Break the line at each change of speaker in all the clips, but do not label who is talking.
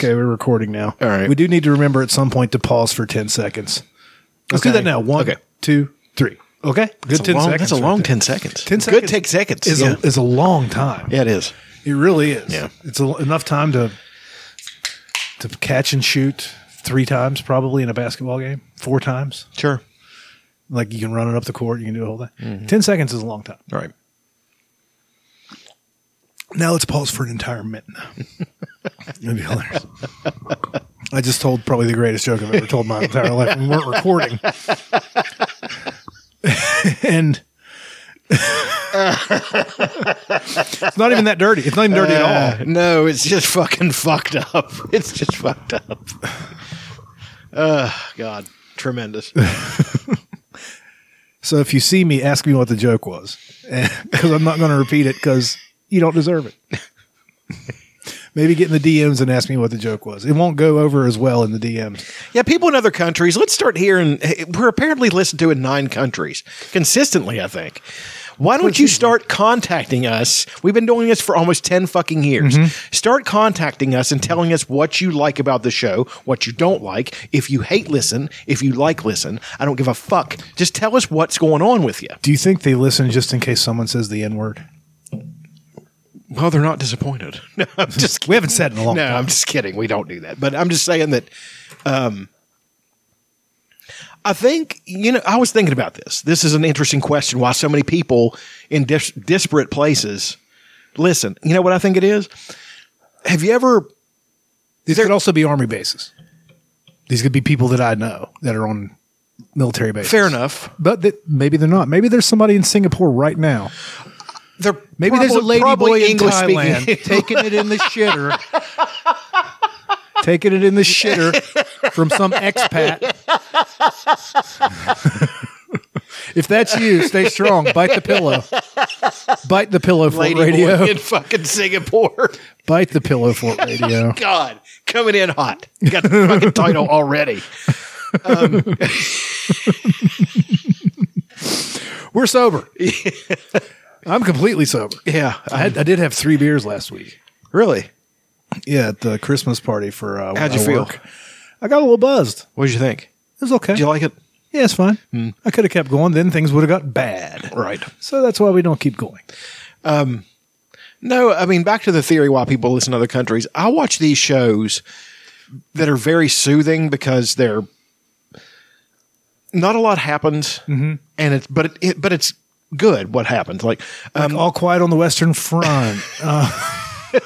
Okay, we're recording now.
All right.
We do need to remember at some point to pause for 10 seconds. Let's do
Okay.
that now. One,
Okay.
two, three. Okay. Good
That's a long- That's a
right
long
there.
10 seconds.
10
Good
seconds
10 seconds.
Is,
yeah.
a, is a long time.
yeah, it is.
It really is.
Yeah.
It's a, enough time to to catch and shoot three times probably in a basketball game, four times.
Sure.
Like you can run it up the court, you can do a whole thing.
Mm-hmm.
10 seconds is a long time.
All right.
Now let's pause for an entire minute. It'd be hilarious. I just told probably the greatest joke I've ever told my entire life. We weren't recording. and it's not even that dirty. It's not even dirty at all.
Uh, no, it's just fucking fucked up. It's just fucked up. Oh, God. Tremendous.
So if you see me, ask me what the joke was, because I'm not going to repeat it because you don't deserve it. Maybe get in the DMs and ask me what the joke was. It won't go over as well in the DMs.
yeah, people in other countries, let's start here. And hey, we're apparently listened to in nine countries consistently, I think. Why don't you start contacting us? We've been doing this for almost 10 fucking years. Start contacting us and telling us what you like about the show, what you don't like, if you hate listen, if you like listen. I don't give a fuck. Just tell us what's going on with you.
Do you think they listen just in case someone says the N word?
Well, they're not disappointed. No, I'm just
We haven't said it in a long
no,
time.
I'm just kidding. We don't do that. But I'm just saying that. Um, I think you know. I was thinking about this. This is an interesting question. Why so many people in dis- disparate places listen? You know what I think it is. Have you ever?
These could also be army bases. These could be people that I know that are on military bases.
Fair enough.
But that, maybe they're not. Maybe there's somebody in Singapore right now.
There
Maybe there's a
probably-
lady boy
probably
in
English-speaking-
Thailand taking it in the shitter, taking it in the shitter from some expat. if that's you, stay strong. Bite the pillow. Bite the pillow, Fort
lady
Radio.
boy in fucking Singapore.
Bite the pillow, Fort Radio.
God, coming in hot. Got the fucking title already.
We're sober. I'm completely sober.
Yeah,
I, had, I did have three beers last week.
really.
Yeah, at the Christmas party for uh,
How'd you
I
feel?
work. I got a little buzzed.
What did you think?
It was okay.
Did you like it?
yeah, it's fine. I could have kept going. Then things would have got bad.
Right.
So that's why we don't keep going.
No, I mean back to the theory why people listen to other countries. I watch these shows that are very soothing because they're not a lot happens,
Mm-hmm.
and it's but it, it but it's good what happens. Like, um,
Like all quiet on the Western Front. Uh,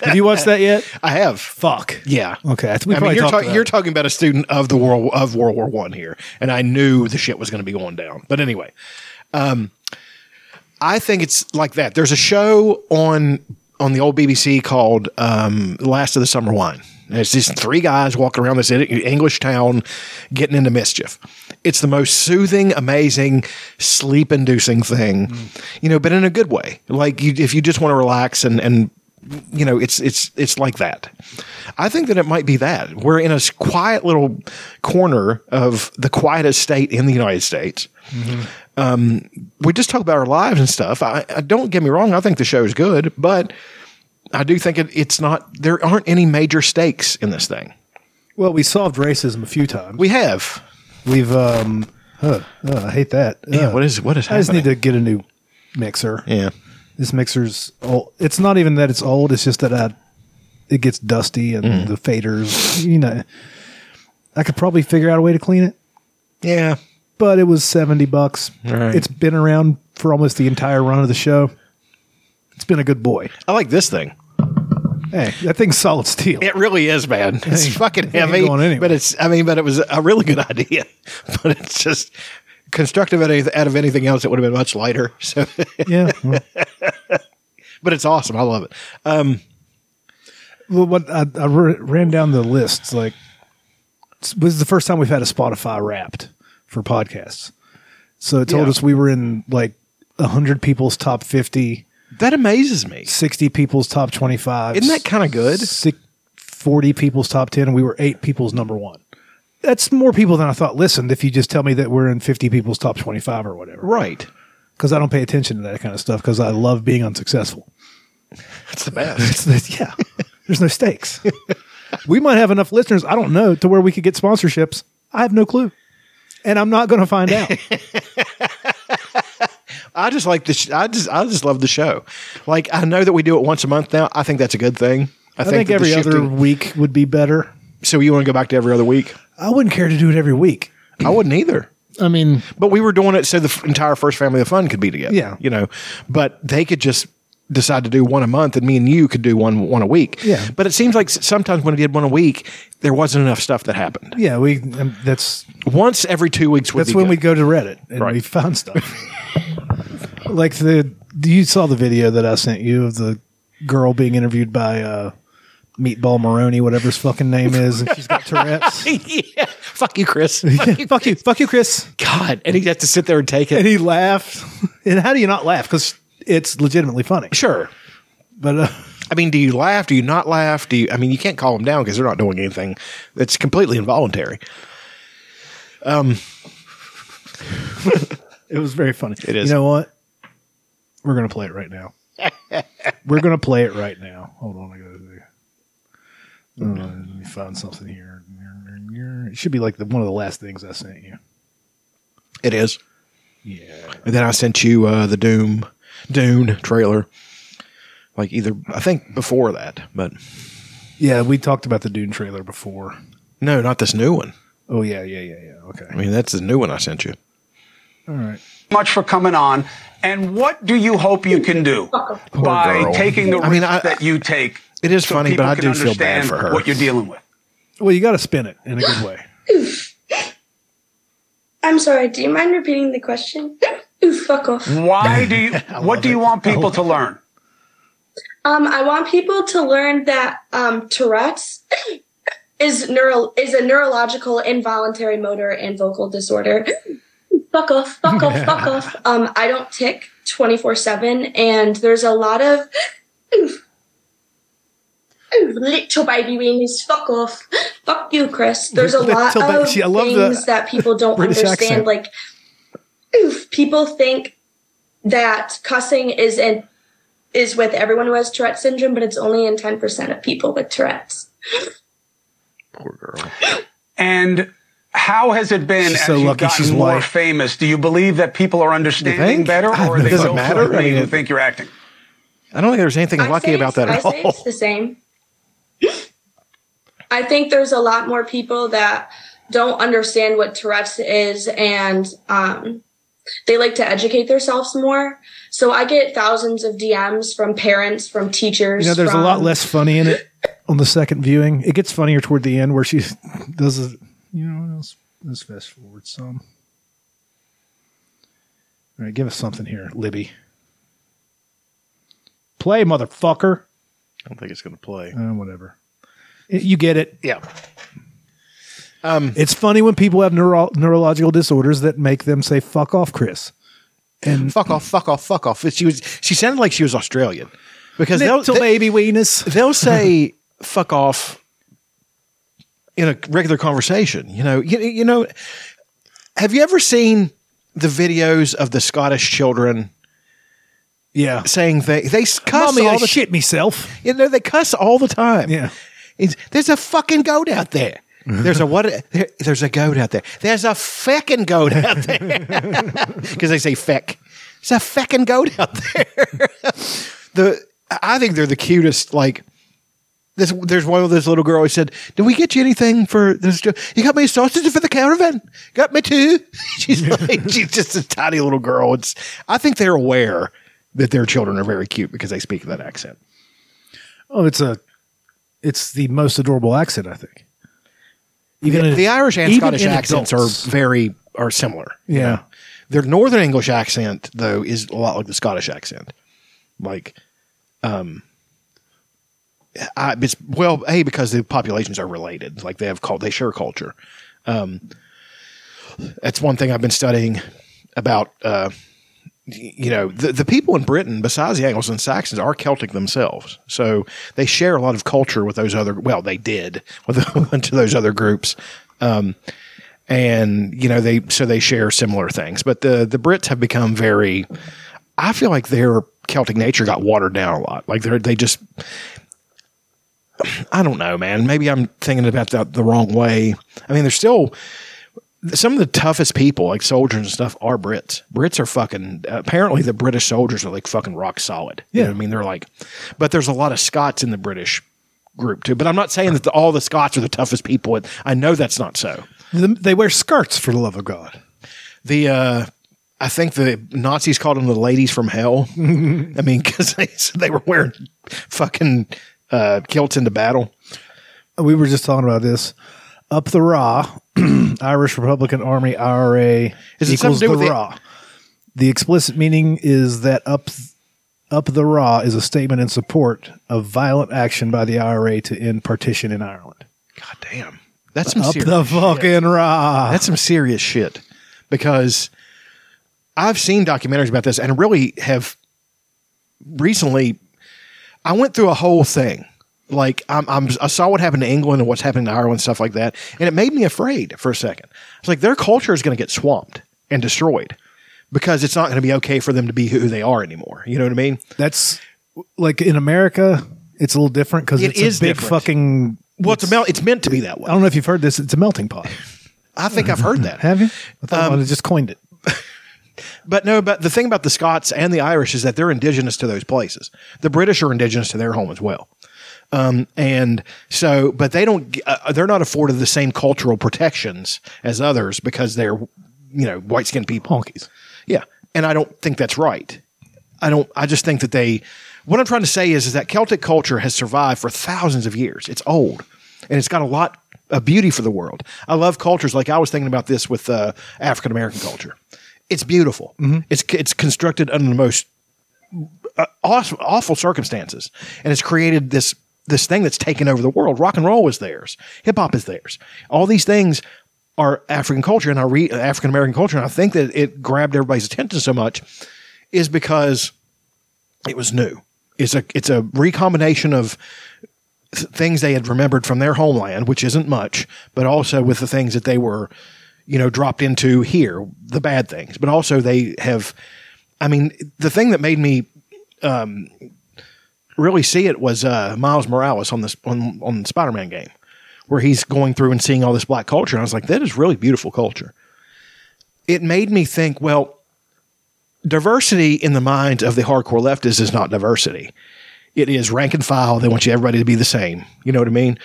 have you watched that yet?
I have.
Fuck.
Yeah.
Okay. I, think we
I mean,
probably
you're,
talked
ta-
about
you're
it.
talking about a student of the world of World War One here, and I knew the shit was going to be going down. But anyway, um, I think it's like that. There's a show on on the old BBC called um, "Last of the Summer Wine." And It's just three guys walking around this English town, getting into mischief. It's the most soothing, amazing, sleep-inducing thing, you know, but in a good way. Like you, if you just want to relax and and you know it's it's it's like that i think that it might be that we're in a s- quiet little corner of the quietest state in the united states um, we just talk about our lives and stuff I, I don't get me wrong i think the show's good but i do think it, it's not there aren't any major stakes in this thing
well, we solved racism a few times.
we have
We, have um, huh, uh, I hate that.
yeah
Uh,
what is what is
I just need
happening
to get a new mixer.
yeah
this mixer's old. It's not even that it's old. It's just that I, it gets dusty and
Mm.
the faders. You know, I could probably figure out a way to clean it,
yeah
but it was seventy bucks.
Right.
It's been around for almost the entire run of the show. It's been a good boy.
i like this thing
Hey, that thing's solid steel.
It really is, man. It's
Ain't-
fucking
ain't
heavy,
going anywhere.
but it's. I mean, but it was a really good idea. But it's just constructive out of, out of anything else. It would have been much lighter. So,
yeah. Well,
but it's awesome. I love it.
well, what I, I re- ran down the lists like this was the first time we've had a Spotify Wrapped for podcasts. So it told
Yeah.
us we were in like hundred people's top fifty.
That amazes me.
60 people's top 25.
Isn't that kinda good?
Six, 40 people's top 10, and we were eight people's number one. That's more people than I thought listened if you just tell me that we're in 50 people's top 25 or whatever.
Right.
Because I don't pay attention to that kind of stuff because I love being unsuccessful.
That's the best.
It's the- yeah, there's no stakes. We might have enough listeners, I don't know, to where we could get sponsorships. I have no clue. And I'm not going to find out.
I just like the. Sh- I just I just love the show. Like I know that we do it once a month now. I think that's a good thing. I,
I think
that the
every other
shifting-
week would be better.
So you want to go back to every other week?
I wouldn't care to do it every week.
I wouldn't either.
I mean,
But we were doing it so the f- entire first family of fun could be together.
Yeah.
you know. But they could just decide to do one a month, and me and you could do one one a week.
Yeah.
But it seems like s- sometimes when we did one a week, there wasn't enough stuff that happened.
yeah, we um, that's
Once every two weeks would
that's
be
when we go
good.
to Reddit and
Right.
we found stuff. like the you saw the video that I sent you of the girl being interviewed by uh, Meatball Maroney, whatever his fucking name is, and she's got Tourette's.
yeah. Fuck you, Chris.
fuck you, fuck you, Chris.
God, and he had to sit there and take it.
And he laughed. And how do you not laugh? Because it's legitimately funny.
sure.
But uh,
I mean, do you laugh? Do you not laugh? Do you? I mean, you can't calm them down because they're not doing anything that's completely involuntary.
it was very funny.
It is.
You know what? We're gonna play it right now. We're gonna play it right now. Hold on, I gotta. do- Uh, let me find something here. It should be like the, one of the last things I sent you.
It is.
Yeah.
And then I sent you uh, the Doom Dune trailer, like either I think before that, but
Yeah, we talked about the Dune trailer before.
no, not this new one.
Oh yeah, yeah, yeah, yeah. Okay.
I mean, that's the new one I sent you.
All right.
much for coming on. And what do you hope you can do by
girl.
taking the
I
risks
mean, I-
that you take?
It is funny,
people
but I
can
do feel bad
understand
for her.
What you're dealing with.
Well, you got to spin it in a good way.
I'm sorry, do you mind repeating the question? Ooh, fuck off.
Why do you? what do you want people to learn?
Um, I want people to learn that um, Tourette's is neural is a neurological involuntary motor and vocal disorder. fuck off, fuck off, fuck off. Um, I don't tick twenty four seven, and there's a lot of oof, oof, little baby weenies. Fuck off, fuck you, Chris. There's a lot
Little baby-
of
see, I love the
things that people don't
British accent.
understand. Like, oof, people think that cussing is in is with everyone who has Tourette syndrome, but it's only in 10% of people with Tourette's.
Poor girl.
And how has it been
She's
as
so
you've
lucky
gotten
she's
more
white.
famous? Do you believe that people are understanding
think?
better,
I-
or are they
does it
so
matter? I
matter? I
mean,
mean,
it-
think you're acting.
I don't think there's anything
I
lucky
say
about that
it's-
at
I say
all.
it's the same. I think there's a lot more people that don't understand what Tourette's is and um, they like to educate themselves more. So I get thousands of DMs from parents, from teachers.
You know, there's a
from-
lot less funny in it on the second viewing. It gets funnier toward the end where she does a, you know, what else? Let's fast forward some. All right, give us something here, Libby. Play, motherfucker.
I don't think it's going to play.
Uh, whatever. It- you get it.
Yeah. Um,
It's funny when people have neuro- neurological disorders that make them say "fuck off, Chris."
Fuck off! Fuck off! Fuck off! She was. She sounded like she was Australian because they'll,
Little
they,
baby weenus.
they'll say fuck off in a regular conversation. You know, you, you know, have you ever seen the videos of the Scottish children
Yeah,
saying they they cuss
mommy,
all
I
the
shit myself.
you know they cuss all the time.
Yeah.
It's- there's a fucking goat out there. There's a what? There, there's a goat out there. There's a feckin' goat out there because they say feck. There's a feckin' goat out there. the I think they're the cutest. Like this, there's one of this little girl. He said, "Did we get you anything for this? jo- You got me sausages for the caravan. Got me two. she's like, she's just a tiny little girl. It's I think they're aware that their children are very cute because they speak that accent.
Oh, it's a, it's the most adorable accent, I think. Even in-
the Irish and
even
Scottish
in
accents
adults.
are very are similar.
yeah.
Their Northern English accent though is a lot like the Scottish accent. Like, um, I, it's well, a because the populations are related. Like they have called they share culture. Um, that's one thing I've been studying about. Uh, y- you know, the the people in Britain, besides the Angles and Saxons, are Celtic themselves. So they share a lot of culture with those other. Well, they did with a bunch of those other groups and you know they so they share similar things but the the brits have become very i feel like their celtic nature got watered down a lot like they're they just I don't know, man. Maybe I'm thinking about that the wrong way. I mean, there's still some of the toughest people, like soldiers and stuff, are Brits. Brits are fucking. Apparently, the British soldiers are like fucking rock solid. You know
Yeah.
what I mean, they're like, but there's a lot of Scots in the British group too. But I'm not saying that the, all the Scots are the toughest people. I know that's not so.
The- They wear skirts for the love of God.
The uh, I think the Nazis called them the ladies from hell. I mean, because they said they were wearing fucking uh, kilts into battle.
We were just talking about this. Up the raw, Irish Republican Army IRA
Is it something
equals
to do
the
with the-
raw. The explicit meaning is that up up the raw is a statement in support of violent action by the IRA to end partition in Ireland.
God damn, that's some
Up
serious
the
shit.
fucking raw.
That's some serious shit because I've seen documentaries about this and really have recently. I went through a whole thing. Like I'm, I'm, I saw what happened to England and what's happening to Ireland, stuff like that, and it made me afraid for a second. It's like their culture is going to get swamped and destroyed because it's not going to be okay for them to be who they are anymore. You know what I mean?
That's like in America, it's a little different because
It
it's
is
a big
different.
fucking.
Well, it's, a mel- it's meant to be that
I
way.
don't know if you've heard this. It's a melting pot.
I think I've heard that.
Have you? I thought I might have just coined it.
But no, but the thing about the Scots and the Irish is that they're indigenous to those places. The British are indigenous to their home as well. Um, and so, but they don't, g- uh, they're not afforded the same cultural protections as others because they're, you know, white skinned people.
Honkies.
Yeah. And I don't think that's right. I don't, I just think that they, what I'm trying to say is, is that Celtic culture has survived for thousands of years. It's old and it's got a lot of beauty for the world. I love cultures. Like I was thinking about this with uh, African American culture. It's beautiful. It's, it's constructed under the most awful, awful circumstances, and it's created this this thing that's taken over the world. Rock and roll is theirs, hip hop is theirs. All these things are African culture and our re- African American culture, and I think that it grabbed everybody's attention so much is because it was new. It's a it's a recombination of th- things they had remembered from their homeland, which isn't much, but also with the things that they were, you know, dropped into here, the bad things. But also they have, I mean, the thing that made me um, really see it was uh, Miles Morales on this on on the Spider Man game, where he's going through and seeing all this black culture. And I was like, that is really beautiful culture. It made me think, well, diversity in the minds of the hardcore leftists is not diversity. It is rank and file. They want you everybody to be the same. You know what I mean?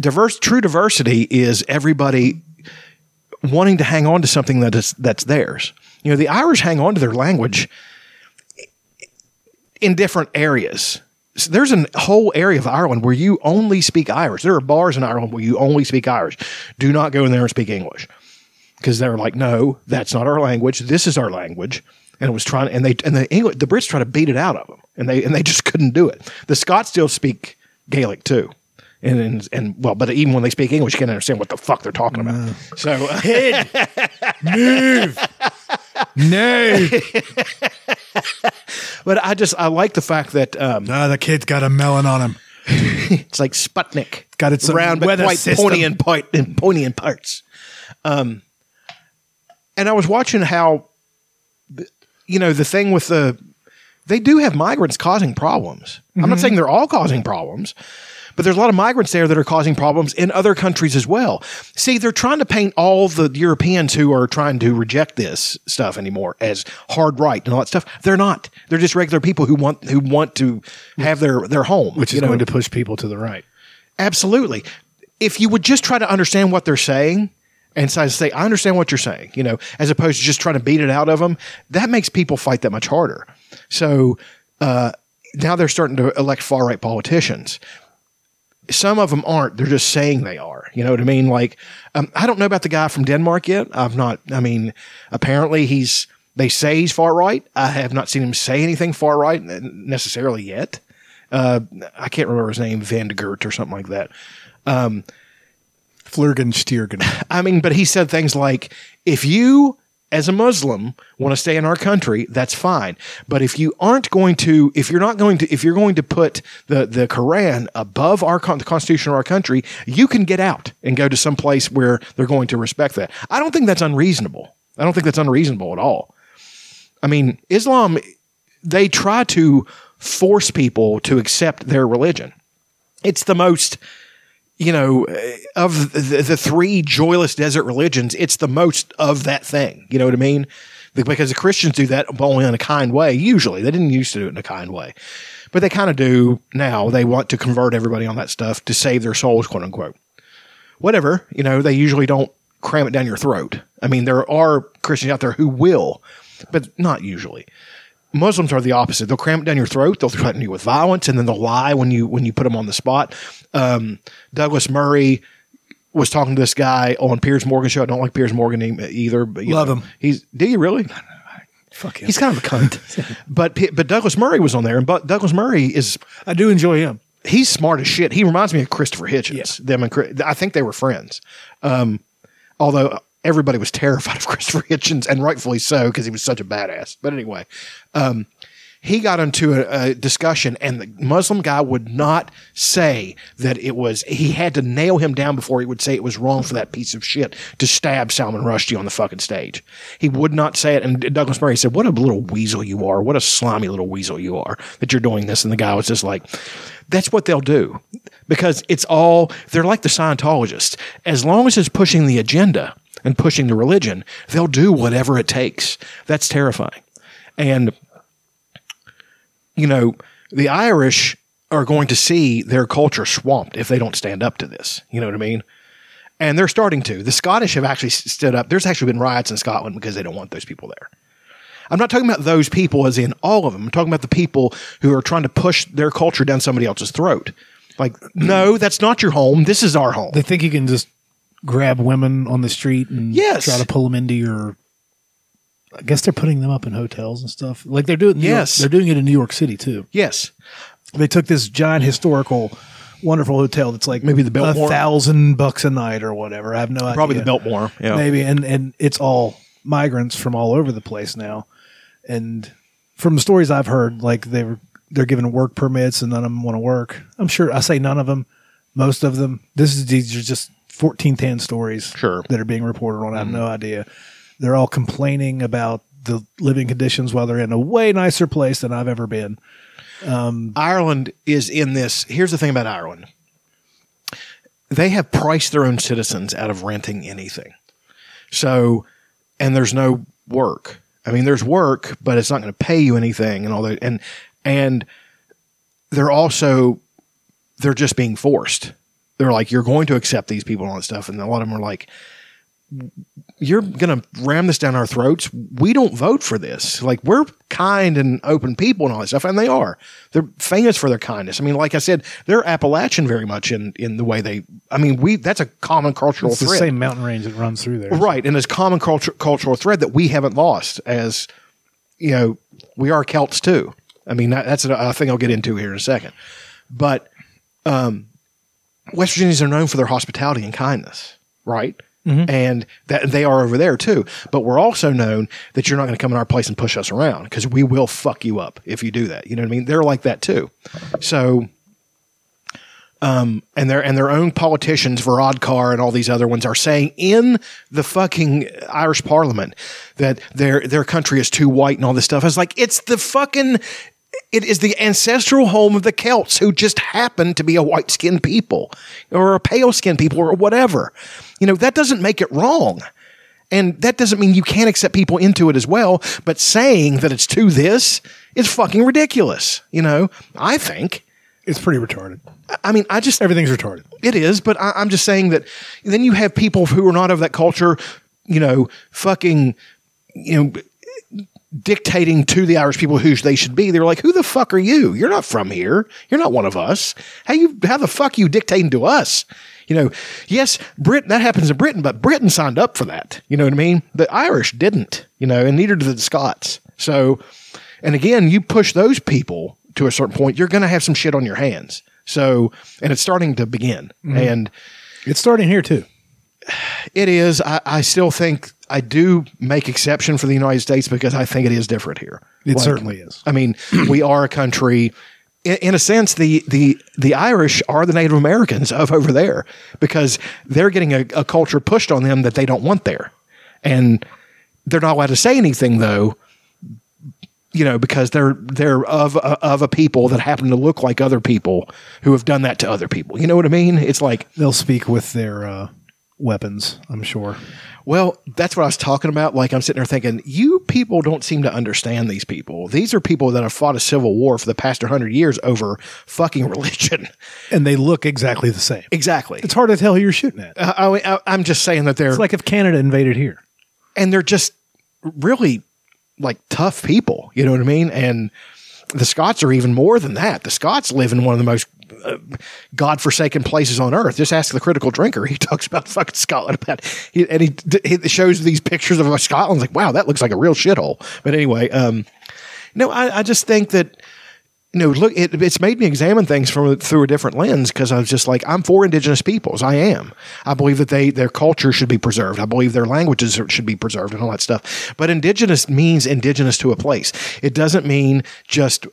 Diverse true diversity is everybody wanting to hang on to something that is that's theirs. You know, the Irish hang on to their language in different areas. So there's a whole area of Ireland where you only speak Irish. There are bars in Ireland where you only speak Irish. Do not go in there and speak English because they're like, no, that's not our language. This is our language. And it was trying, and they and the English, the Brits tried to beat it out of them, and they and they just couldn't do it. The Scots still speak Gaelic too, and and, and well, but even when they speak English, you can't understand what the fuck they're talking about. So
No.
but I just I like the fact that um,
no, Ah, the kid's got a melon on him.
It's like Sputnik.
Got its own
round but
weather
quite
system.
pointy in part in pointy in parts. Um, and I was watching how, th- you know, the thing with the they do have migrants causing problems. I'm
Mm-hmm.
not saying they're all causing problems, but there's a lot of migrants there that are causing problems in other countries as well. See, they're trying to paint all the Europeans who are trying to reject this stuff anymore as hard right and all that stuff. They're not. They're just regular people who want who want to have their their home,
Which is
you know?
going to push people to the right.
Absolutely. If you would just try to understand what they're saying and so say, I understand what you're saying, you know, as opposed to just trying to beat it out of them, that makes people fight that much harder. So uh, now they're starting to elect far right politicians. Some of them aren't. They're just saying they are. You know what I mean? Like, um, I don't know about the guy from Denmark yet. I've not, I mean, apparently he's, they say he's far right. I have not seen him say anything far right necessarily yet. I can't remember his name, Van de Gert or something like that.
Flurgen Stiergen.
I mean, but he said things like, if you as a Muslim want to stay in our country, that's fine. But if you aren't going to, if you're not going to, if you're going to put the, the Quran above our con- the constitution of our country, you can get out and go to some place where they're going to respect that. I don't think that's unreasonable. I don't think that's unreasonable at all. I mean, Islam, they try to force people to accept their religion. It's the most, you know, eh, of the, the three joyless desert religions, it's the most of that thing. You know what I mean? Because the Christians do that but only in a kind way, usually. They didn't used to do it in a kind way. But they kind of do now. They want to convert everybody on that stuff to save their souls, quote unquote whatever, you know, they usually don't cram it down your throat. I mean, there are Christians out there who will, but not usually. Muslims are the opposite. They'll cram it down your throat. They'll threaten you with violence, and then they'll lie when you when you put them on the spot. Um, Douglas Murray was talking to this guy on Piers Morgan show. I don't like Piers Morgan e- either, but you
Love
know,
him.
He's do you really?
Fuck him.
He's kind of a cunt. but P- but Douglas Murray was on there, and but Douglas Murray is
I do enjoy him.
he's smart as shit. He reminds me of Christopher Hitchens. Them and Chris, I think they were friends. Um, although everybody was terrified of Christopher Hitchens, and rightfully so because he was such a badass. But anyway, um, he got into a, a discussion, and the Muslim guy would not say that it was. He had to nail him down before he would say it was wrong for that piece of shit to stab Salman Rushdie on the fucking stage. He would not say it. And Douglas Murray said, "What a little weasel you are! What a slimy little weasel you are that you're doing this." And the guy was just like, "That's what they'll do because it's all they're like the Scientologists. As long as it's pushing the agenda." And pushing the religion, they'll do whatever it takes. That's terrifying. And you know, the Irish are going to see their culture swamped if they don't stand up to this. You know what I mean? And they're starting to. The Scottish have actually s- stood up. There's actually been riots in Scotland because they don't want those people there. I'm not talking about those people as in all of them. I'm talking about the people who are trying to push their culture down somebody else's throat. Like, no, that's not your home. This is our home.
They think you can just grab women on the street and
Yes.
try to pull them into your. I guess they're putting them up in hotels and stuff. Like they're doing. in New York-
Yes.
they're doing it in New York City too.
Yes.
They took this giant historical, wonderful hotel that's like
Maybe the Biltmore?
a thousand bucks a night or whatever. I have no idea.
Probably the Biltmore. Yeah.
maybe and and it's all migrants from all over the place now and from the stories i've heard like they were they're given work permits and none of them want to work i'm sure i say none of them most of them this is these are just 1410 stories
Sure. Mm-hmm.
that are being reported on i have no idea they're all complaining about the living conditions while they're in a way nicer place than i've ever been
Ireland is in this. Here's the thing about Ireland they have priced their own citizens out of renting anything. So, and there's no work. I mean, there's work, but it's not going to pay you anything and all that. And, and they're also, they're just being forced. They're like, you're going to accept these people and all that stuff. And a lot of them are like, you're going to ram this down our throats. We don't vote for this. Like we're kind and open people and all that stuff, and they are. They're famous for their kindness. I mean, like I said, they're Appalachian very much in in the way they. I mean, we that's a common cultural
it's the
thread,
same mountain range that runs through there
right? And it's a common culture, cultural thread that we haven't lost as you know we are Celts too. I mean, that, that's a, a thing I'll get into here in a second, but um, West Virginians are known for their hospitality and kindness, right? And that they are over there too. But we're also known that you're not going to come in our place and push us around because we will fuck you up if you do that. You know what I mean? They're like that too. So, um, and their and their own politicians, Varadkar and all these other ones, are saying in the fucking Irish Parliament that their their country is too white and all this stuff. I was like, it's the fucking. It is the ancestral home of the Celts, who just happen to be a white skinned people or a pale skinned people or whatever. You know, that doesn't make it wrong. And that doesn't mean you can't accept people into it as well, but saying that it's to this is fucking ridiculous. You know, I think.
it's pretty retarded
I mean, I just
everything's retarded
it is, but I, I'm just saying that then you have people who are not of that culture, you know, fucking, you know, dictating to the Irish people who they should be. They're like, who the fuck are you? You're not from here. You're not one of us. How you, how the fuck you dictating to us? You know, yes, Britain, that happens in Britain, but Britain signed up for that. You know what I mean? The Irish didn't, you know, and neither did the Scots. So, and again, you push those people to a certain point, you're going to have some shit on your hands. So, and it's starting to begin. And
it's starting here too
it is, I, I still think I do make exception for the United States because I think it is different here.
it
Like,
certainly is
I mean, we are a country. In, in a sense, the the the Irish are the Native Americans of over there because they're getting a, a culture pushed on them that they don't want there, and they're not allowed to say anything though. you know, because they're they're of a, of a people that happen to look like other people who have done that to other people. You know what I mean? It's like,
They'll speak with their uh, weapons, I'm sure.
well, that's what I was talking about. Like I'm sitting there thinking, you people don't seem to understand these people. These are people that have fought a civil war for the past 100 years over fucking religion.
And they look exactly the same.
Exactly.
It's hard to tell who you're shooting at.
I, I, I- I'm just saying that they're
It's like if Canada invaded here.
and they're just really like tough people. You know what I mean? And the Scots are even more than that. The Scots live in one of the most uh, godforsaken places on earth. Just ask the critical drinker. He talks about fucking Scotland about, he, and he, d- he shows these pictures of Scotland. Like, wow, that looks like a real shithole. But anyway, um, no, I, I just think that you know, look, it, it's made me examine things from through a different lens because I was just like, I'm for indigenous peoples. I am. I believe that they their culture should be preserved. I believe their languages are- should be preserved and all that stuff. But indigenous means indigenous to a place. It doesn't mean just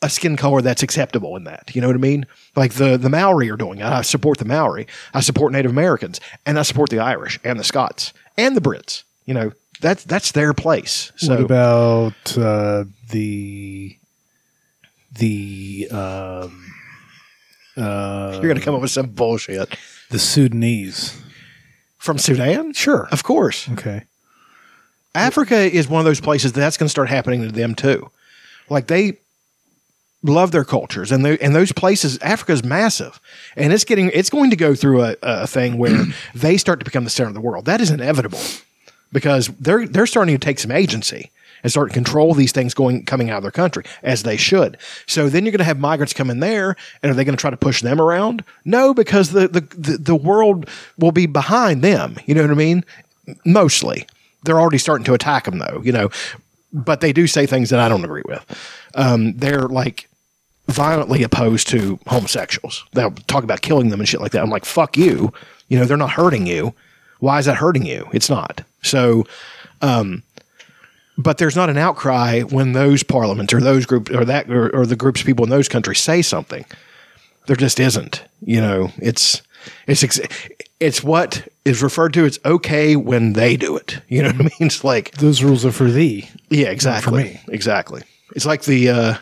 a skin color that's acceptable in that. You know what I mean? Like the the Maori are doing. it. I support the Maori. I support Native Americans, and I support the Irish and the Scots and the Brits. You know, that's that's their place. So
What about uh, the the um, uh,
you're gonna come up with some bullshit
the Sudanese?
from Sudan?
Sure.
Of course.
Okay.
Africa is one of those places that's going to start happening to them too. Like they love their cultures and they, and those places Africa's massive and it's getting it's going to go through a, a thing where they start to become the center of the world. That is inevitable because they're they're starting to take some agency and start to control these things going coming out of their country as they should. So then you're going to have migrants come in there, and are they going to try to push them around? No, because the the the, the world will be behind them. You know what I mean? Mostly, they're already starting to attack them though. You know, but they do say things that I don't agree with. Um, they're like violently opposed to homosexuals. They'll talk about killing them and shit like that. I'm like, fuck you. You know, they're not hurting you. Why is that hurting you? It's not. So, um, but there's not an outcry when those parliaments or those groups or that or, or the groups of people in those countries say something. There just isn't. You know, it's it's ex- it's what is referred to. It's okay when they do it. You know what I mean? It's like
Those rules are for thee.
yeah, exactly.
me.
Exactly. It's like the uh,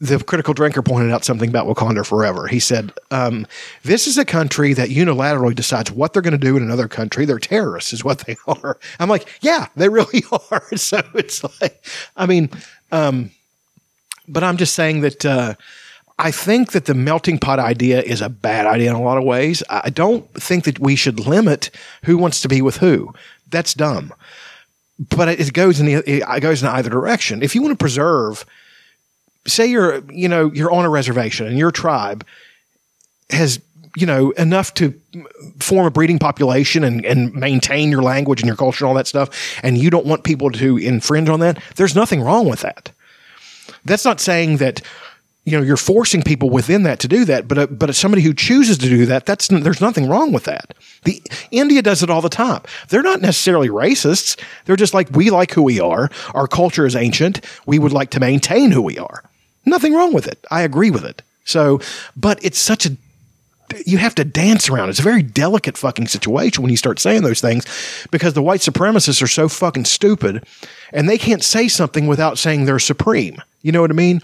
the critical drinker pointed out something about Wakanda Forever. He said, um, "This is a country that unilaterally decides what they're going to do in another country. They're terrorists, is what they are." I'm like, "Yeah, they really are." so it's like, I mean, um, but I'm just saying that. Uh, I think that the melting pot idea is a bad idea in a lot of ways. I I don't think that we should limit who wants to be with who. That's dumb but it goes in the, it goes in either direction. If you want to preserve, say you're you know you're on a reservation and your tribe has you know enough to form a breeding population and, and maintain your language and your culture and all that stuff, and you don't want people to infringe on that. There's nothing wrong with that. That's not saying that you know you're forcing people within that to do that, but uh, but somebody who chooses to do that, that's there's nothing wrong with that. The India does it all the time. They're not necessarily racists. They're just like we like who we are. Our culture is ancient. We would like to maintain who we are. Nothing wrong with it. I agree with it. So, but it's such a you have to dance around. It's a very delicate fucking situation when you start saying those things because the white supremacists are so fucking stupid and they can't say something without saying they're supreme. You know what I mean?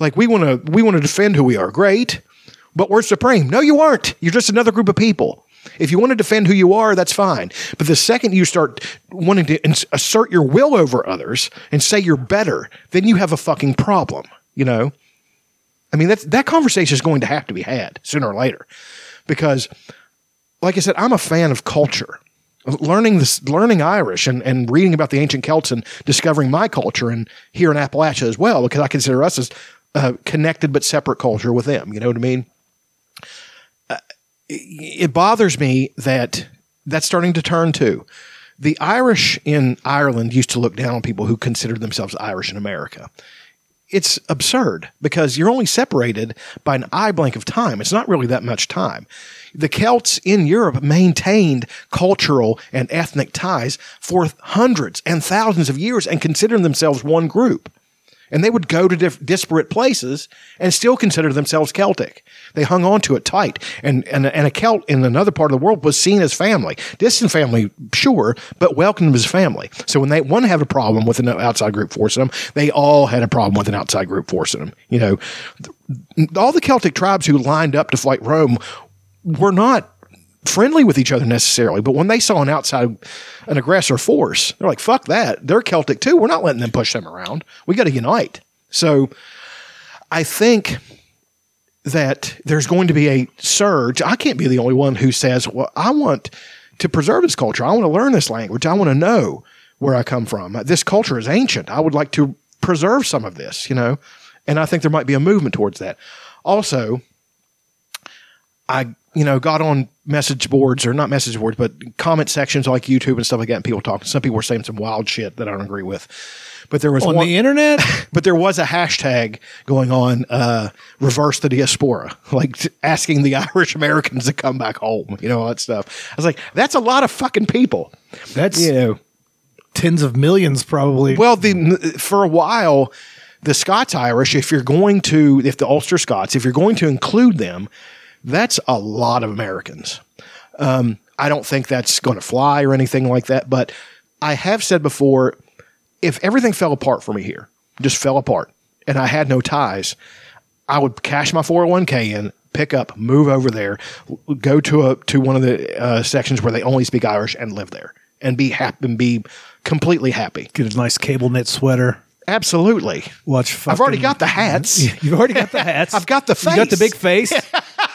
Like we want to we want to defend who we are. Great. But we're supreme. No you aren't. You're just another group of people. If you want to defend who you are, that's fine. But the second you start wanting to ins- assert your will over others and say you're better, then you have a fucking problem, you know? I mean, that's, that conversation is going to have to be had sooner or later because, like I said, I'm a fan of culture. Learning this, learning Irish and, and reading about the ancient Celts and discovering my culture and here in Appalachia as well, because I consider us as a connected but separate culture with them. You know what I mean? Uh, it bothers me that that's starting to turn too. The Irish in Ireland used to look down on people who considered themselves Irish in America. It's absurd because you're only separated by an eye blink of time. It's not really that much time. The Celts in Europe maintained cultural and ethnic ties for hundreds and thousands of years and considered themselves one group. and they would go to diff- disparate places and still consider themselves Celtic. They hung on to it tight, and, and and a Celt in another part of the world was seen as family, distant family, sure, but welcomed as family. So when they one had a problem with an outside group forcing them, they all had a problem with an outside group forcing them. You know, th- all the Celtic tribes who lined up to fight Rome were not friendly with each other necessarily, but when they saw an outside, an aggressor force, they're like, fuck that. They're Celtic too. We're not letting them push them around. We got to unite. So I think that there's going to be a surge. I can't be the only one who says, well, I want to preserve this culture. I want to learn this language. I want to know where I come from. This culture is ancient. I would like to preserve some of this, you know? And I think there might be a movement towards that. Also, I you know got on message boards or not message boards but comment sections like YouTube and stuff like that and people talking some people were saying some wild shit that I don't agree with but there was
on
one
the internet.
but there was a hashtag going on uh reverse the diaspora like t- asking the Irish Americans to come back home you know all that stuff I was like that's a lot of fucking people
That's
you know
tens of millions, probably.
well, the for a while, the Scots Irish, if you're going to, if the Ulster Scots, if you're going to include them, that's a lot of Americans. Um, I don't think that's going to fly or anything like that. But I have said before, if everything fell apart for me here, just fell apart, and I had no ties, I would cash my 401k in, pick up, move over there, w- go to a to one of the uh, sections where they only speak Irish and live there, and be happy and be completely happy.
Get a nice cable knit sweater.
Absolutely.
Watch. Fucking,
I've already got the hats.
You've already got the hats.
I've got the
You got the
face.
big face.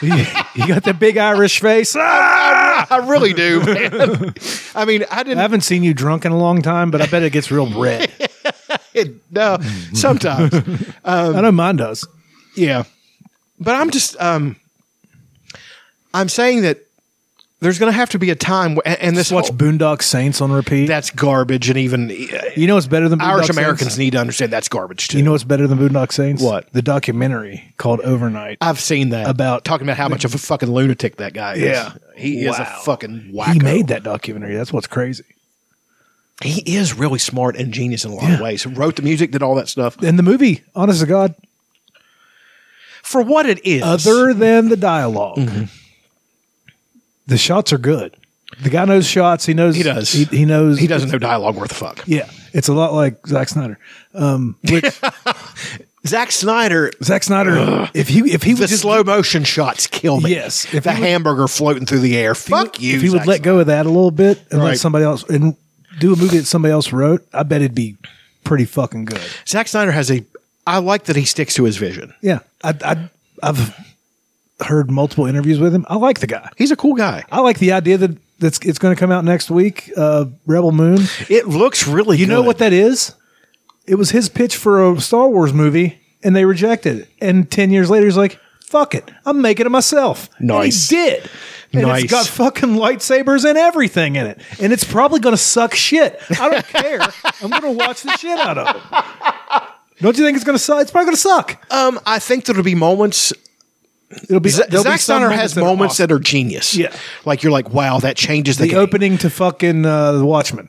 you, you got the big Irish face. Ah!
I really do, man. I mean, I
I
didn't
haven't seen you drunk in a long time, but I bet it gets real red.
no sometimes. Um,
I know mine does.
Yeah. But I'm just um I'm saying that there's going to have to be a time wh- and, and this
Just watch
whole-
Boondock Saints on repeat.
that's garbage and even uh,
you know what's better than Boondock
Irish
Saints?
Americans need to understand that's garbage too.
You know what's better than Boondock Saints?
What?
The documentary called Overnight.
I've seen that
About-
talking about how much of a fucking lunatic that guy is.
Yeah.
He is a
Wow.
fucking wacko.
he made that documentary. That's what's crazy.
He is really smart and genius in a lot of
Yeah.
ways. Wrote the music, did all that stuff.
And the movie, honest to God,
For what it is.
other than the dialog
Mm-hmm.
the shots are good. The guy knows shots. He knows.
He does.
He, he knows.
he doesn't know dialogue worth a fuck.
Yeah, it's a lot like Zack Snyder. Um, which
Zack Snyder,
Zack Snyder, if he if he
the
would just
slow motion shots kill me.
Yes, if
if the
he would-
hamburger floating through the air, fuck you.
if he would
Zack
let go of that a little bit and let
Right.
somebody else and do a movie that somebody else wrote, I bet it'd be pretty fucking good.
Snyder. Zack Snyder has a. I like that he sticks to his vision.
Yeah, I, I I've heard multiple interviews with him. I like the guy.
He's a cool guy.
I like the idea that that's it's going to come out next week. Uh, Rebel Moon.
It looks really.
You know what that is? It was his pitch for a Star Wars movie, and they rejected it. And ten years later, he's like, "Fuck it, I'm making it myself."
Nice.
And he did. And
Nice.
it's got fucking lightsabers and everything in it. And it's probably going to suck shit. I don't care. I'm going to watch the shit out of it. Don't you think it's going to suck? It's probably going to suck.
Um, I think there'll be moments.
It'll be
Z-
there'll be
Zack
some
Snyder has moments that are genius.
Yeah.
like you're like, wow, that changes the,
awesome. the
game.
opening to fucking uh, the Watchmen.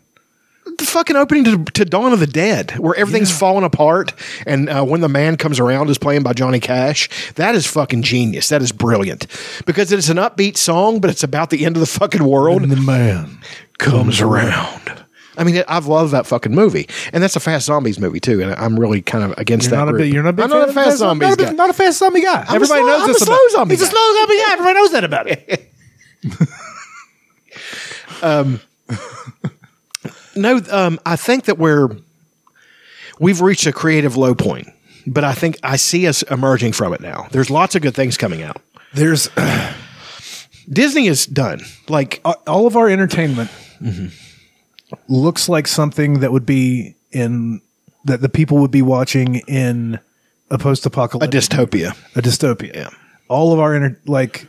the fucking opening to, to Dawn of the Dead, where everything's falling apart, and uh, when the man comes around is playing by Johnny Cash. That is fucking genius. That is brilliant because it's an upbeat song, but it's about the end of the fucking world.
the man.
comes around. I mean, I've loved that fucking movie, and that's a Fast Zombies movie too. And I'm really kind of against
You're
that.
not, a
group.
big, you're not a big
I'm not
fan
a Fast
of not
Zombies
a big-
guy.
Not a fast zombie guy.
a
Everybody
slow-
knows
I'm
this
a
about-
slow zombie
He's a
guy.
slow zombie guy. Everybody knows that about it.
Um, No, um, I think that we're we've reached a creative low point, but I think I see us emerging from it now. There's lots of good things coming out.
There's
Disney is done. Like
uh, all of our entertainment looks like something that would be in that the people would be watching in a
a
post-apocalyptic
dystopia.
a dystopia.
Yeah.
All of our inter- like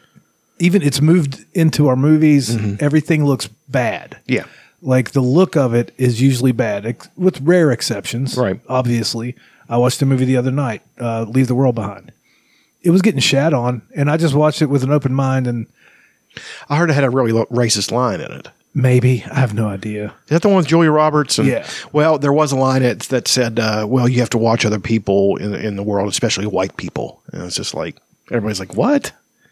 even it's moved into our movies. Everything looks bad.
Mm-hmm. Yeah.
Like the look of it is usually bad, ex- with rare exceptions.
Right.
Obviously, I watched a movie the other night, uh, "Leave the World Behind." It was getting shat on, and I just watched it with an open mind. And
I heard it had a really lo- racist line in it.
Maybe I have no idea.
Is that the one with Julia Roberts? And,
Yeah.
Well, there was a line that, that said, uh, well, you have to watch other people in, in the world, especially white people. And it's just like, everybody's like, what?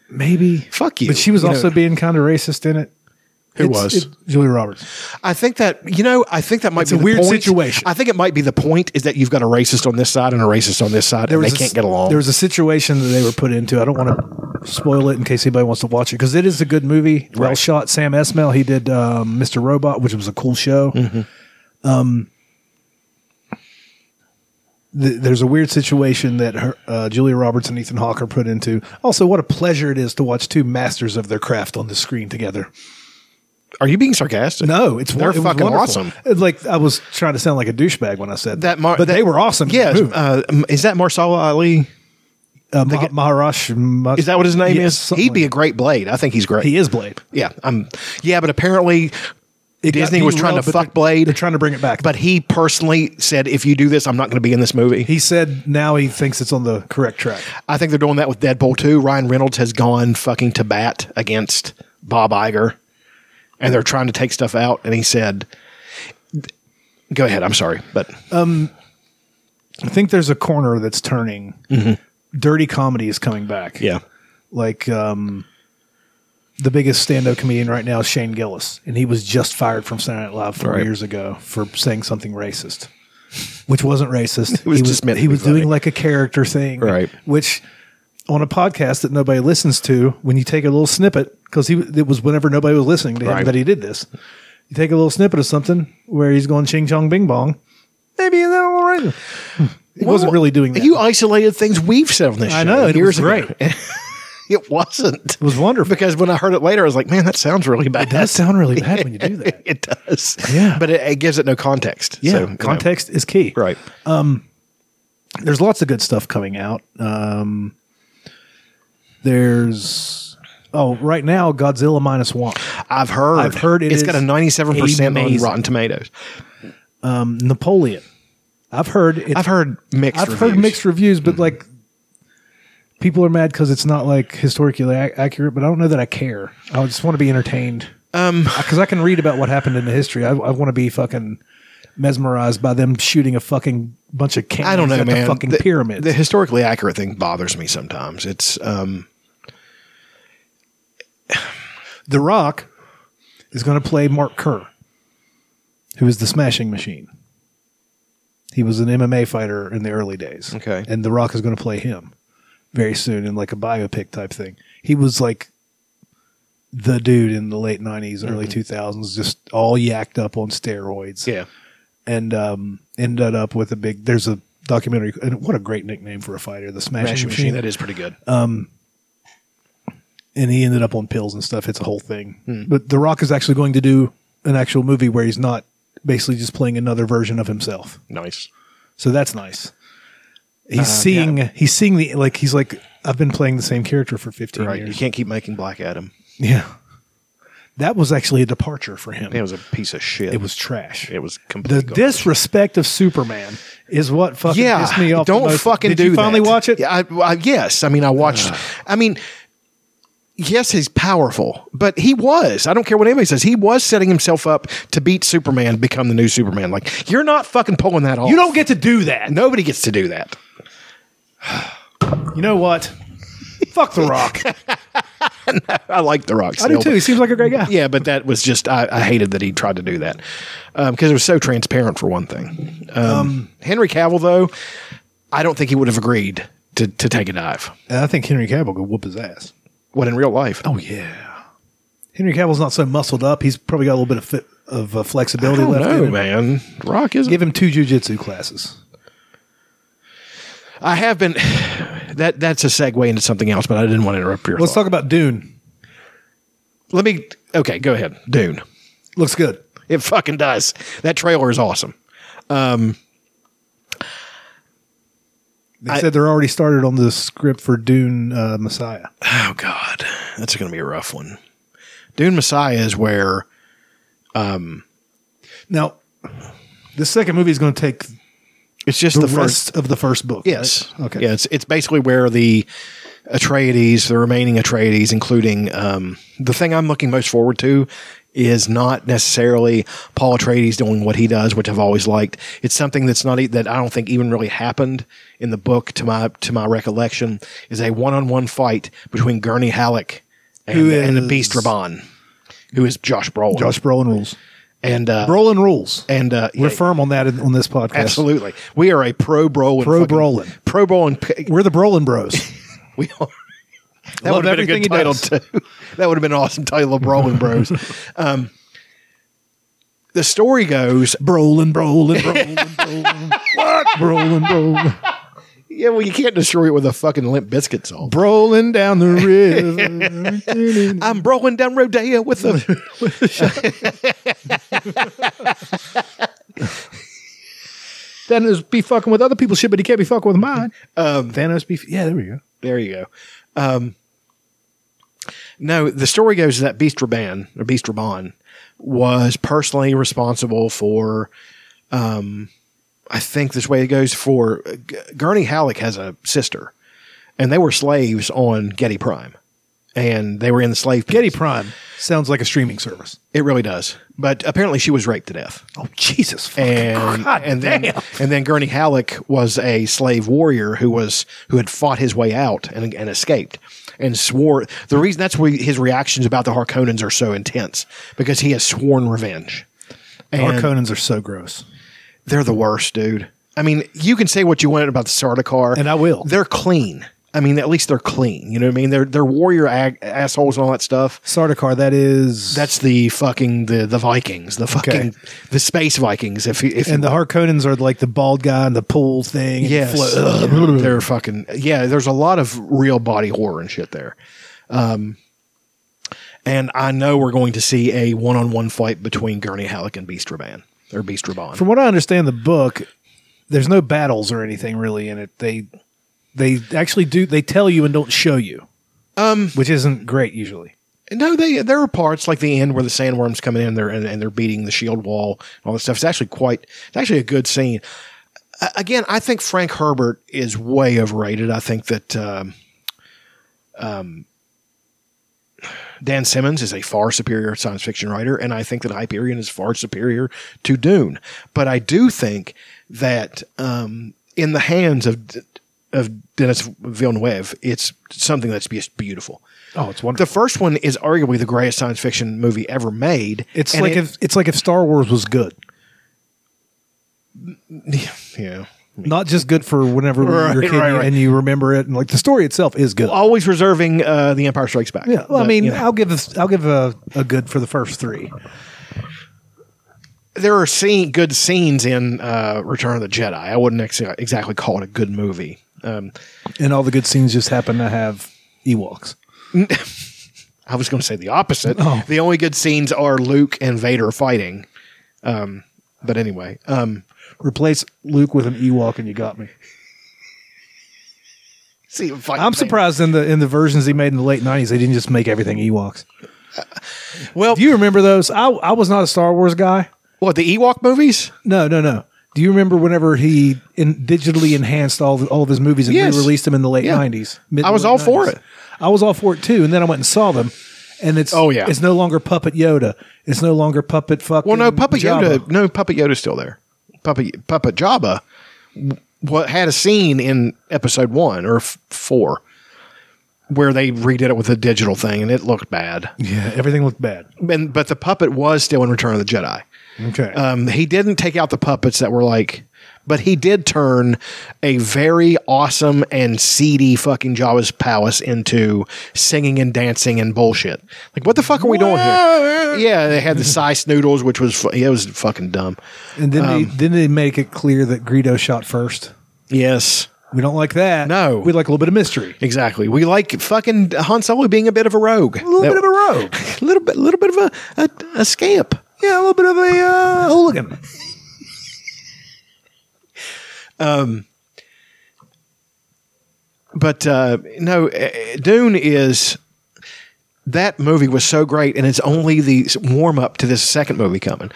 Maybe
Fuck you.
But she was
You
also
know.
being kind of racist in it.
Who
It's-
was?
it- Julia Roberts?
I think that, you know, I think that might
It's
be
a
the
weird
point.
situation.
I think it might be the point is that you've got a racist on this side and a racist on this side and they
a s-
can't get along.
There was a situation that they were put into. I don't want to spoil it in case anybody wants to watch it because it is a good movie. Well
Right.
shot. Sam Esmail. He did um, Mr. Robot, which was a cool show.
Mm-hmm.
Um, th- there's a weird situation that her, uh, Julia Roberts and Ethan Hawke are put into. Also, what a pleasure it is to watch two masters of their craft on the screen together.
Are you being sarcastic?
No, it's
They're
it was
fucking
wonderful.
awesome.
It's Like I was trying to sound like a douchebag when I said
That Mar-
but
that-
they were awesome. in
Yeah.
the movie.
Uh, m- is that Marsala Ali?
uh, Ma- Maharaj. Ma-
Is that what his name
Yeah,
is?
something
He'd be
like
a great Blade. I think he's great.
that. he is Blade.
Yeah. Um, yeah, but apparently
got
Disney was trying
derailed,
to
but
fuck
they're-
Blade.
They're trying to bring it back,
but he personally said, if you do this, I'm not going to be in this movie.
he said now he thinks it's on the correct track.
I think they're doing that with Deadpool too. Ryan Reynolds has gone fucking to bat against Bob Iger, and they're trying to take stuff out. And he said, "Go ahead, I'm sorry, but
I think there's a corner that's turning. Dirty comedy is coming back.
Mm-hmm. yeah,
like um, the biggest stand-up comedian right now is Shane Gillis, and he was just fired from Saturday Night Live four
Right.
years ago for saying something racist, which wasn't racist.
was
he was,
just meant to
he
be
was
funny.
doing like a character thing,
Right.
Which on a podcast that nobody listens to, when you take a little snippet, because he it was whenever nobody was listening to him
Right.
that he did this. You take a little snippet of something where he's going ching chong bing bong. Maybe that'll all right. He wasn't really doing that.
You isolated things we've said on this.
I
show
know, and it was
ago. it wasn't.
it was wonderful.
Because when I heard it later, I was like, "Man, that sounds really bad."
It does sound really bad when you do that.
it does.
Yeah.
but it, it gives it no context.
Yeah,
So, you know,
context is key.
right?
There's lots of good stuff coming out. Um, there's oh, right now Godzilla minus one.
I've heard.
I've heard it
it's
is
got a 97 percent on
amazing.
Rotten Tomatoes.
Napoleon. I've heard it,
I've heard mixed.
I've
reviews. Mm-hmm.
heard mixed reviews, but like people are mad because it's not like historically ac- accurate. But I don't know that I care. I just want to be entertained. Um, because I can read about what happened in the history. I, I want to be fucking mesmerized by them shooting a fucking bunch of cannons
I don't know,
at
man.
the fucking pyramids.
The historically accurate thing bothers me sometimes. It's um,
The Rock is going to play Mark Kerr, who is the Smashing Machine. He was an MMA fighter in the early days.
Okay.
And The Rock is going to play him very soon in like a biopic type thing. He was like the dude in the late 90s,
Mm-hmm.
early 2000s, just all yacked up on steroids and um, ended up with a big, there's a documentary. And what a great nickname for a fighter, the Smashing,
Machine,
Machine. Uh,
That is pretty good.
and he ended up on pills and stuff. It's a whole thing.
Hmm.
But The Rock is actually going to do an actual movie where he's not basically just playing another version of himself.
nice.
So that's nice.
Uh,
He's seeing he's seeing the like he's like I've been playing the same character for 15
Right. You
years.
can't keep making Black Adam.
Yeah. That was actually a departure for him.
It was a piece of shit.
It was trash.
It was
the
complete. garbage.
disrespect of Superman is what fucking
yeah.
pissed me off. the
Don't
most.
fucking
Did
do.
you finally
that.
watch it?
Yeah, I, I, yes. I mean, I watched. I mean. Yes, he's powerful, but he was. I don't care what anybody says. He was setting himself up to beat Superman, become the new Superman. Like, you're not fucking pulling that off.
You don't get to do that.
Nobody gets to do that.
You know what? Fuck The Rock.
I like The Rock.
I do
still,
too. He seems like a great guy.
Yeah, but that was just I, I hated that he tried to do that because it was so transparent for one thing. Um, Henry Cavill, though, I don't think he would have agreed to to take a dive.
And I think Henry Cavill could whoop his ass.
What in real life?
Oh yeah. Henry Cavill's not so muscled up. He's probably got a little bit of fit, of uh, flexibility
I don't
left in
know,
him.
man. Rock is.
Give him two jujitsu classes.
I have been. That that's a segue into something else, but I didn't want to interrupt your.
Let's
thought.
talk about Dune.
Let me. Okay, go ahead. Dune.
Looks good.
It fucking does. That trailer is awesome.
They
I-
said they're already started on the script for Dune uh, Messiah.
Oh God, that's going to be a rough one. Dune Messiah is where
Now, the second movie is going to take
it's just
the,
the, first
rest of the first book.
Yes.
right? Okay.
Yeah, it's it's basically where the Atreides, the remaining Atreides, including um, the thing I'm looking most forward to is not necessarily Paul Atreides doing what he does, which I've always liked. It's something that's not e- that I don't think even really happened in the book to my to my recollection is a one-on-one fight between Gurney Halleck and,
Who
and the
is-
Beast Raban, who is Josh Brolin.
Josh Brolin rules.
and uh,
Brolin rules.
and uh,
We're
yeah,
firm on that in, on this podcast.
absolutely. We are a pro Brolin,
Pro
fucking-
Brolin.
pro Brolin. p-
We're the Brolin Bros.
We are. That
Love
would have been a
everything
good
he
title
does.
too. That would have been an awesome title of Brolin Bros. um, the story goes,
Brolin, Brolin, Brolin, Brolin. what? Brolin, Brolin.
yeah, well, you can't destroy it with a fucking Limp Biscuit song.
Brolin down the river.
I'm rolling down Rodeo with a.
Thanos be fucking with other people's shit, but he can't be fucking with mine. Um, Thanos be. Yeah, there we go.
there you go. Um, no, the story goes that Beast Raban or Beast Raban was personally responsible for. Um, I think this way it goes for G- Gurney Halleck has a sister, and they were slaves on Getty Prime, and they were in the slave. pens.
Getty Prime sounds like a streaming service.
It really does. But apparently, she was raped to death.
Oh, Jesus. fucking
And
God
and then
damn.
and then Gurney Halleck was a slave warrior who was who had fought his way out and, and escaped and swore the reason that's why his reactions about the Harkonnens are so intense because he has sworn revenge. And
Harkonnens are so gross.
they're the worst, dude. I mean, you can say what you want about the Sardaukar,
And I will.
They're clean. I mean, at least they're clean. You know what I mean? They're they're warrior ag- assholes and all that stuff.
Sardaukar, that is.
That's the fucking the the Vikings, the fucking the space Vikings. If you- if you
And the Harkonnens are like the bald guy in the pool thing. and
Yes.
float-
Yeah, they're fucking yeah. There's a lot of real body horror and shit there. Um, and I know we're going to see a one-on-one fight between Gurney Halleck and Beast Raban or Beast Raban.
From what I understand, the book, there's no battles or anything really in it. They they actually do. They tell you and don't show you, um, which isn't great usually.
no, they there are parts like the end where the sandworms coming in there and, and they're beating the shield wall and all that stuff. It's actually quite. It's actually a good scene. A- again, I think Frank Herbert is way overrated. I think that. Um, Dan Simmons is a far superior science fiction writer, and I think that Hyperion is far superior to Dune. But I do think that um, in the hands of of Dennis Villeneuve, it's something that's just beautiful.
Oh, it's
The
wonderful.
first one is arguably the greatest science fiction movie ever made.
it's
and
like
it-
if it's like if Star Wars was good,
yeah.
not just good for whenever you're a
Right,
kid
right, right.
and you remember it, and like the story itself is good.
Always reserving uh, the Empire Strikes Back.
yeah, well, I
But,
mean,
you know.
I'll give a, I'll give a, a good for the first three.
there are scene, good scenes in uh, Return of the Jedi. I wouldn't ex- exactly call it a good movie. Um,
and all the good scenes just happen to have Ewoks.
I was going to say the opposite.
Oh.
The only good scenes are Luke and Vader fighting. Um, but anyway, um,
Replace Luke with an Ewok, and you got me.
see, him fight
I'm
Vader.
surprised in the in the versions he made in the late '90s, they didn't just make everything Ewoks.
Well,
Do you remember those? I I was not a Star Wars guy.
what the Ewok movies?
No, no, no. Do you remember whenever he in, digitally enhanced all all of his movies and
Yes.
re-released them in the late
Yeah.
'90s? mid-
I was
late
all for
90s?
it.
I was all for it too, and then I went and saw them, and it's
Oh, yeah.
it's no longer puppet Yoda. It's no longer puppet fucking.
Well, no, Puppet
Jabba.
Yoda. No, Puppet Yoda's still there. Puppet Puppet Jabba. w- What had a scene in Episode One or f- Four where they redid it with a digital thing, and it looked bad.
Yeah, everything looked bad.
And, but the puppet was still in Return of the Jedi.
Okay,
Um, he didn't take out the puppets that were like, but he did turn a very awesome and seedy fucking Jabba's palace into singing and dancing and bullshit. Like, what the fuck are we doing here? Yeah, they had the size noodles, which was fu- yeah, it was fucking dumb.
and then
um,
they then they make it clear that Greedo shot first.
Yes,
We don't like that.
No.
we like a little bit of mystery.
exactly. We like fucking Han Solo being a bit of a rogue,
A little bit of a rogue.
a little bit, little bit of a a, a scamp.
Yeah, a little bit of a uh, hooligan.
but uh, no, eh, Dune is that movie was so great, and it's only the warm up to this second movie coming,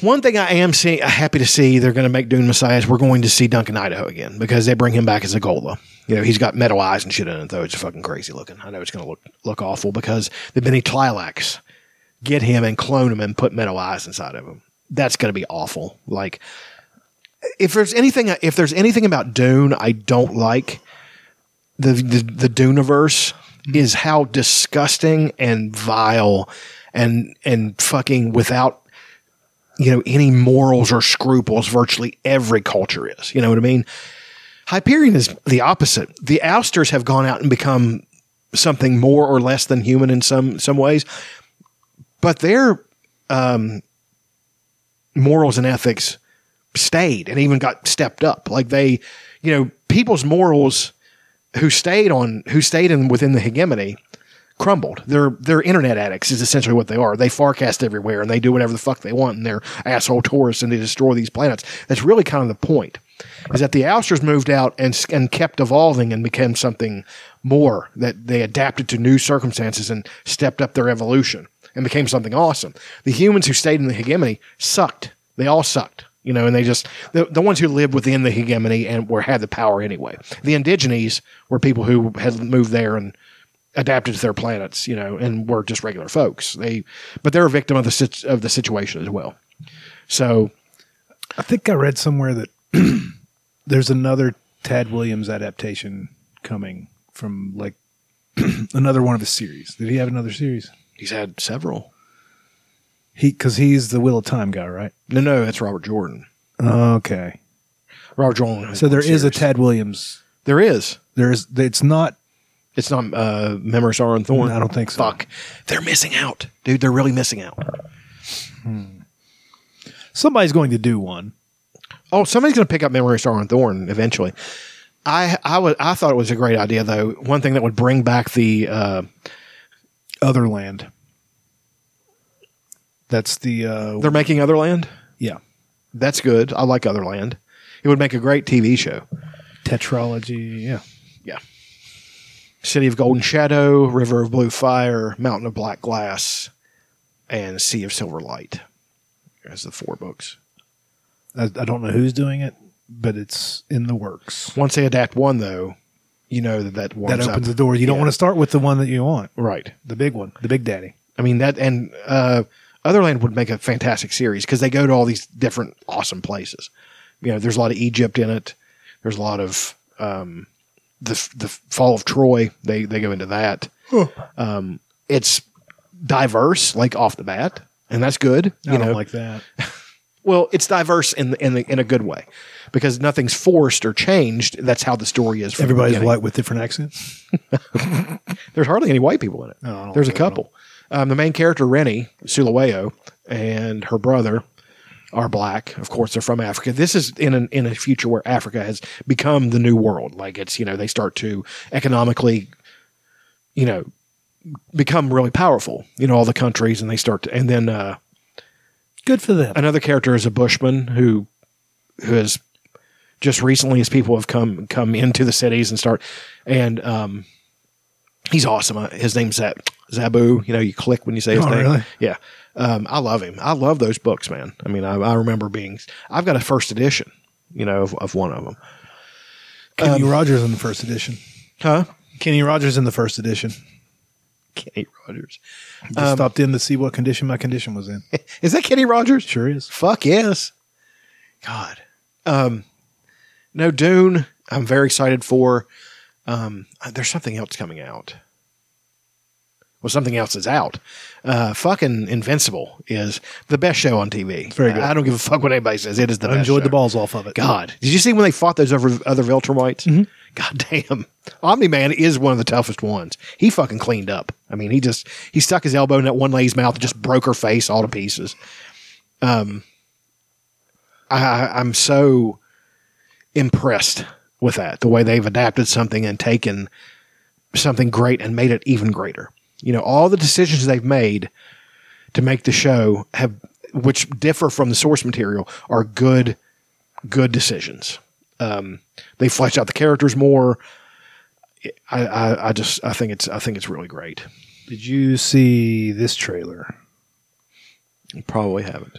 One thing I am seeing, happy to see they're going to make Dune Messiah is we're going to see Duncan Idaho again because they bring him back as a Gola. You know, he's got metal eyes and shit in it, though. It's fucking crazy looking. I know it's going to look look awful because the Benny Tlilax get him and clone him and put metal eyes inside of him. That's going to be awful. Like, if there's anything, if there's anything about Dune I don't like, the the, the Duneverse is how disgusting and vile and and fucking without you know any morals or scruples virtually every culture is you know what i mean hyperion is the opposite the ousters have gone out and become something more or less than human in some some ways but their um, morals and ethics stayed and even got stepped up like they you know people's morals who stayed on who stayed in within the hegemony crumbled. They're they're internet addicts is essentially what they are. They forecast everywhere and they do whatever the fuck they want and they're asshole tourists and they destroy these planets. That's really kind of the point. Is that the ousters moved out and s- and kept evolving and became something more that they adapted to new circumstances and stepped up their evolution and became something awesome. The humans who stayed in the hegemony sucked. They all sucked, you know, and they just the, the ones who lived within the hegemony and were had the power anyway. The indigenes were people who had moved there and adapted to their planets, you know, and were just regular folks. They, but they're a victim of the sit- of the situation as well. So
I think I read somewhere that there's another Tad Williams adaptation coming from like another one of his series. Did he have another series?
he's had several.
He because he's the Wheel of Time guy, right?
No, no, that's Robert Jordan.
Okay.
Robert Jordan. has
So there
one
is a
series.
Tad Williams.
There is.
There is. It's not.
It's not uh, Memories Are on Thorn.
I don't think so.
Fuck, they're missing out, dude. They're really missing out.
Somebody's going to do one.
Oh, somebody's going to pick up Memory Star and Thorn eventually. I I was I thought it was a great idea though. One thing that would bring back the uh,
Otherland. That's the. Uh,
they're making Otherland.
yeah.
That's good. I like Otherland. It would make a great TV show.
Tetralogy. Yeah.
Yeah. City of Golden Shadow, River of Blue Fire, Mountain of Black Glass, and Sea of Silver Light. As the four books.
I, I don't know who's doing it, but it's in the works.
Once they adapt one, though, you know that that
That
warms
opens the
up.
door. You don't
Yeah.
want to start with the one that you want,
right.
the big one, the big daddy.
I mean that, and uh, Otherland would make a fantastic series because they go to all these different awesome places. You know, there's a lot of Egypt in it. There's a lot of um, the the fall of Troy. They they go into that. Um, it's diverse, like off the bat, and that's good. You
I
know,
don't like that.
well, it's diverse in the, in the, in a good way because nothing's forced or changed. That's how the story is. From the
Everybody's
beginning.
white with different accents.
There's hardly any white people in it.
I don't
There's a
think I don't.
couple. Um, the main character, Rennie Sulaweo, and her brother are black. Of course, they're from Africa. This is in an, in a future where Africa has become the new world. Like it's you know they start to economically, you know, become really powerful. You know all the countries, and they start to and then. Uh,
Good for them.
another character is a bushman who who has just recently as people have come come into the cities and start and um he's awesome Uh, his name's Zab- zabu you know you click when you say his
Oh,
name
really?
yeah um i love him i love those books man i mean i, I remember being i've got a first edition you know of, of one of them
Kenny Rogers in the first edition.
huh
Um, Kenny Rogers in the first edition.
kenny rogers
Just stopped in to see what condition my condition was in.
is that kenny rogers
Sure is.
Fuck yes. God. Um, no, Dune, I'm very excited for. Um, there's something else coming out. Well, something else is out. Uh, fucking Invincible is the best show on TV.
Very good.
I, I don't give a fuck what anybody says. It is the
I
best.
enjoyed
show.
the balls off of it.
God. Did you see when they fought those other, other Veltramites? God damn. Omni Man is one of the toughest ones. He fucking cleaned up. I mean, he just, he stuck his elbow in that one lady's mouth and just broke her face all to pieces. Um, I, I- I'm so impressed with that, the way they've adapted something and taken something great and made it even greater. You know, all the decisions they've made to make the show have, which differ from the source material, are good good decisions. Um, they flesh out the characters more. I, I, I just I think it's I think it's really great.
Did you see this trailer?
Probably haven't.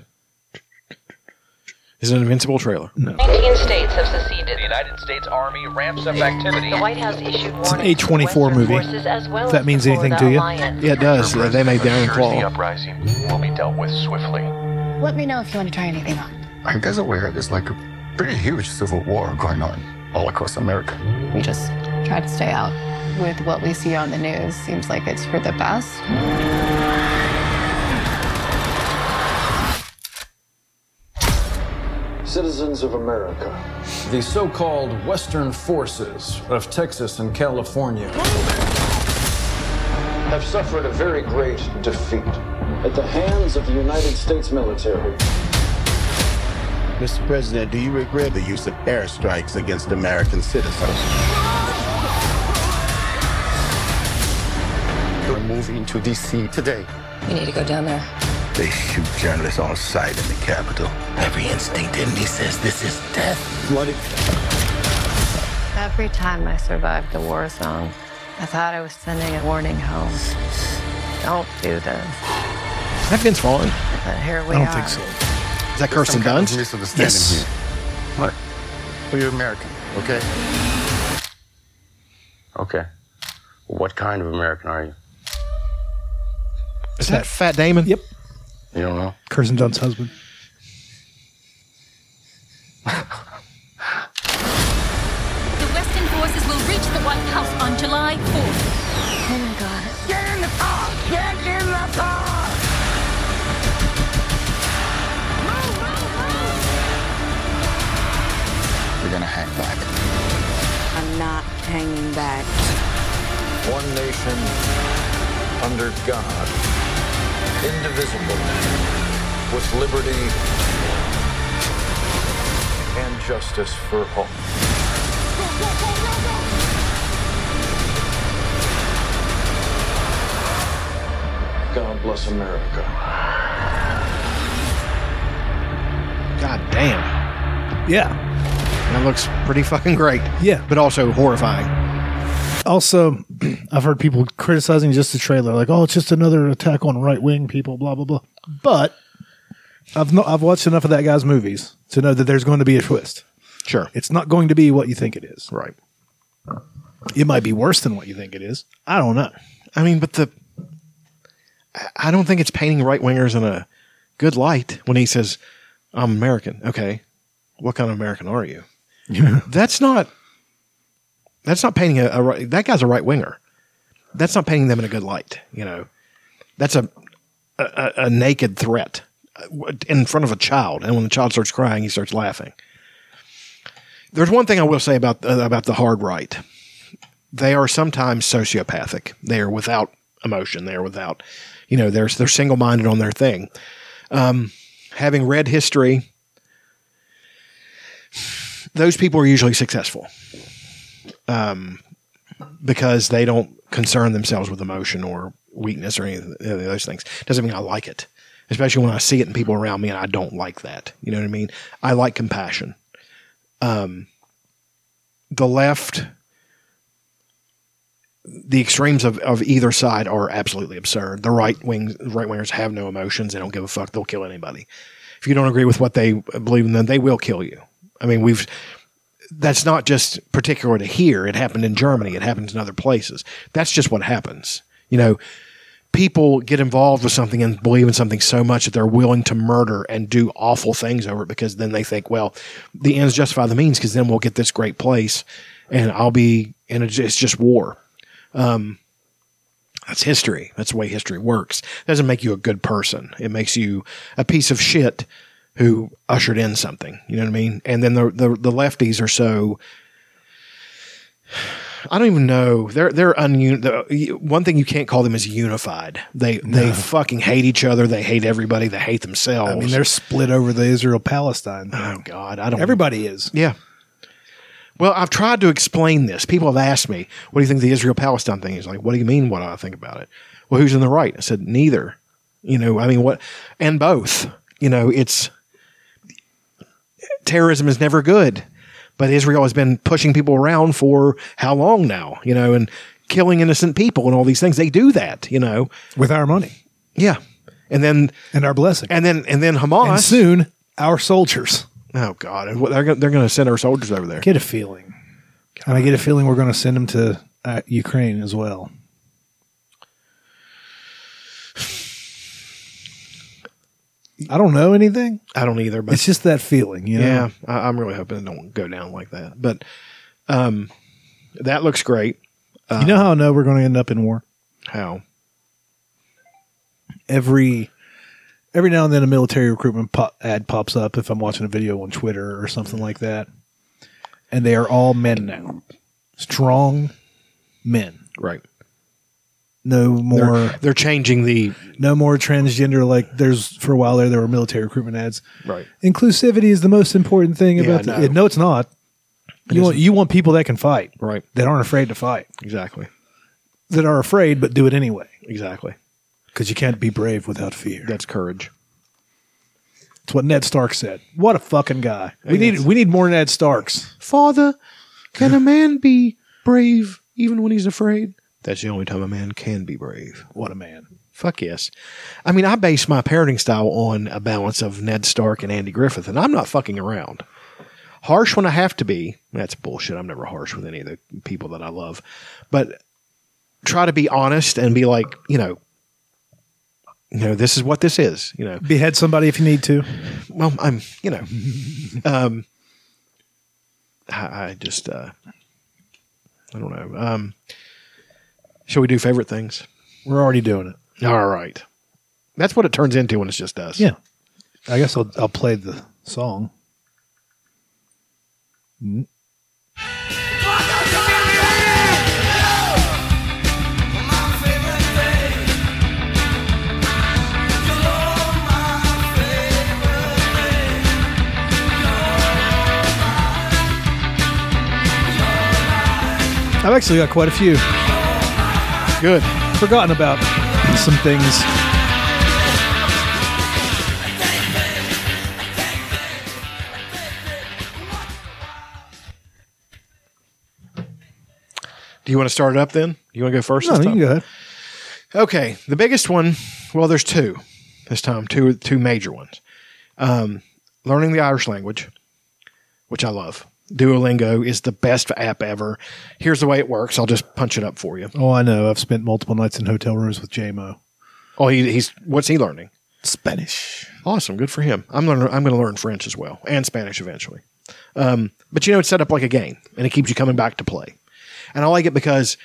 is an invincible trailer.
Indian states have seceded.
The United States Army ramps up activity.
The White House issued
an
warnings to
A24
Western
movie.
forces as well
If that
as
means
the
anything
Florida
to you.
Alliance.
Yeah, it does. Uh, They made the Iron
Ensures The
Claw.
uprising will be dealt with swiftly.
Let me know if you want to try anything on.
I'm guys aware there's like a pretty huge civil war going on all across America.
We just try to stay out. With what we see on the news, seems like it's for the best.
Citizens of America, the so called Western forces of Texas and California have suffered a very great defeat at the hands of the United States military.
Mr. President, do you regret the use of airstrikes against American citizens?
We're moving to D.C. today.
We need to go down there.
They shoot journalists on sight in the Capitol. Every instinct in me says this is death. Bloody.
Every time I survived the war zone, I thought I was sending a warning home. Don't do this.
Is that Vince Vaughn? Is
But here we
I
are.
don't think so.
that Kirsten Dunst?
Misunderstanding yes. here. Look, we're American, okay?
Okay. What kind of American are you?
Is that Fat Damon?
Yep.
You don't know?
Kirsten Dunst's husband.
The Western forces will reach the White House on July 4th.
Oh my god.
We're gonna hang back.
I'm not hanging back.
One nation under God, indivisible, with liberty and justice for all. God bless America.
God damn.
Yeah.
That looks pretty fucking great.
Yeah.
But also horrifying.
Also, I've heard people criticizing just the trailer, like, "Oh, it's just another attack on right wing people," blah blah blah. But I've no, I've watched enough of that guy's movies to know that there's going to be a twist.
Sure.
It's not going to be what you think it is.
Right.
It might be worse than what you think it is. I don't know.
I mean, but the I- I don't think it's painting right wingers in a good light when he says, "I'm American." Okay, what kind of American are you? that's not that's not painting a, a right, that guy's a right winger. That's not painting them in a good light. You know, that's a a, a- a naked threat uh, in front of a child, and when the child starts crying, he starts laughing. There's one thing I will say about uh, about the hard right they are sometimes sociopathic. They are without emotion. They are without, you know, they're they're single minded on their thing. Um, having read history, those people are usually successful um, because they don't concern themselves with emotion or weakness or any of the- any of those things. Doesn't mean I like it, especially when I see it in people around me and I don't like that. You know what I mean? I like compassion. Um, the left the extremes of, of either side are absolutely absurd. The right wing right wingers have no emotions. They don't give a fuck. They'll kill anybody. If you don't agree with what they believe in, then they will kill you. I mean, we've that's not just particular to here. It happened in Germany. It happens in other places. That's just what happens. You know, people get involved with something and believe in something so much that they're willing to murder and do awful things over it because then they think, well, the ends justify the means because then we'll get this great place and I'll be, and it's it's just war. That's history. That's the way history works. It doesn't make you a good person. It makes you a piece of shit who ushered in something. You know what I mean? And then the the, the lefties are so. I don't even know. They're they're unun. The, one thing you can't call them is unified. They they fucking hate each other. They hate everybody. They hate themselves.
I mean, they're split over the Israel Palestine.
oh god. I don't.
Everybody is.
Yeah. Well, I've tried to explain this. People have asked me, what do you think the Israel Palestine thing is? Like, what do you mean, what do I think about it? Well, who's in the right? I said, neither. You know, I mean, what, and both. You know, it's terrorism is never good, but Israel has been pushing people around for how long now? You know, and killing innocent people and all these things. They do that, you know.
With our money
Yeah. And then,
and our blessing.
and then, and then Hamas.
and soon, our soldiers.
Oh God, What- they're gonna, they're going to send our soldiers over there.
Get a feeling, and I get a feeling we're going to send them to uh, Ukraine as well. I don't know anything.
I don't either, but
it's just that feeling, you know?
Yeah, I, I'm really hoping it don't go down like that. But um, that looks great.
you know how I know we're going to end up in war?
How?
Every every now and then a military recruitment pop, ad pops up if I'm watching a video on Twitter or something like that, and they are all men now, strong men.
Right.
No more.
They're, they're changing the
no more transgender. Like there's for a while there, there were military recruitment ads.
right.
Inclusivity is the most important thing
Yeah,
about.
I
The,
know.
no, it's not.
It
you want
isn't.
you want people that can fight,
Right.
that aren't afraid to fight,
Exactly.
that are afraid but do it anyway,
Exactly.
because you can't be brave without fear.
That's courage.
That's what Ned Stark said. What a fucking guy. We
Yeah,
need
it's-
we need more Ned Starks.
Father, can a man be brave even when he's afraid? That's the only time a man can be brave.
What a man.
Fuck yes. I mean, I base my parenting style on a balance of Ned Stark and Andy Griffith, and I'm not fucking around. Harsh when I have to be. That's bullshit. I'm never harsh with any of the people that I love. But try to be honest and be like, you know, you know, this is what this is, you know.
Behead somebody if you need to.
well, I'm, you know, um, I, I just, uh, I don't know. Um, shall we do favorite things?
We're already doing it.
All right. That's what it turns into when it's just us.
Yeah. I guess I'll I'll play the song. Mm. I've actually got quite a few.
Good.
Forgotten about some things.
Do you want to start it up then? You want to go first?
No,
this
you
time?
can go ahead.
Okay, the biggest one. Well, there's two this time. Two two major ones. Um, learning the Irish language, which I love. Duolingo is the best app ever. Here's the way it works. I'll just punch it up for you.
Oh, I know. I've spent multiple nights in hotel rooms with JMO.
Oh, he, he's what's he learning?
Spanish.
Awesome, good for him. I'm learning. I'm going to learn French as well and Spanish eventually. Um, but you know, it's set up like a game, and it keeps you coming back to play. And I like it because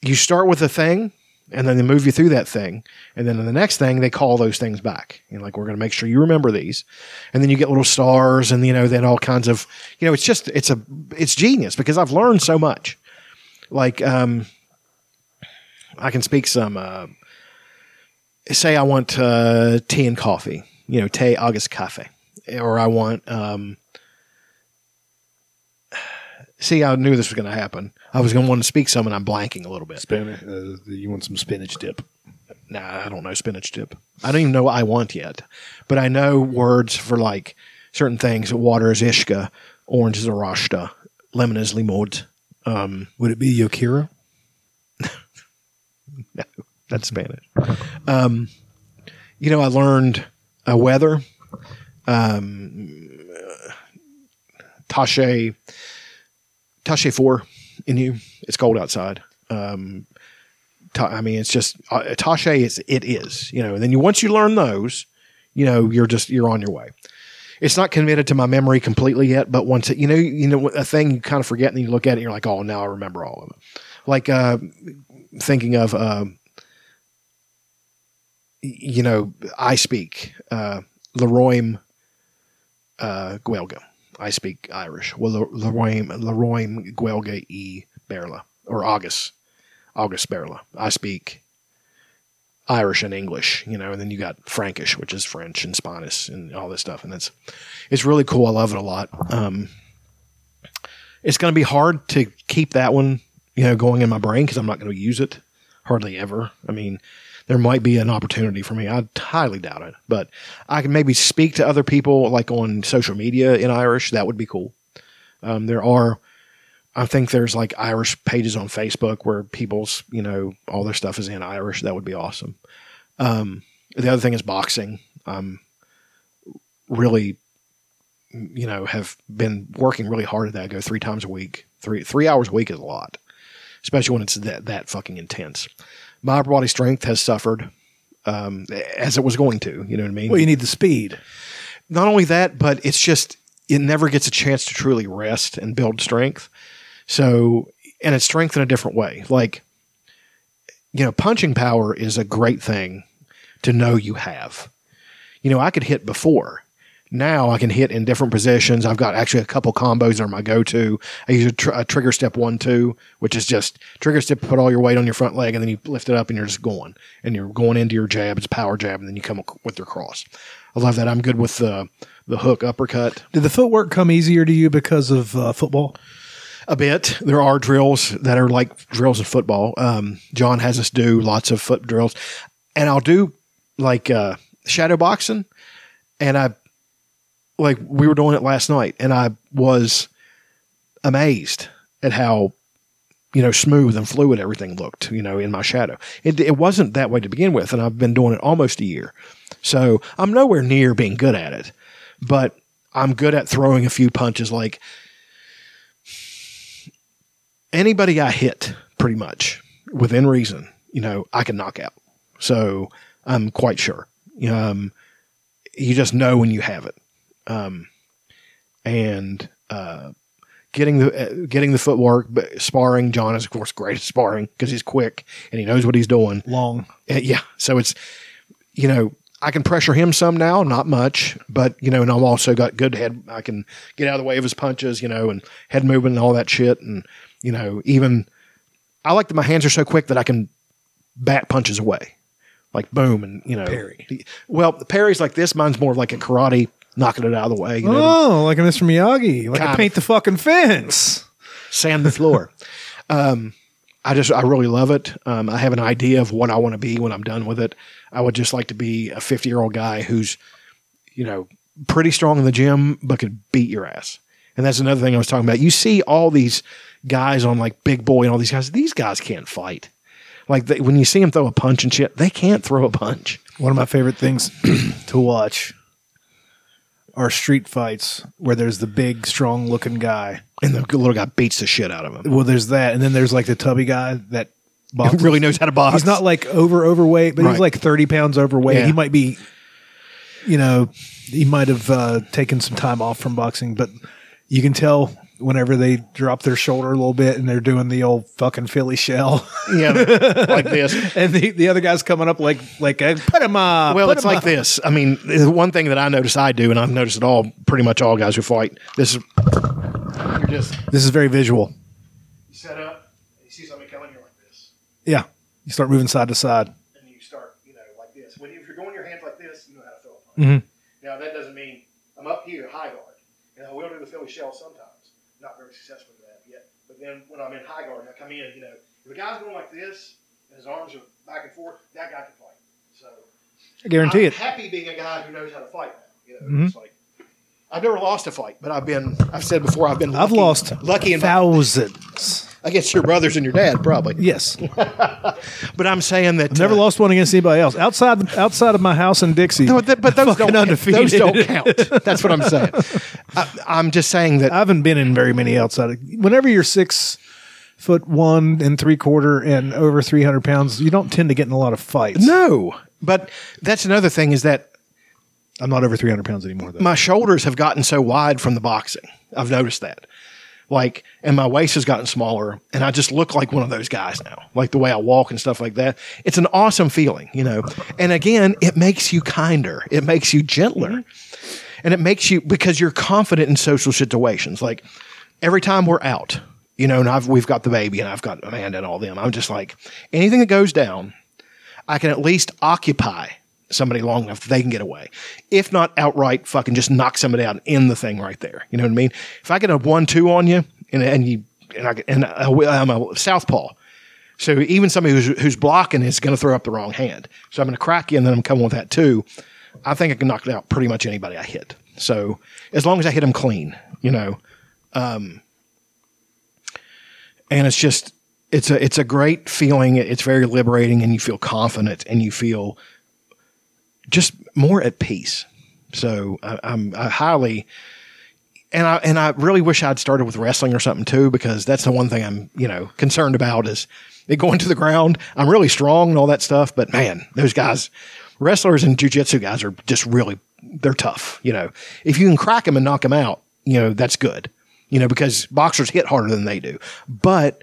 you start with a thing, and then they move you through that thing, and then in the next thing they call those things back. You know, like we're going to make sure you remember these, and then you get little stars, and you know, then all kinds of you know, it's just it's a it's genius because I've learned so much. Like, um, I can speak some. Uh, say I want uh, tea and coffee, you know, te agus cafe, or I want. Um, see, I knew this was going to happen. I was going to want to speak some, and I'm blanking a little bit.
Spanish. Uh, you want some spinach dip?
Nah, I don't know spinach dip. I don't even know what I want yet, but I know words for like certain things. Water is ishka, orange is arashta, lemon is limod. Um,
Would it be Yokira?
no, that's Spanish. Um, you know, I learned uh, weather. Um, Tashe, Tashe four in you. It's cold outside. Um, ta- I mean, it's just uh, Tashe is it is. You know, and then you once you learn those, you know, you're just you're on your way. It's not committed to my memory completely yet, but once it, you know, you know, a thing you kind of forget, and then you look at it, and you're like, oh, now I remember all of it. Like uh, thinking of um, you know, I speak uh, Leroy uh, Guelga. I speak Irish. Well, Le- Leroy Leroy Guelga e Berla or August August Berla. I speak Irish and English, you know, and then you got Frankish, which is French and Spanish and all this stuff, and it's it's really cool. I love it a lot. Um, it's going to be hard to keep that one, you know, going in my brain because I'm not going to use it hardly ever. I mean, there might be an opportunity for me. I highly doubt it, but I can maybe speak to other people like on social media in Irish. That would be cool. Um, there are, I think there's like Irish pages on Facebook where people's, you know, all their stuff is in Irish. That would be awesome. Um, the other thing is boxing. I'm really you know, have been working really hard at that. Go three times a week. Three three hours a week is a lot, especially when it's that that fucking intense. My upper body strength has suffered, um, as it was going to. You know what I mean?
Well, you need the speed.
Not only that, but it's just it never gets a chance to truly rest and build strength. So, and it's strength in a different way. Like, you know, punching power is a great thing to know you have. You know, I could hit before. Now I can hit in different positions. I've got actually a couple combos that are my go-to. I use a, tr- a trigger step one two, which is just trigger step. Put all your weight on your front leg, and then you lift it up, and you're just going, and you're going into your jab. It's a power jab, and then you come ac- with your cross. I love that. I'm good with the the hook uppercut.
Did the footwork come easier to you because of uh, football?
a bit. There are drills that are like drills in football. Um, John has us do lots of foot drills, and I'll do like uh, shadow boxing. And I, like, we were doing it last night, and I was amazed at how, you know, smooth and fluid everything looked. You know, in my shadow, it it wasn't that way to begin with, and I've been doing it almost a year, so I'm nowhere near being good at it, but I'm good at throwing a few punches, like anybody I hit pretty much within reason, you know, I can knock out. So I'm quite sure. Um, you just know when you have it. Um, and uh, getting the uh, getting the footwork, but sparring. John is of course great at sparring because he's quick and he knows what he's doing.
Long,
Uh, yeah. So it's you know I can pressure him some now, not much, but you know, and I've also got good head. I can get out of the way of his punches, you know, and head movement and all that shit, and you know, even I like that my hands are so quick that I can bat punches away, like boom, and you know, parry. Well, the parry's like this. Mine's more of like a karate, knocking it out of the way. You know,
oh, like a Mr. Miyagi, like a paint the fucking fence,
sand the floor. um, I just I really love it. Um, I have an idea of what I want to be when I'm done with it. I would just like to be a 50 year old guy who's, you know, pretty strong in the gym but could beat your ass. And that's another thing I was talking about. You see all these guys on like Big Boy and all these guys. These guys can't fight. Like they, when you see them throw a punch and shit, they can't throw a punch.
One of my favorite things to watch are street fights where there's the big, strong looking guy.
And the little guy beats the shit out of him.
Well, there's that. And then there's like the tubby guy that boxes.
really knows how to box.
He's not like over overweight, but
Right.
he's like 30 pounds overweight.
Yeah.
He might be, you know, he might have uh, taken some time off from boxing, but you can tell whenever they drop their shoulder a little bit and they're doing the old fucking Philly shell.
Yeah, like this.
and the, the other guy's coming up like, like a, put him up.
Well,
put
it's
him
like
up."
this. I mean, the one thing that I notice I do, and I've noticed it all pretty much all guys who fight. This is you're just
This is very visual.
you set up, you see something coming, you're like this,
Yeah. You start moving side to side.
and you start, you know, like this. When you, if you're going your hands like this, you know how to throw a punch.
Mhm.
Now that doesn't mean I'm up here high guard. You know, we'll do the Philly shell sometimes. Not very successful with that yet. But then when I'm in high guard, I come in. You know, if a guy's going like this and his arms are back and forth, that guy can fight. So
I guarantee
I'm
it.
Happy being a guy who knows how to fight. Now, you know,
Mhm.
it's like I've never lost a fight, but I've been. I've said before, I've been. Lucky,
I've lost
lucky and
thousands.
against your brothers and your dad, probably.
Yes.
But I'm saying that uh,
I've never lost one against anybody else outside outside of my house in Dixie.
No, th- but those
Fucking
don't,
undefeated.
those don't count. That's what I'm saying. I, I'm just saying that
I haven't been in very many outside. of- Whenever you're six foot one and three quarter and over three hundred pounds, you don't tend to get in a lot of fights.
no. But that's another thing is that
I'm not over three hundred pounds anymore. Though.
my shoulders have gotten so wide from the boxing. I've noticed that. Like, and my waist has gotten smaller, and I just look like one of those guys now, like the way I walk and stuff like that. It's an awesome feeling, you know. And again, it makes you kinder, it makes you gentler, and it makes you because you're confident in social situations. Like, every time we're out, you know, and I've, we've got the baby and I've got Amanda and all them, I'm just like, anything that goes down, I can at least occupy somebody long enough that they can get away. If not outright fucking just knock somebody out and end the thing right there. You know what I mean? If I get a one two on you and and you and I get- and I, I'm a southpaw. So even somebody who's who's blocking is going to throw up the wrong hand. So I'm going to crack you and then I'm coming with that too. I think I can knock it out pretty much anybody I hit. So as long as I hit them clean, you know. Um and it's just it's a it's a great feeling. It's very liberating, and you feel confident, and you feel just more at peace. So I, I'm I highly, and I and I really wish I'd started with wrestling or something too, because that's the one thing I'm you know concerned about is it going to the ground. I'm really strong and all that stuff, but man, those guys, wrestlers and jujitsu guys are just really they're tough. You know, if you can crack them and knock them out, you know that's good. You know because boxers hit harder than they do, but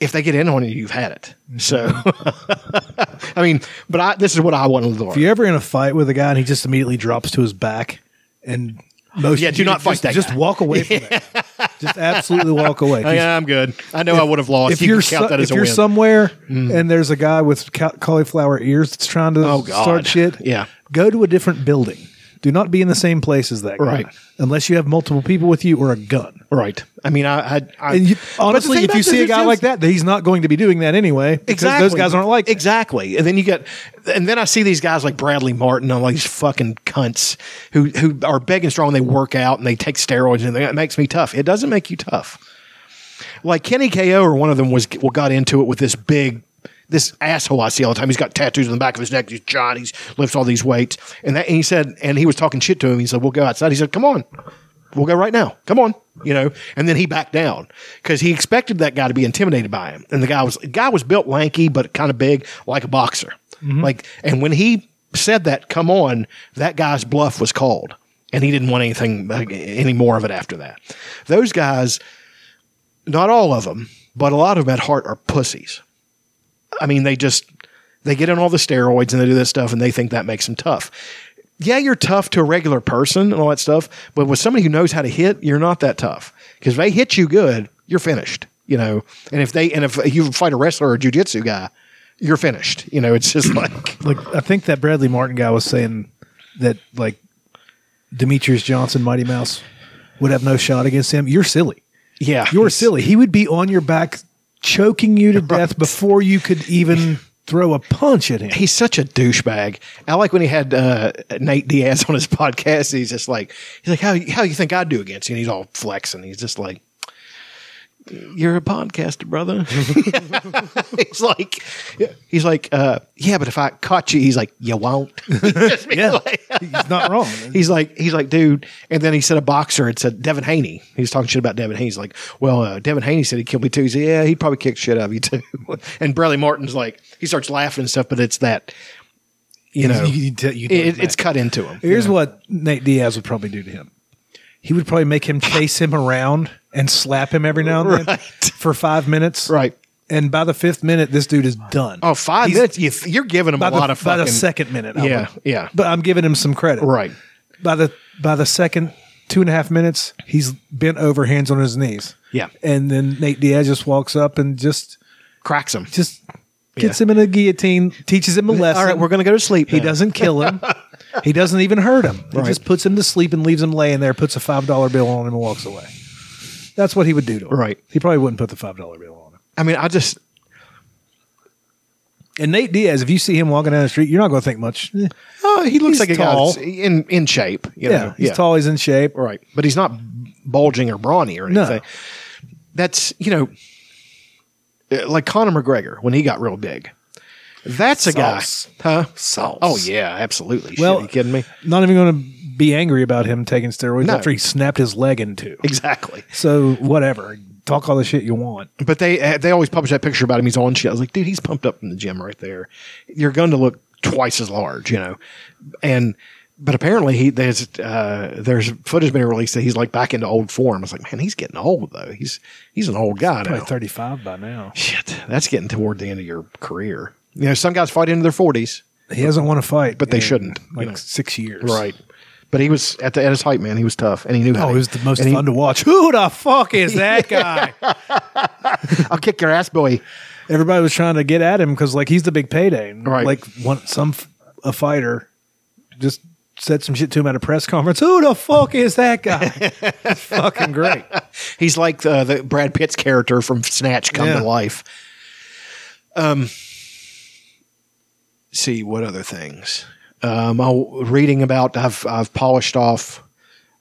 if they get in on you, you've had it. So, I mean, but I this is what I want to learn.
If you're ever in a fight with a guy and he just immediately drops to his back and most
Yeah, do not fight
just,
that
Just
guy.
walk away from that. Just absolutely walk away.
Oh, yeah, I'm good. I know I would have lost.
If
You
you are
can count that as
if
a
you're
win. Mm.
somewhere and there's a guy with ca- cauliflower ears that's trying to
Oh, God.
start shit,
Yeah.
go to a different building. Do not be in the same place as that guy,
Right.
Unless you have multiple people with you or a gun,
right? I mean, I, I, I
and you,
But the
honestly,
thing
if
about
you see
this
a guy
is-
like that, he's not going to be doing that anyway. because
exactly.
those guys aren't.
like exactly. And then you get, and then I see these guys like Bradley Martin and all these fucking cunts who who are big and strong. And they work out and they take steroids and that makes me tough. It doesn't make you tough. Like Kenny KO or one of them was well got into it with this big. This asshole I see all the time. He's got tattoos on the back of his neck. He's John. He's lifts all these weights, and that. And he said, and he was talking shit to him. He said, "We'll go outside." He said, "Come on, we'll go right now. Come on, you know. And then he backed down because he expected that guy to be intimidated by him. And the guy was the guy was built lanky but kind of big, like a boxer. Like, and when he said that, "Come on," that guy's bluff was called, and he didn't want anything like, any more of it after that. Those guys, not all of them, but a lot of them at heart are pussies. I mean, they just they get on all the steroids and they do this stuff and they think that makes them tough. Yeah, you're tough to a regular person and all that stuff, but with somebody who knows how to hit, you're not that tough. Because if they hit you good, you're finished. You know, and if they and if you fight a wrestler or a jujitsu guy, you're finished. You know, it's just like
like I think that Bradley Martin guy was saying that like Demetrius Johnson, Mighty Mouse, would have no shot against him. You're silly.
Yeah,
you're silly. He would be on your back, choking you to death before you could even throw a punch at him.
He's such a douchebag. I like when he had uh, Nate Diaz on his podcast. He's just like, he's like, how how you think I do against you? And he's all flexing. He's just like, you're a podcaster, brother. he's like, he's like, uh, yeah, but if I caught you, he's like, you won't.
yeah, he's not wrong.
He's like, he's like, dude. And then he said a boxer. It said Devin Haney. He was talking shit about Devin Haney. He's like, well, uh, Devin Haney said he killed me too. He's like, yeah, he probably kicked shit out of you too. and Bradley Martin's like, he starts laughing and stuff, but it's that, you know,
You- you tell- you know
it,
that.
it's cut into him.
Here's what Nate Diaz would probably do to him. He would probably make him chase him around and slap him every now and then for five minutes.
Right.
And by the fifth minute, this dude is done.
Oh, five minutes? You th- you're giving him a
by the-
lot of
by the
fucking-
second minute. I
Yeah,
would.
yeah.
But I'm giving him some credit.
Right.
By the by the second two and a half minutes, he's bent over, hands on his knees.
Yeah.
And then Nate Diaz just walks up and just
cracks him.
Just gets him in a guillotine, teaches him a lesson.
All right, we're going to go to sleep.
He
now.
doesn't kill him. he doesn't even hurt him. He
Right.
just puts him to sleep and leaves him laying there, puts a five dollar bill on him and walks away. That's what he would do to him.
Right.
He probably wouldn't put the five dollar bill on him.
I mean, I just
And Nate Diaz, if you see him walking down the street, you're not going to think much. Eh.
Oh, he looks
He's
like a
tall.
guy that's in in shape. You
Yeah,
know?
he's tall. He's in shape.
Right, but he's not bulging or brawny or
No.
anything. That's you know, uh, like Conor McGregor when he got real big. That's a
Sauce.
guy, huh?
Sauce.
Oh yeah, absolutely. Shit,
Well-
you kidding me?
Not even going to be angry about him taking steroids
No.
after he snapped his leg in two.
Exactly.
So whatever, talk all the shit you want.
But they uh, they always publish that picture about him. He's on shit. I was like, dude, he's pumped up in the gym right there. You're going to look twice as large, you know. And but apparently he there's uh, there's footage been released that he's like back into old form. I was like, man, he's getting old though. He's he's an old guy now.
Probably 35 by now.
Shit, that's getting toward the end of your career. You know, some guys fight into their forties,
He doesn't want to fight,
but they
in,
shouldn't.
Like
you know.
six years,
right? But he was at the at his height, man. He was tough, and he knew how.
Oh,
to-
it was the most
and he-
fun to watch. Who the fuck is that guy?
I'll kick your ass, boy.
Everybody was trying to get at him because like he's the big payday. And,
Right.
Like one some f- a fighter just said some shit to him at a press conference. Who the fuck is that guy? It's fucking great.
He's like the, the Brad Pitt's character from Snatch come
Yeah.
to life. Um, see what other things. Um, I reading about. I've I've polished off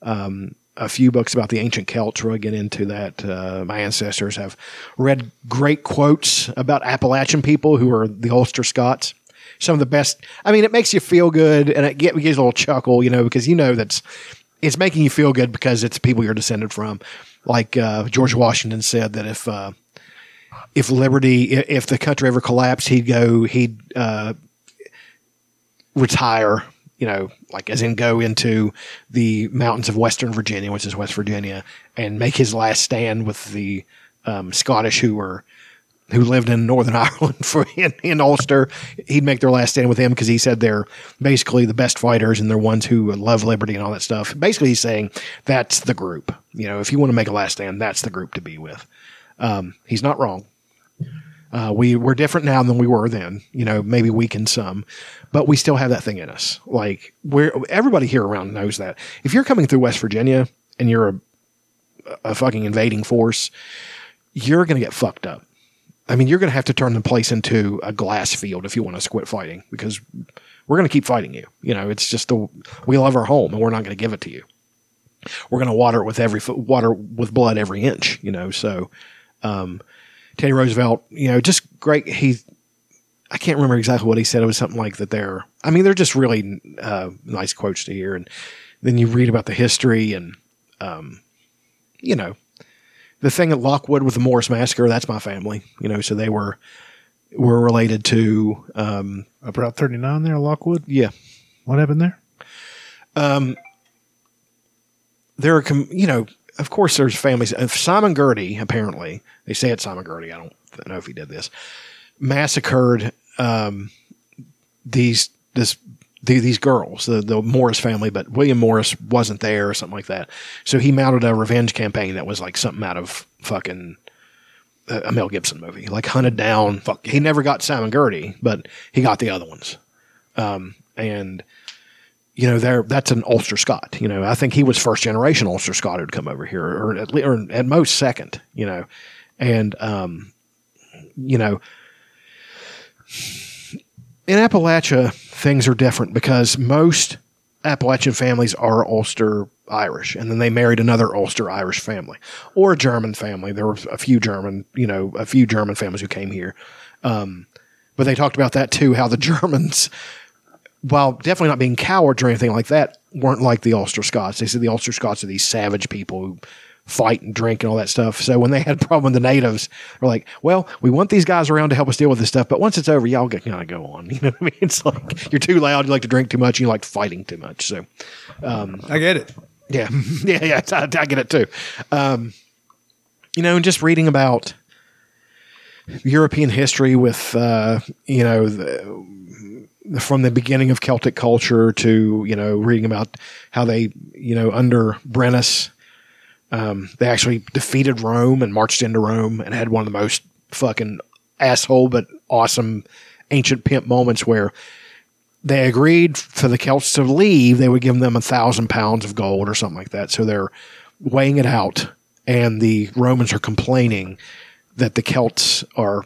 um, a few books about the ancient Celts. Really get into that. Uh, my ancestors have read great quotes about Appalachian people who are the Ulster Scots. Some of the best. I mean, it makes you feel good, and it get, gives you a little chuckle, you know, because you know that's it's making you feel good because it's people you're descended from. Like uh, George Washington said that if uh, if liberty, i- if the country ever collapsed, he'd go, he'd uh, retire. You know, like as in go into the mountains of Western Virginia, which is West Virginia, and make his last stand with the um, Scottish who were who lived in Northern Ireland for in, in Ulster. He'd make their last stand with him because he said they're basically the best fighters and they're ones who love liberty and all that stuff. Basically, he's saying that's the group. You know, if you want to make a last stand, that's the group to be with. Um, he's not wrong. Uh, we we're different now than we were then. You know, maybe weakened some, but we still have that thing in us. Like we're everybody here around knows that. If you're coming through West Virginia and you're a a fucking invading force, you're going to get fucked up. I mean, you're going to have to turn the place into a glass field if you want us to quit fighting because we're going to keep fighting you. You know, it's just the we love our home and we're not going to give it to you. We're going to water it with every foot, water with blood every inch. You know, so um, Teddy Roosevelt, you know, just great. He, I can't remember exactly what he said. It was something like that. They're, I mean, they're just really uh, nice quotes to hear, and then you read about the history and, um, you know, the thing at Lockwood with the Morris massacre, that's my family, you know, so they were were related to um
Up Route 39 there, Lockwood?
Yeah.
What happened there?
Um there are com- you know, of course there's families if Simon Gerty, apparently, they say it's Simon Gerty, I don't know if he did this, massacred um these this the, these girls, the, the Morris family, but William Morris wasn't there or something like that. So he mounted a revenge campaign that was like something out of fucking a a Mel Gibson movie, like hunted down. Fuck, he never got Simon Gerty, but he got the other ones. Um, and you know, there that's an Ulster Scot. You know, I think he was first generation Ulster Scot who'd come over here, or at, le- or at most second. You know, and um, you know, in Appalachia things are different because most Appalachian families are Ulster Irish, and then they married another Ulster Irish family or a German family. There were a few German, you know, a few German families who came here. Um, but they talked about that too, how the Germans, while definitely not being cowards or anything like that, weren't like the Ulster Scots. They said the Ulster Scots are these savage people who fight and drink and all that stuff. So when they had a problem with the natives, they're like, well, we want these guys around to help us deal with this stuff, but once it's over, y'all get kind of go on. You know what I mean? It's like you're too loud, you like to drink too much, you like fighting too much. So um,
I get it.
Yeah. yeah, yeah, I, I get it too. Um, you know, and just reading about European history with, uh, you know, the, from the beginning of Celtic culture to, you know, reading about how they, you know, under Brennus, um, they actually defeated Rome and marched into Rome and had one of the most fucking asshole but awesome ancient pimp moments where they agreed for the Celts to leave, they would give them a thousand pounds of gold or something like that. So they're weighing it out, and the Romans are complaining that the Celts are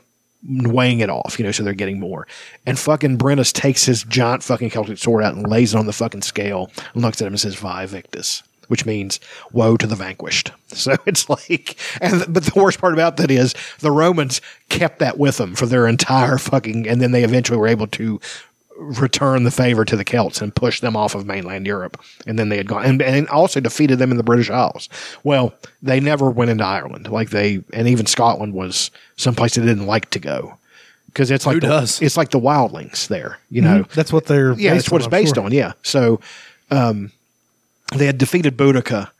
weighing it off, you know, so they're getting more. And fucking Brennus takes his giant fucking Celtic sword out and lays it on the fucking scale and looks at him and says, Vi victus. Which means woe to the vanquished. So it's like, and but the worst part about that is the Romans kept that with them for their entire fucking, and then they eventually were able to return the favor to the Celts and push them off of mainland Europe. And then they had gone and, and also defeated them in the British Isles. Well, they never went into Ireland. Like they, and even Scotland was someplace they didn't like to go. Cause it's like,
Who
the,
does?
it's like the wildlings there, you know?
Mhm. that's what they're.
Yeah, that's what it's based on. Yeah. So, um, they had defeated Boudica.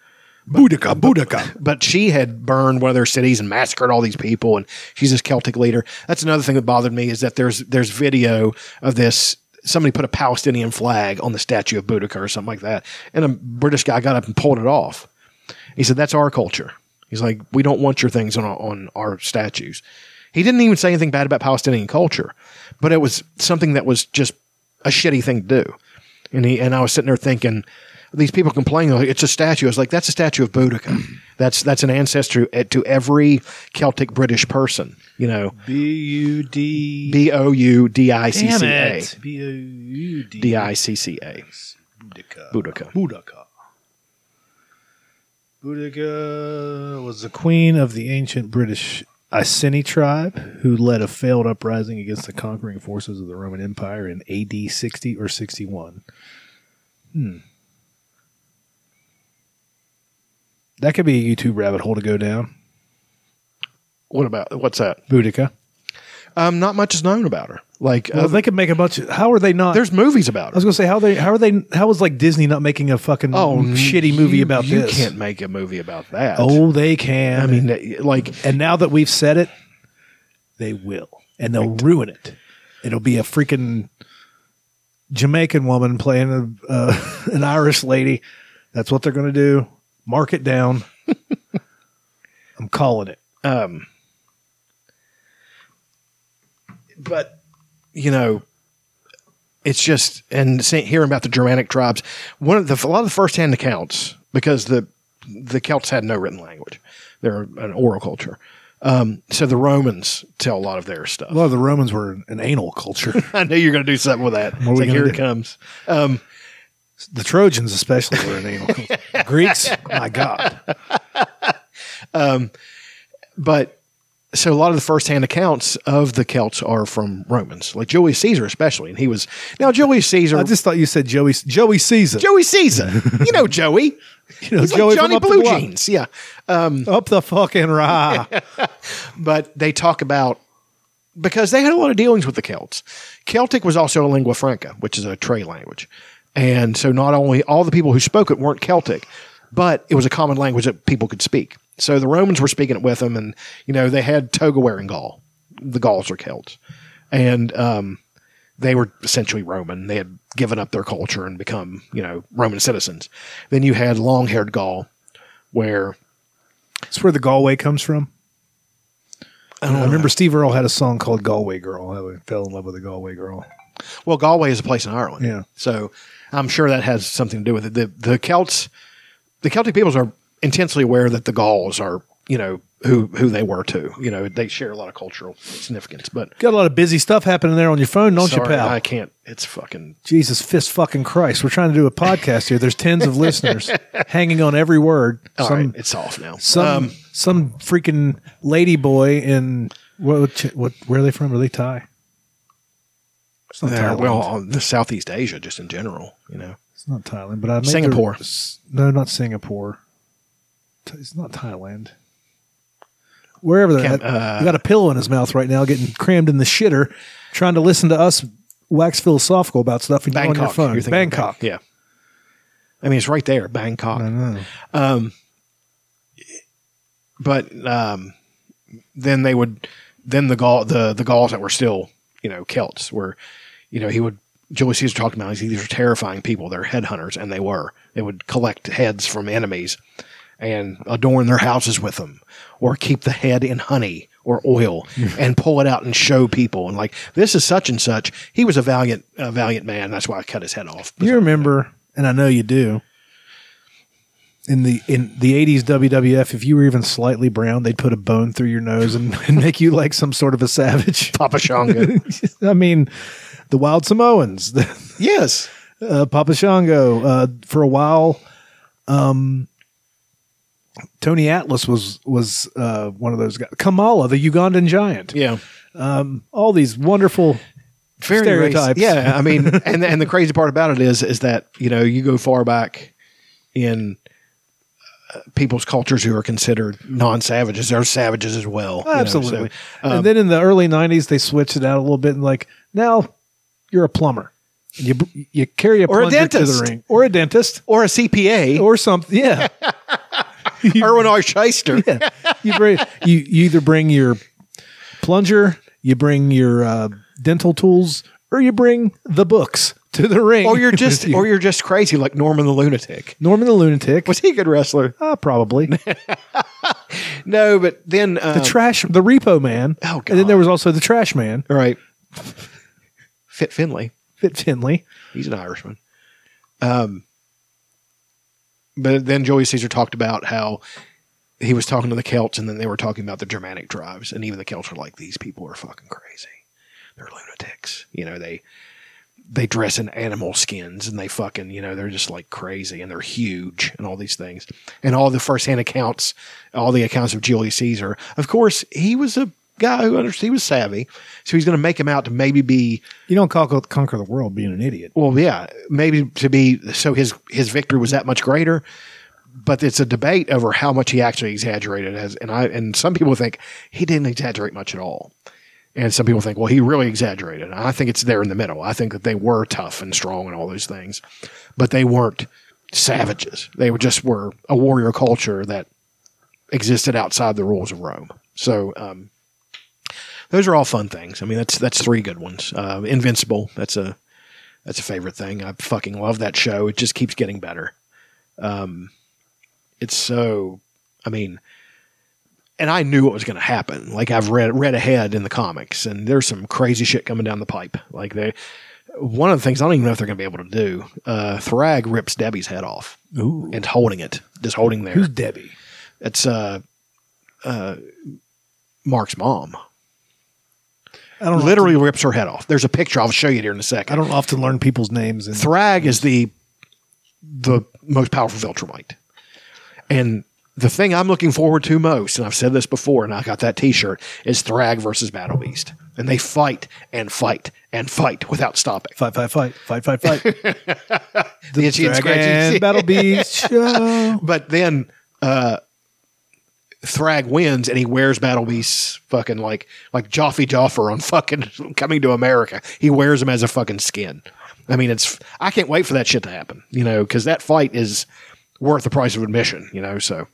Boudica, Boudica. But she had burned one of their cities and massacred all these people, and she's this Celtic leader. That's another thing that bothered me is that there's there's video of this. Somebody put a Palestinian flag on the statue of Boudica or something like that, and a British guy got up and pulled it off. He said, "That's our culture." He's like, "We don't want your things on our, on our statues." He didn't even say anything bad about Palestinian culture, but it was something that was just a shitty thing to do. And he and I was sitting there thinking, these people complaining, like, it's a statue. I was like, that's a statue of Boudica. that's that's an ancestor to, to every Celtic British person. You know,
B U D
B O U D I C
Damn
C A.
it. B O U D
D I C C A. Boudica.
Boudica. Boudica was the queen of the ancient British Iceni tribe who led a failed uprising against the conquering forces of the Roman Empire in AD 60 or 61. Hmm. That could be a YouTube rabbit hole to go down.
What about what's that?
Boudica.
Um, not much is known about her. Like
Well,
other-
they could make a bunch. Of, how are they not?
there's movies about
I
her.
was gonna say how they how are they how is like Disney not making a fucking Oh, shitty movie
Oh, Mm, you-
about
you
this?
can't make a movie about that.
Oh, they can.
I mean, that- like
and now that we've said it, they will, and they'll ruin it. It'll be a freaking Jamaican woman playing a, uh, an Irish lady. That's what they're gonna do. Mark it down. I'm calling it.
um but you know it's just and seeing- hearing about the germanic tribes one of the a lot of the first-hand accounts because the the celts had no written language they're an oral culture um, so the romans tell a lot of their
A
stuff
lot of the Romans were an anal culture.
i know you're going to do something with that
are
It's
we
like,
gonna
here it
do?
comes um,
The Trojans, especially, were an anal culture. Greeks, my God.
but so a lot of the first-hand accounts of the celts are from romans like julius caesar especially and he was now julius caesar
I just thought you said Joey Joey Caesar.
Joey Caesar. You know Joey.
know,
He's
Joey
like
from
Johnny
up the
Blue
block.
Jeans. Yeah. Um,
Up the fucking rye.
but they talk about because they had a lot of dealings with the Celts. Celtic was also a lingua franca, which is a trade language. And so not only all the people who spoke it weren't Celtic, but it was a common language that people could speak. So the Romans were speaking it with them, and you know they had toga wearing Gaul. The Gauls are Celts, and um, they were essentially Roman. They had given up their culture and become you know Roman citizens. Then you had long haired Gaul, where
That's where the Galway comes from. I, remember Steve Earle had a song called Galway Girl. I fell in love with a Galway girl.
Well, Galway is a place in Ireland.
Yeah.
So I'm sure that has something to do with it. The the Celts the Celtic peoples are intensely aware that the Gauls are, you know, who who they were too. You know, they share a lot of cultural significance. But
Got a lot of busy stuff happening there on your phone, don't
sorry,
you, pal?
I can't it's fucking
Jesus, fist fucking Christ. We're trying to do a podcast here. There's tens of listeners hanging on every word.
all
some
right, Um, it's off now.
some some freaking lady boy in what, what where are they from? Are they Thai? It's not
They're-
Thailand.
Uh, well, on the Southeast Asia, just in general, you know.
It's not Thailand, but I made
Singapore.
The, no, not Singapore. Th- It's not Thailand. Wherever they're
Cam-
at, you got a pillow in his mouth right now, getting crammed in the shitter, trying to listen to us wax philosophical about stuff and you're on your
Bangkok.
phone.
you're thinking of
Bangkok.
Bang- yeah. I mean, it's right there, Bangkok.
I know.
Um, but um, then they would, then the Gaul, the the Gauls that were still, you know, Celts were, you know, he would Julius Caesar talked about these are terrifying people. They're headhunters, and they were. They would collect heads from enemies and adorn their houses with them, or keep the head in honey or oil and pull it out and show people and like this is such and such. He was a valiant, a valiant man. That's why I cut his head off.
You remember, and I know you do. In the in the eighties WWF, if you were even slightly brown, they'd put a bone through your nose and, and make you like some sort of a savage.
Papa Shango.
I mean, the Wild Samoans, the,
yes.
uh, Papa Shango. Uh, for a while, um, Tony Atlas was was uh, one of those guys. Kamala, the Ugandan giant.
Yeah.
All these wonderful.
Very
Stereotypes.
racist. Yeah, I mean, and and the crazy part about it is is that you know you go far back in uh, people's cultures who are considered non-savages. They're savages as well. you know, so,
absolutely. and then in the early '90s, they switched it out a little bit and like now you're a plumber. You you carry a
Or a
plunger to
dentist.
the ring or a dentist
or a CPA, or
or something. Yeah.
Erwin R. Shyster.
you bring you, you either bring your plunger, you bring your uh, dental tools, or you bring the books to the ring.
Or you're
with
just,
you.
or you're just crazy like Norman the lunatic.
Norman the lunatic.
Was he a good wrestler?
Uh, probably the
No, but then um,
trash, the repo man.
Oh,
And then there
God.
was also the trash man,
all right, Fit Finley.
Fit Finley.
He's an Irishman. Um, but then Julius Caesar talked about how he was talking to the Celts, and then they were talking about the Germanic tribes, and even the Celts were like, "These people are fucking crazy. They're lunatics. You know they they dress in animal skins, and they fucking you know they're just like crazy, and they're huge, and all these things, and all the firsthand accounts, all the accounts of Julius Caesar. Of course, he was a guy who understood he was savvy, so he's going to make him out to maybe be."
You don't conquer, conquer the world being an idiot.
well yeah maybe to be so his his victory was that much greater but it's a debate over how much he actually exaggerated as and I and some people think he didn't exaggerate much at all. And some people think, well, he really exaggerated. And I think it's there in the middle. I think that they were tough and strong and all those things, but they weren't savages. They were just were a warrior culture that existed outside the rules of Rome. So um, those are all fun things. I mean, that's that's three good ones. Uh, Invincible. That's a that's a favorite thing. I fucking love that show. It just keeps getting better. Um, it's so. I mean, and I knew what was going to happen. Like I've read read ahead in the comics, and there's some crazy shit coming down the pipe. Like they, one of the things I don't even know if they're going to be able to do. Uh, Thrag rips Debbie's head off
Ooh.
and holding it, just holding there.
Who's Debbie?
It's uh, uh, Mark's mom.
I don't
literally rips her head off. There's a picture. I'll show you here in a second.
I don't often learn people's names. And
Thrag is the the most powerful Viltrumite. And the thing I'm looking forward to most, and I've said this before, and I got that T-shirt, is Thrag versus Battle Beast, and they fight and fight and fight without stopping.
fight, fight, fight, fight, fight, fight.
The itchy and scratchy.
Dragon Battle Beast show.
But then uh, Thrag wins, and he wears Battle Beast's fucking like like Joffy Joffer on fucking Coming to America. He wears him as a fucking skin. I mean, it's I can't wait for that shit to happen. You know, because that fight is worth the price of admission. You know, so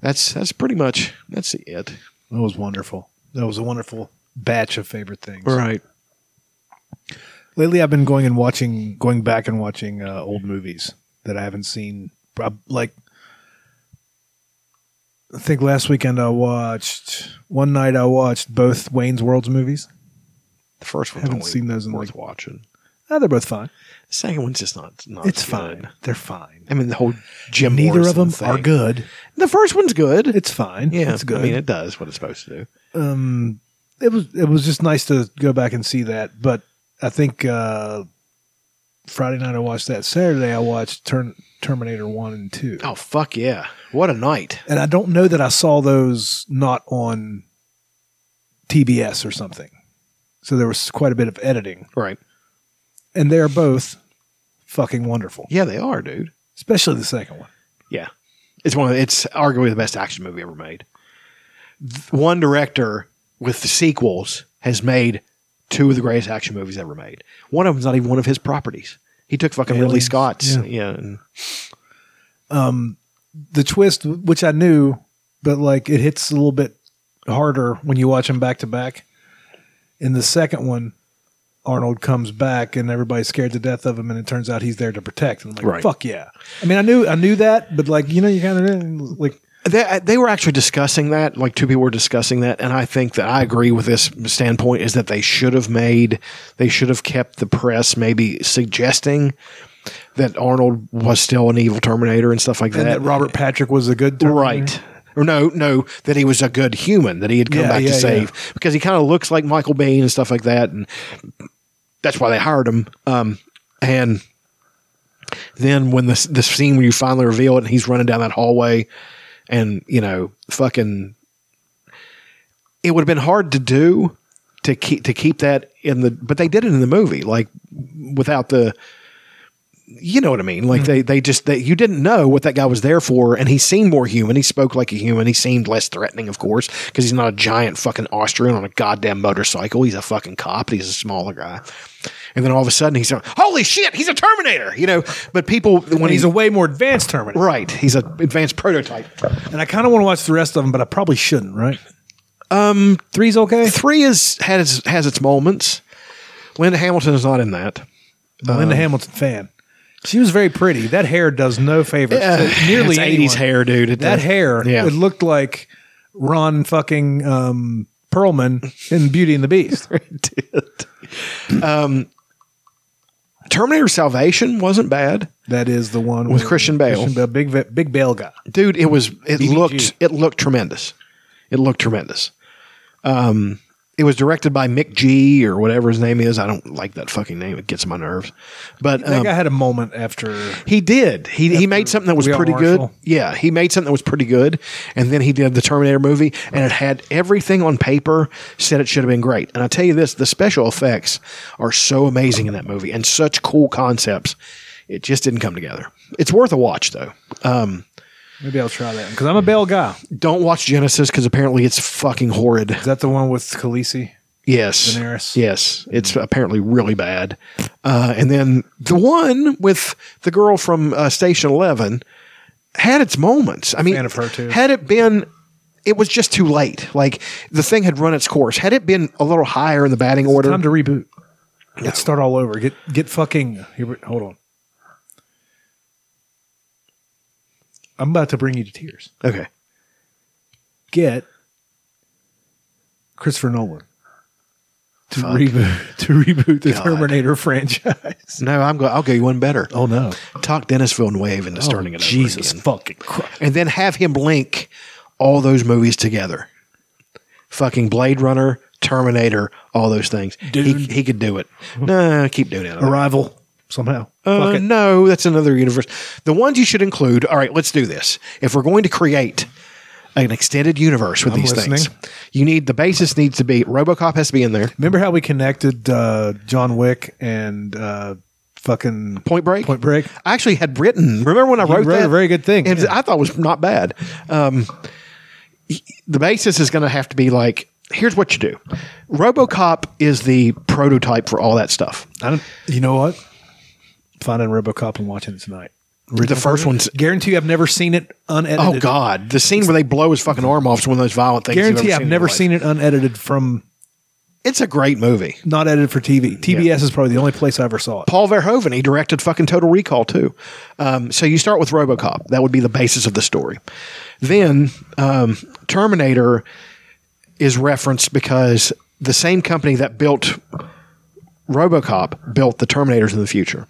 that's that's pretty much that's it.
That was wonderful. That was a wonderful batch of favorite things.
Right.
Lately, I've been going and watching, going back and watching uh, old movies that I haven't seen. prob- Like, I think last weekend I watched, one night I watched both Wayne's World's movies.
The first one
Haven't seen those in
worth
like-
watching.
Ah, they're both fine.
The second one's just not. not
It's
good.
fine. They're fine.
I mean, the whole Jim.
Neither of
Morrison
them
thing.
are good.
The first one's good.
It's fine.
yeah,
it's good.
I mean, it does what it's supposed to do.
um, it was it was just nice to go back and see that. But I think uh, Friday night I watched that. Saturday I watched Turn Terminator One and Two.
Oh fuck yeah! What a night.
And I don't know that I saw those not on TBS or something. So there was quite a bit of editing,
Right.
and they're both fucking wonderful,
Yeah, they are, dude.
especially the second one.
Yeah, it's one. Of, it's arguably the best action movie ever made. Th- One director with the sequels has made two of the greatest action movies ever made. One of them's not even one of his properties. He took fucking Ridley
Aliens,
Scott's.
yeah.
Yeah. and-
The twist, which I knew, but like it hits a little bit harder when you watch them back to back. In the second one, Arnold comes back and everybody's scared to death of him, and it turns out he's there to protect. And I'm like,
Right.
fuck yeah! I mean, I knew I knew that, but like you know, you kind of like
They, they were actually discussing that. Like two people were discussing that, and I think that I agree with this standpoint is that they should have made, they should have kept the press maybe suggesting that Arnold was still an evil Terminator and stuff like
and that Robert Patrick was a good Terminator.
Right. Or no, no, that he was a good human that he had come
Yeah,
back
yeah,
to save because he kind of looks like Michael Bean and stuff like that, and that's why they hired him. Um, and then when the the scene when you finally reveal it, and he's running down that hallway, and you know, fucking, it would have been hard to do to keep to keep that in the, but they did it in the movie, like without the you know what I mean?
Mm-hmm.
Like they they just they, you didn't know what that guy was there for, and he seemed more human. He spoke like a human. He seemed less threatening, of course, because he's not a giant fucking Austrian on a goddamn motorcycle. He's a fucking cop. He's a smaller guy. And then all of a sudden he's like, "Holy shit, he's a Terminator!" You know. But people when
When he's
he's
a way more advanced Terminator,
right, he's an advanced prototype.
and I kind of want to watch the rest of them, but I probably shouldn't. Right? Um, three's okay.
Three is has has its moments. Linda Hamilton is not in that. Uh,
Linda Hamilton fan. She was very pretty. That hair does no favors.
Uh,
to nearly
it's 80s
anyone.
hair, dude. It
that
does-
hair,
Yeah.
it looked like Ron fucking um, Perlman in Beauty and the Beast.
did. Um, Terminator Salvation wasn't bad.
That is the one
With
where-
Christian Bale.
big va- big Bale guy.
dude it was it
BBG.
looked it looked tremendous it looked tremendous um it was directed by mick g or whatever his name is i don't like that fucking name it gets on my nerves but
That
um,
guy had a moment after.
he did he, he made something that was
We Are
pretty
Marshall.
good yeah he made something that was pretty good and then he did the terminator movie and it had everything on paper said it should have been great and i tell you this the special effects are so amazing in that movie and such cool concepts it just didn't come together it's worth a watch though
Maybe I'll try that because I'm a Bale guy.
Don't watch Genesis because apparently it's fucking horrid. Is
that the one with Khaleesi?
Yes.
Daenerys? Mm-hmm.
Yes. It's apparently really bad. Uh, and then the one with the girl from uh, Station 11 had its moments. I mean,
Fan of her, too.
had it been. It was just too late. Like the thing had run its course. Had it been a little higher in the batting order,
Time to reboot. Let's start all over. Get get fucking. Here, we- hold on. I'm about to bring you to tears.
Okay.
Get Christopher Nolan to
Fuck.
reboot to reboot the
God.
Terminator franchise.
No, I'm go- I'll go you one better.
Oh no!
Talk Dennis Villeneuve into
Oh,
starting it.
Jesus
over again.
fucking Christ!
and then have him link all those movies together. Fucking Blade Runner, Terminator, all those things. He, he could do it. No, keep doing it.
Arrival somehow.
Uh,
Fuck it.
no, that's another universe. The ones you should include. All right, let's do this. If we're going to create an extended universe with
I'm
these
listening.
things, you need the basis needs to be RoboCop has to be in there.
Remember how we connected uh, John Wick and uh, fucking
Point Break.
Point Break?
I actually had written. Remember when I
You
wrote,
wrote
that?
a very good thing,
and
yeah.
I thought it was not bad. Um, y- the basis is going to have to be like, here's what you do. RoboCop is the prototype for all that stuff.
I don't, you know what? Finding RoboCop and watching it tonight.
The first one's
Guarantee you I've never seen it unedited.
oh god, the scene where they blow his fucking arm off is one of those violent things. you've ever
Guarantee I've
seen in
never
your life.
seen it unedited from
It's a great movie.
not edited for TV. TBS is probably the only place I ever saw it.
Paul Verhoeven, he directed fucking Total Recall too. Um, so you start with RoboCop. That would be the basis of the story. Then um, Terminator is referenced because the same company that built RoboCop built the Terminators in the future.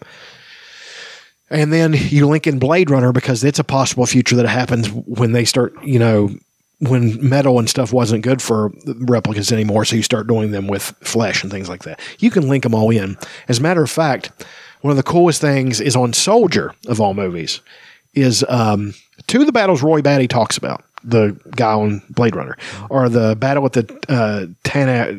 And then you link in Blade Runner because it's a possible future that happens when they start, you know, when metal and stuff wasn't good for replicas anymore. So you start doing them with flesh and things like that. You can link them all in. As a matter of fact, one of the coolest things is on Soldier of all movies is um, two of the battles Roy Batty talks about. The guy on Blade Runner, or the battle at the uh, Tana,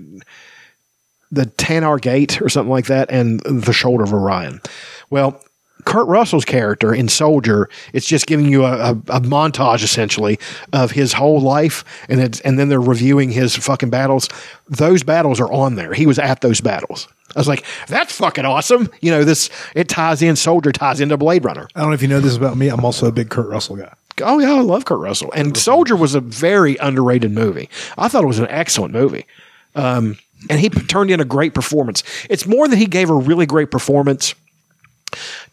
the Tanar Gate or something like that, and the Shoulder of Orion. Well, Kurt Russell's character in Soldier, it's just giving you a, a, a montage essentially of his whole life, and it's, and then they're reviewing his fucking battles. Those battles are on there. He was at those battles. I was like, that's fucking awesome. You know, this it ties in. Soldier ties into Blade Runner.
I don't know if you know this about me. I'm also a big Kurt Russell guy.
Oh yeah, I love Kurt Russell. And Soldier was a very underrated movie. I thought it was an excellent movie. Um, and he p- turned in a great performance. It's more that he gave a really great performance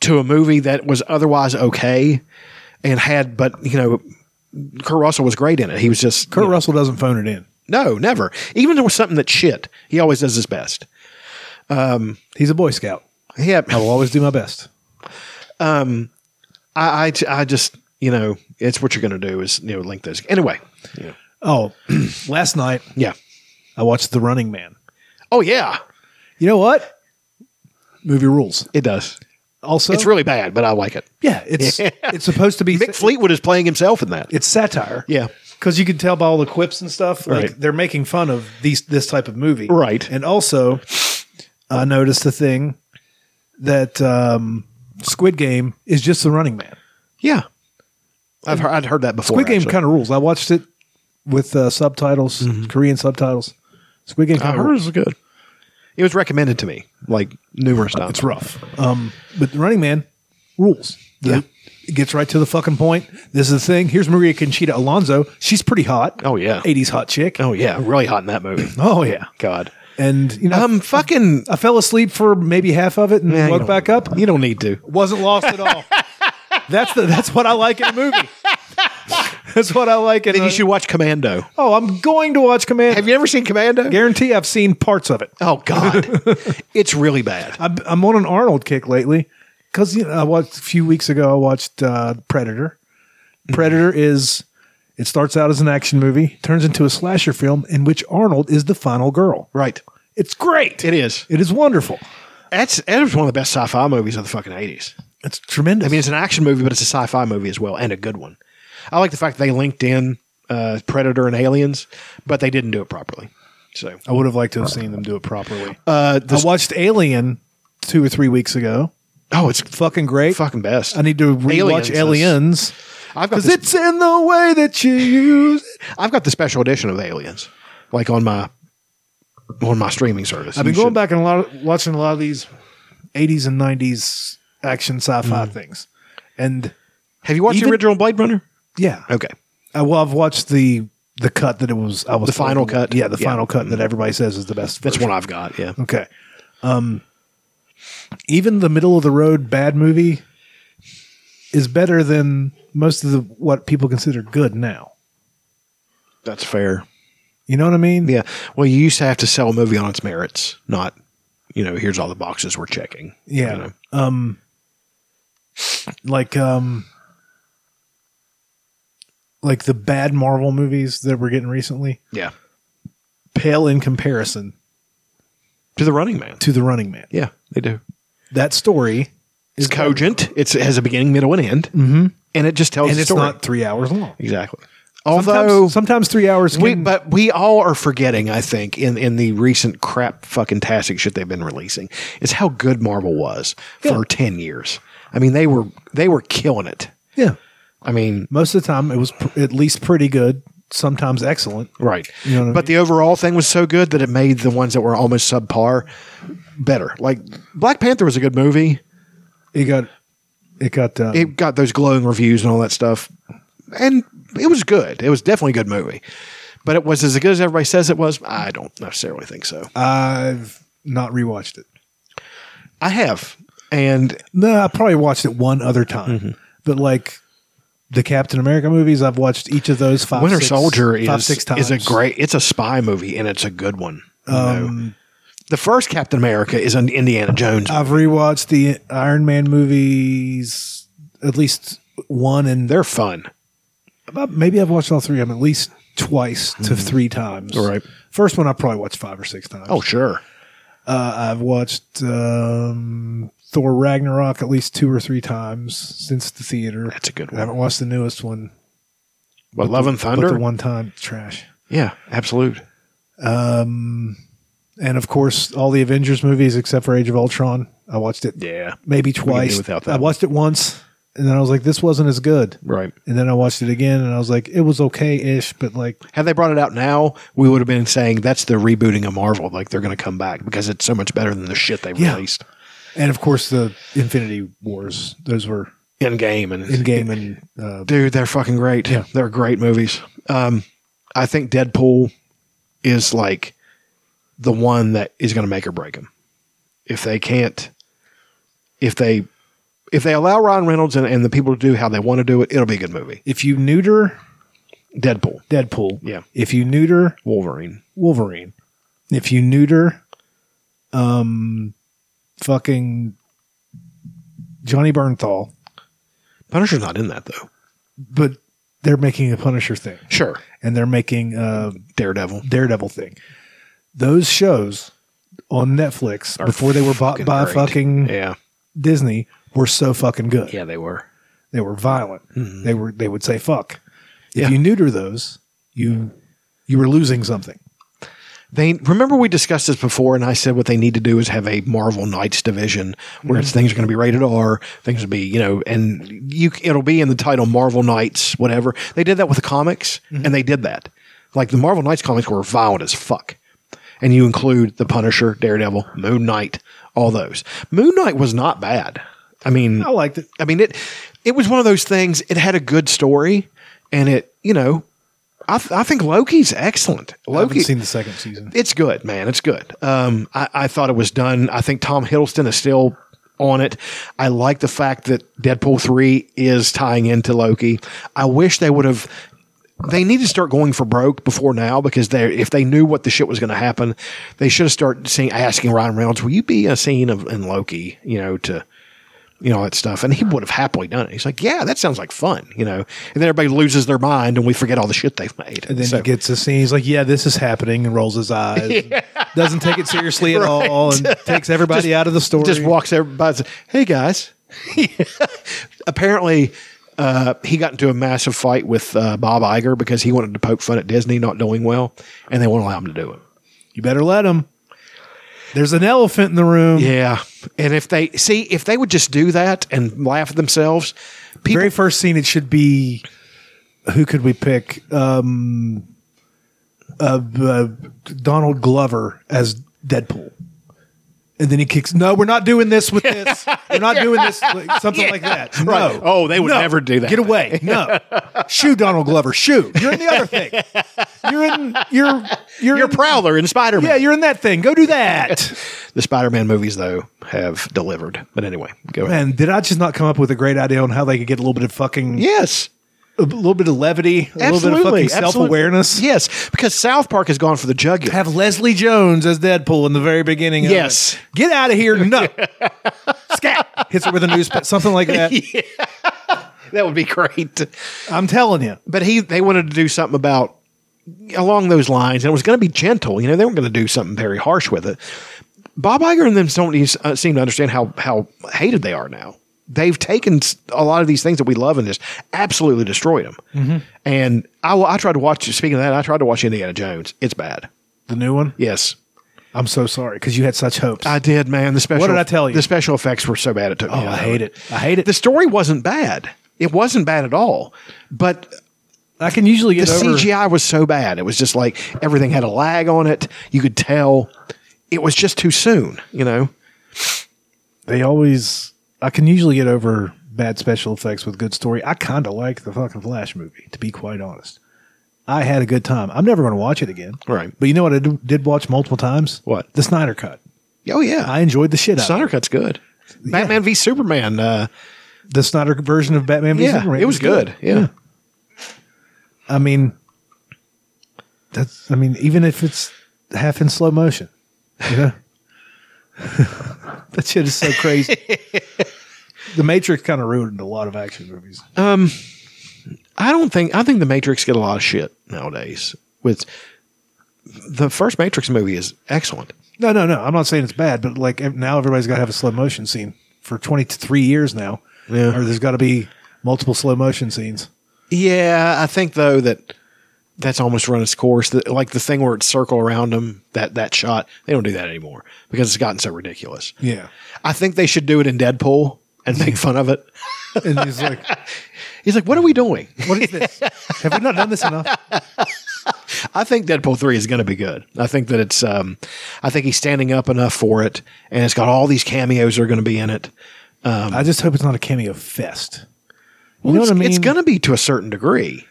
to a movie that was otherwise okay and had, but you know, Kurt Russell was great in it. He was just
Kurt Russell doesn't phone it in.
no, never. Even if it was something that's shit, he always does his best. Um,
He's a Boy Scout.
yeah,
I will always do my best.
um, I, I, I just you know, it's what you're going to do is you know link those anyway. Yeah.
Oh, last night
yeah.
I watched The Running Man.
Oh yeah.
You know what? Movie rules.
It does.
Also,
it's really bad, but I like it.
yeah. It's it's supposed to be
Mick Fleetwood is playing himself in that.
it's satire.
Yeah.
because you can tell by all the quips and stuff like
Right.
they're making fun of these this type of movie
Right.
and also i noticed the thing that um squid game is just the running man
Yeah. I've heard, I'd heard that before.
squid game
actually. Mm-hmm.
kind of rules i watched it with uh, subtitles korean subtitles squid game
Ah, I
kind of
heard it
rules
was good. It was recommended to me like numerous times.
it's rough um but the running man rules
Yeah.
it gets right to the fucking point this is the thing here's maria conchita alonso she's pretty hot
Oh, yeah.
80s hot chick
Oh yeah, really hot in that movie.
oh yeah
God.
and you know
Um, fucking.
I fell asleep for maybe half of it and
Nah, you
woke
don't-
back up.
You don't need to.
Wasn't lost at all. that's the that's what I like in a movie. that's what I like in.
Then
a,
you should watch Commando.
Oh, I'm going to watch Command.
Have you ever seen Commando?
Guarantee I've seen parts of it.
Oh God, it's really bad.
I'm, I'm on an Arnold kick lately because you know, I watched a few weeks ago. I watched uh, Predator. Predator is it starts out as an action movie, turns into a slasher film in which Arnold is the final girl.
Right.
It's great.
It is.
It is wonderful.
That's that was one of the best sci-fi movies of the fucking eighties.
It's tremendous.
I mean, it's an action movie, but it's a sci-fi movie as well, and a good one. I like the fact they linked in uh, Predator and Aliens, but they didn't do it properly. So
I would have liked to have seen them do it properly.
uh,
I watched Alien two or three weeks ago.
oh, it's
Fucking great.
fucking best.
I need to rewatch
Aliens is-
Aliens.
I've got
Because
this-
it's in the way that you use it.
I've got the special edition of Aliens, like on my on my streaming service.
I've been
You
going back and a lot of, watching a lot of these 80s and 90s action sci-fi
Mm.
things. And
have you watched the original Blade Runner?
Yeah.
Okay.
I, well, I've watched the the cut that it was. I was
The final cut?
Yeah, the
Yeah. Mm-hmm.
final cut that everybody says is the best.
That's
version.
one I've got, yeah.
Okay. Um, even the middle of the road bad movie is better than most of the what people consider good now.
should- that's fair.
You know what I mean?
Yeah. Well, you used to have to sell a movie on its merits, not you know, here's all the boxes we're checking.
Yeah. Um like um like the bad Marvel movies that we're getting recently
Yeah.
pale in comparison
To the Running Man.
to the Running Man.
Yeah, they do.
That story
It's cogent. It's, it has a beginning, middle, and end,
Mhm.
Mm-hmm. and it just tells
and
the
it's
story.
not 3 hours long.
exactly.
Although sometimes, sometimes 3 hours
We,
can-
but we all are forgetting, I think, in, in the recent crap fucking tastic shit they've been releasing, is how good Marvel was for ten years. I mean, they were they were killing it.
yeah.
I mean,
Most of the time it was pr- at least pretty good, sometimes excellent.
right.
You know what I
but the overall thing was so good that it made the ones that were almost subpar better. Like Black Panther was a good movie.
It got it got um,
it got those glowing reviews and all that stuff, and it was good. It was definitely a good movie, but it was as good as everybody says it was. I don't necessarily think so. Uh,
I've not rewatched it.
I have, and
No, I probably watched it one other time.
Mm-hmm.
But like the Captain America movies, I've watched each of those five.
Winter
six-
Soldier is
five, six times.
is a great. It's a spy movie, and it's a good one. you know.
Um, Uh,
the first Captain America is an Indiana Jones.
I've rewatched the Iron Man movies, at least one, and
they're fun.
About, maybe I've watched all three of them at least twice to three times.
Mm-hmm. All right.
First one I probably watched five or six times.
Oh sure,
Uh, I've watched um, Thor Ragnarok at least two or three times since the theater.
that's a good
I
one.
haven't watched the newest one.
But Love and
but
Thunder,
the one time trash.
yeah, absolute.
Um, and of course, all the Avengers movies except for Age of Ultron. I watched it
Yeah,
maybe
do
twice.
without that
I watched it once, and then I was like, "This wasn't as good."
right.
And then I watched it again, and I was like, "It was okay-ish," but like,
Had they brought it out now, we would have been saying that's the rebooting of Marvel. Like they're going to come back because it's so much better than the shit they
Yeah.
released
and of course, the Infinity Wars. Those were
in game and
in game, and uh,
Dude, they're fucking great.
Yeah.
They're great movies. Um, I think Deadpool is like the one that is going to make or break them. If they can't, if they, if they allow Ryan Reynolds and, and the people to do how they want to do it, it'll be a good movie.
if you neuter
Deadpool,
Deadpool,
Yeah.
if you neuter
Wolverine,
Wolverine, if you neuter, um, fucking Johnny Bernthal,
Punisher's not in that though.
but they're making a Punisher thing.
Sure,
and they're making a
Daredevil.
Daredevil thing. Those shows on Netflix before they were bought
fucking
by
great.
fucking
Yeah,
Disney were so fucking good.
yeah, they were.
They were violent. They were they would say fuck. If
Yeah.
you neuter those, you you were losing something.
They remember we discussed this before, and I said what they need to do is have a Marvel Knights division where
Mm-hmm.
it's things are going to be rated R, things will be you know, and you it'll be in the title Marvel Knights whatever. They did that with the comics,
Mm-hmm.
and they did that. Like the Marvel Knights comics were violent as fuck, and you include the Punisher, Daredevil, Moon Knight, all those. Moon Knight was not bad. I mean,
I liked it.
I mean it. It was one of those things. It had a good story, and it you know. I, th- I think Loki's excellent.
I haven't
Loki,
seen the second season.
it's good, man. It's good. Um, I, I thought it was done. I think Tom Hiddleston is still on it. I like the fact that Deadpool 3 is tying into Loki. I wish they would have. They need to start going for broke before now because they, if they knew what the shit was going to happen, they should have started seeing, asking Ryan Reynolds, "Will you be a scene of in Loki?" You know, to you know all that stuff, and he would have happily done it. He's like, "Yeah, that sounds like fun," you know, and then everybody loses their mind and we forget all the shit they've made.
And then
So-
he gets a scene. He's like, "Yeah, this is happening," and rolls his eyes. and Doesn't take it seriously at all, and takes everybody out of the story.
Just walks everybody. says, Hey guys. Apparently, uh, he got into a massive fight with uh, Bob Iger because he wanted to poke fun at Disney not doing well, and they won't allow him to do it.
You better let him. There's an elephant in the room.
Yeah, and if they see if they would just do that and laugh at themselves,
Very first scene, it should be who could we pick? Um, uh, uh, Donald Glover as Deadpool. And then he kicks. No, we're not doing this with this. We're not doing this. Like, something like that. No.
Right. Oh, they would
No.
never do that.
Get away. No. Shoe Donald Glover. Shoe. You're in the other thing. You're in. You're. You're,
you're Prowler in Spider Man.
Yeah, you're in that thing. Go do that.
the Spider Man movies, though, have delivered. But anyway, go ahead.
Man, did I just not come up with a great idea on how they could get a little bit of fucking
yes,
a little bit of levity, a little bit of fucking
absolute-
self awareness?
Yes, because South Park has gone for the jugular.
Have Leslie Jones as Deadpool in the very beginning. of
Yes.
it. get out of here. No, scat hits her with a newspaper, something like that.
that would be great.
I'm telling you,
But he, they wanted to do something about along those lines, and it was going to be gentle. You know, they weren't going to do something very harsh with it. Bob Iger and them don't e- uh, seem to understand how how hated they are now. They've taken s- a lot of these things that we love and just absolutely destroyed them. And I, wa- I tried to watch. Speaking of that, I tried to watch Indiana Jones. It's bad.
the new one.
Yes,
I'm so sorry because you had such hopes.
I did, man. The special.
did I tell you?
The special effects were so bad it took.
oh, I hate it. I hate it.
The story wasn't bad. It wasn't bad at all. But
I can usually
the
get over.
CGI was so bad. It was just like everything had a lag on it. You could tell it was just too soon. You know.
They always. I can usually get over bad special effects with good story. I kind of like the fucking Flash movie, to be quite honest. I had a good time. I'm never going to watch it again.
Right.
But you know what I do- did watch multiple times?
What?
The Snyder Cut.
Oh yeah.
I enjoyed the shit out of it.
Snyder Cut's good. Batman v Superman. Uh,
the Snyder version of Batman v
yeah,
Superman.
it was good. Yeah.
I mean, that's. I mean, even if it's half in slow motion, you know, that shit is so crazy. the Matrix kind of ruined a lot of action movies.
I don't think I think the Matrix get a lot of shit nowadays. With the first Matrix movie is excellent.
No, no, no. I'm not saying it's bad, but like ev- now everybody's got to have a slow motion scene for 23 years now.
Yeah.
Or there's got to be multiple slow motion scenes.
Yeah, I think though that that's almost run its course. The, like the thing where it's circle around them, that that shot, they don't do that anymore because it's gotten so ridiculous.
Yeah.
I think they should do it in Deadpool and make fun of it.
And he's like,
He's like, "What are we doing?"
what is this? Have we not done this enough?
I think Deadpool three is going to be good. I think that it's, um, I think he's standing up enough for it, and it's got all these cameos that are going to be in it.
I just hope it's not a cameo fest. You
Um, Well,
know
it's,
what I mean?
It's going to be to a certain degree.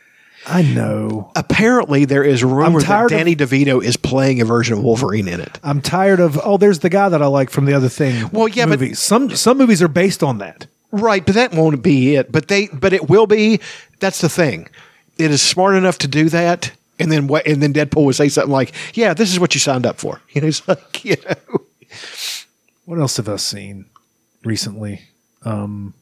I know.
Apparently, there is rumor that
tired of-
Danny DeVito is playing a version of Wolverine in it.
I'm tired of oh, there's the guy that I like from the other thing.
Well, yeah, but-
movies. some some movies are based on that.
Right, but that won't be it. But they, but it will be. That's the thing. It is smart enough to do that, and then what? And then Deadpool would say something like, "Yeah, this is what you signed up for." You know, it's like you know.
What else have I seen recently? Um,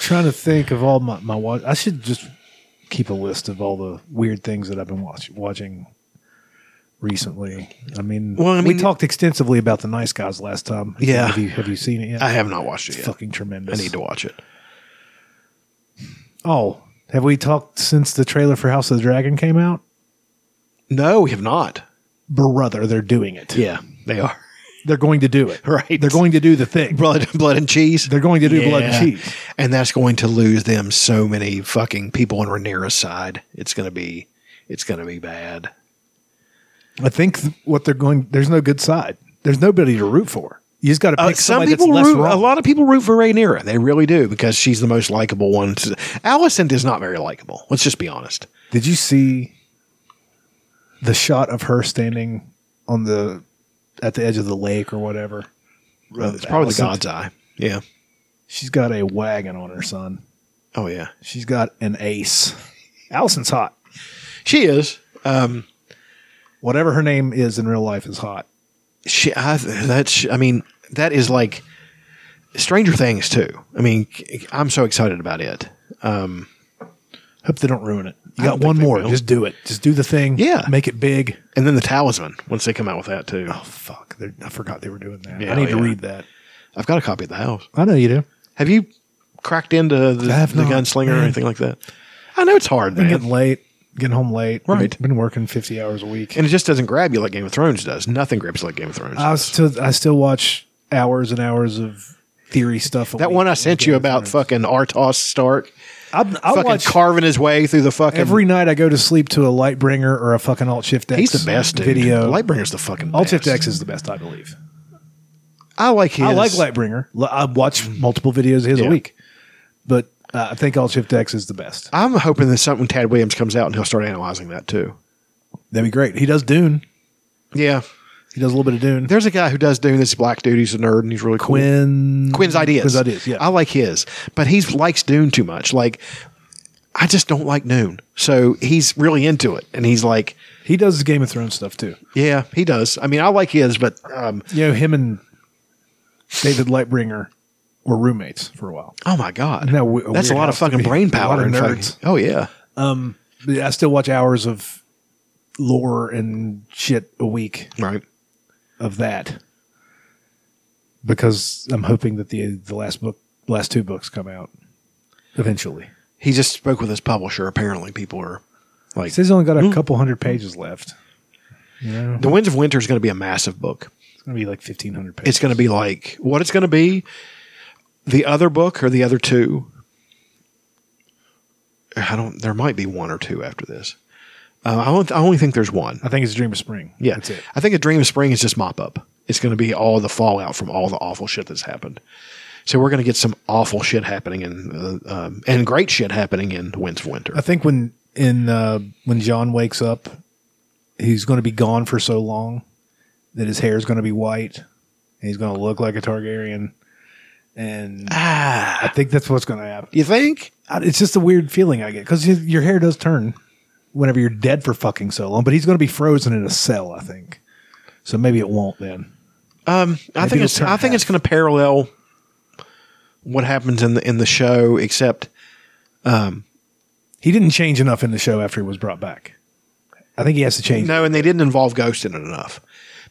trying to think of all my my watch. I should just keep a list of all the weird things that I've been watch, watching recently. I mean,
Well, I
we
mean-
talked extensively about the Nice Guys last time.
Yeah.
have you have you seen it yet?
I have not watched it yet.
Fucking tremendous.
I need to watch it.
Oh, have we talked since the trailer for House of the Dragon came out?
No, we have not.
Brother, they're doing it.
Yeah, they are.
They're going to do it.
Right.
They're going to do the thing.
Blood, blood and cheese.
They're going to do blood and cheese.
and that's going to lose them so many fucking people on Rhaenyra's side. It's gonna be, it's gonna be bad.
I think th- what they're going there's no good side. There's nobody to root for. You just got to pick
Uh, some
somebody
people
that's less
root.
wrong.
A lot of people root for Rhaenyra. They really do because she's the most likable one. Allison is not very likable. Let's just be honest.
Did you see the shot of her standing on the at the edge of the lake or whatever?
It's probably
Alicent?
the God's eye. Yeah.
She's got a wagon on her son.
Oh yeah.
She's got an ace. Allison's hot.
She is. Um.
Whatever her name is in real life is hot.
She. I, that's. I mean. That is like Stranger Things too. I mean, I'm so excited about it. Um.
Hope they don't ruin it. You
I
got
don't
one
think they
more.
will.
Just do it. Just do the thing.
Yeah.
Make it big.
And then the Talisman. Once they come out with that too,
Oh, fuck. They're, I forgot they were doing that.
Yeah,
I need
yeah.
to read that.
I've got a copy at the house.
I know you do.
Have you cracked into the,
I have
the
not,
gunslinger or
man.
anything like that? I know it's hard,
Been
man.
getting late, getting home late. Been-
Right.
Been, working 50 hours a week.
and it just doesn't grab you like Game of Thrones does. Nothing grabs like Game of Thrones.
I
does.
still I still watch hours and hours of theory stuff.
That one I sent you about fucking Artos Stark.
I'm, I
fucking
watch-
carving his way through the fucking.
Every night I go to sleep to a Lightbringer or a fucking Alt Shift X.
He's the best dude.
video.
Lightbringer's the fucking
Alt Shift
best.
X is the best, I believe.
I like his.
I like Lightbringer. Li- I watch multiple videos of his
Yeah.
a week, but uh, I think Alt Shift X is the best.
I'm hoping that something Tad Williams comes out and he'll start analyzing that too.
That'd be great. He does Dune.
Yeah.
He does a little bit of Dune.
There's a guy who does Dune. This black dude. He's a nerd and he's really cool.
Quinn.
Quinn's ideas.
Quinn's ideas, yeah.
I like his, but he likes Dune too much. Like, I just don't like Dune. So he's really into it, and he's like,
He does his Game of Thrones stuff too.
yeah, he does. I mean, I like his, but um,
You know, him and David Lightbringer were roommates for a while.
oh my god,
Isn't that we-
that's a
weird
lot
house
of
to
fucking
be?
brain
A lot
power.
of
and fucking-
nerds.
oh yeah,
Um, but I still watch hours of lore and shit a week
right.
of that because I'm hoping that the the last book, last two books come out eventually.
He just spoke with his publisher. Apparently, people are
He
like,
says he's only got a
Hmm.
couple hundred pages left. You know,
"The Winds of Winter" is going to be a massive book.
it's gonna be like fifteen hundred pages.
It's going to be like what it's going to be. The other book or the other two? I don't. There might be one or two after this. Uh, I, don't, I only think there's one.
I think it's Dream of Spring.
Yeah,
that's it.
I think a Dream of Spring is just mop up. It's going to be all the fallout from all the awful shit that's happened. So we're going to get some awful shit happening in uh, um, and great shit happening in Winds of Winter.
I think when in uh, when John wakes up, he's going to be gone for so long that his hair is going to be white and he's going to look like a Targaryen. And
Ah.
I think that's what's going to happen.
you think?
I- It's just a weird feeling I get because your hair does turn whenever you're dead for fucking so long. But he's going to be frozen in a cell, I think. So maybe it won't then.
I think
it'll
it's.
turn
I think it's
half.
going to parallel what happens in the in the show, except
He didn't change enough in the show after he was brought back. I think he has to change.
No, and they didn't involve Ghost in it enough.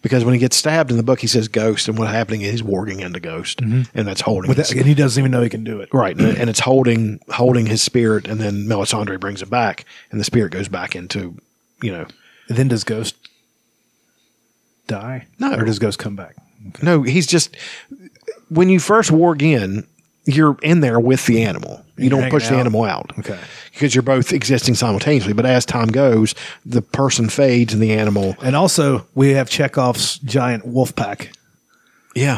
Because when he gets stabbed in the book, he says Ghost, and what's happening is he's warging into Ghost, and that's holding
Mm-hmm. With that,
his-
and he doesn't even know he can do it.
right, and, and it's holding holding his spirit, and then Melisandre brings it back, and the spirit goes back into you know
And then does Ghost die?
No.
Or does Ghost come back?
no he's just when you first warg in, you're in there with the animal. You
You're
don't
hanging
push the
out.
animal out
Okay.
because you're both existing simultaneously. But as time goes, the person fades and the animal.
And also, we have Chekhov's giant wolf pack.
Yeah,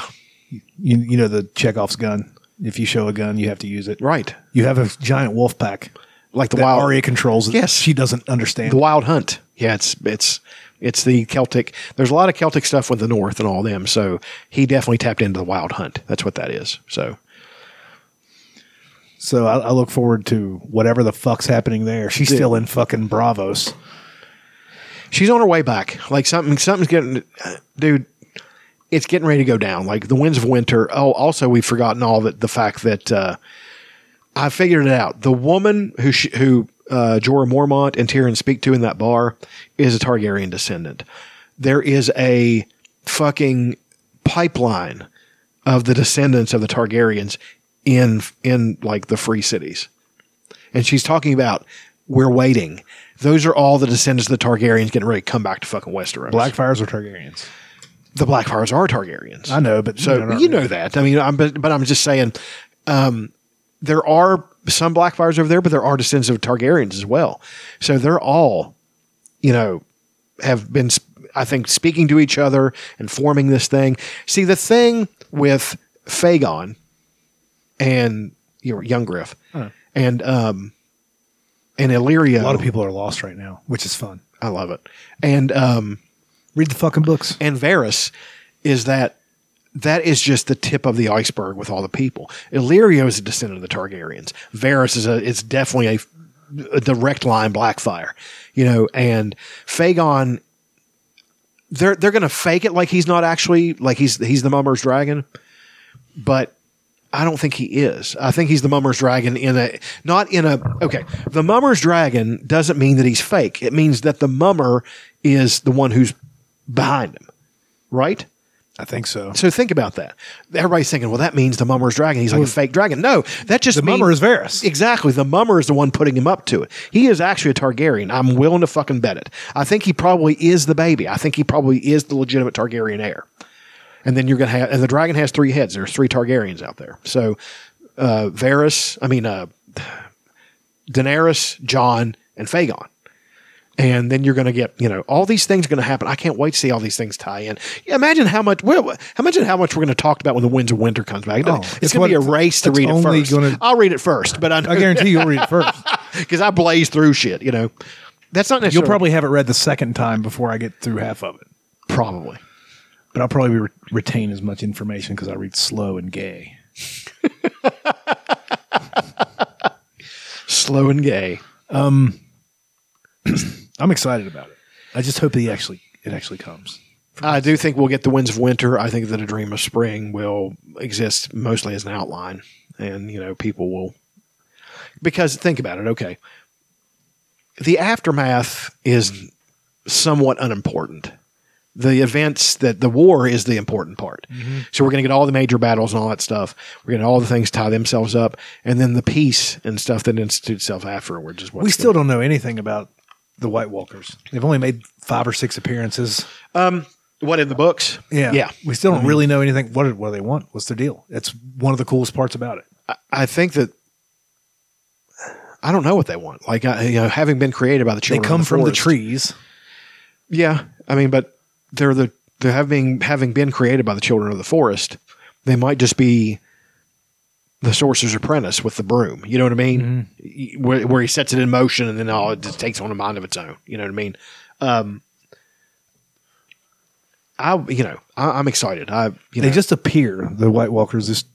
You, you know the Chekhov's gun. If you show a gun, you have to use it.
right.
You have a giant wolf pack.
Like the
that E
wild
Arya controls. that
Yes.
She doesn't understand.
The Wild Hunt. Yeah, it's it's it's the Celtic. There's a lot of Celtic stuff with the North and all them. So he definitely tapped into the Wild Hunt. That's what that is. So
so I, I look forward to whatever the fuck's happening there. She's
Dude.
still in fucking Bravos.
she's on her way back. Like something something's getting, dude. It's getting ready to go down. Like the winds of winter. Oh, also we've forgotten all that the fact that uh, I figured it out. The woman who sh- who uh, Jorah Mormont and Tyrion speak to in that bar is a Targaryen descendant. There is a fucking pipeline of the descendants of the Targaryens in in like the free cities. And she's talking about we're waiting. Those are all the descendants of the Targaryens getting ready to come back to fucking Westeros.
Blackfires are Targaryens.
the Blackfires are Targaryens.
I know, but
So you know that. I mean, I'm, but but I'm just saying, um, there are some Blackfires over there, but there are descendants of Targaryens as well. So they're all, you know, have been I think speaking to each other and forming this thing. See, the thing with Fagon and you know, Young Griff and um and Illyrio,
a lot of people are lost right now, which is fun.
I love it, and um
Read the fucking books.
and Varus is that that is just the tip of the iceberg with all the people. Illyrio is a descendant of the Targaryens. Varus is a it's definitely a, a direct line Blackfire, you know, and Fagon. They're they're gonna fake it like he's not actually like he's he's the Mummer's Dragon, but I don't think he is. I think he's the Mummer's Dragon in a not in a okay. The Mummer's Dragon doesn't mean that he's fake. It means that the Mummer is the one who's behind him, right?
I think so.
So think about that. Everybody's thinking, well, that means the Mummer's Dragon. He's like a fake dragon. No, that just
The
mean-
Mummer is Varus.
Exactly. The Mummer is the one putting him up to it. He is actually a Targaryen. I'm willing to fucking bet it. I think he probably is the baby. I think he probably is the legitimate Targaryen heir. and then you're gonna have and the dragon has three heads. There's three Targaryens out there. So uh, Varys, I mean uh, Daenerys, John, and Fagon. And then you're going to get, you know, all these things are going to happen. I can't wait to see all these things tie in. Yeah, imagine how much, well, imagine how much we're going to talk about when the Winds of Winter comes back. it's
Oh, it's
going to be a
what-
race to
it's
read it
only
1st
gonna-
I'll read it first, but I,
I guarantee you'll read it first.
because I blaze through shit. You know, that's not necessarily
You'll probably have it read the second time before I get through half of it.
Probably.
But I'll probably re- retain as much information because I read slow and gay.
slow and gay.
Um, I'm excited about it. I just hope they actually it actually comes.
I do think we'll get the winds of winter. I think that a dream of spring will exist mostly as an outline, and you know people will because think about it. Okay, the aftermath is somewhat unimportant. The events that the war is the important part.
Mm-hmm.
So we're going to get all the major battles and all that stuff. We're going to all the things tie themselves up, and then the peace and stuff that institutes itself afterwards is what
we still don't know anything about the White Walkers. They've only made five or six appearances.
Um, what in the books?
Yeah,
yeah. Mm-hmm.
We still don't
I mean-
really know anything. What do- what do they want? What's their deal? That's one of the coolest parts about it.
I- I think that I don't know what they want. Like I, you know, having been created by the
They
children,
come
of
from the
forest.
trees.
Yeah, I mean, but they're the they're having having been created by the children of the forest. They might just be the sorcerer's apprentice with the broom. You know what I mean?
Mm-hmm.
Y- Where, where he sets it in motion and then all it just takes on a mind of its own. You know what I mean? Um, I you know I, I'm excited. I you
they
know,
just appear. The White Walkers just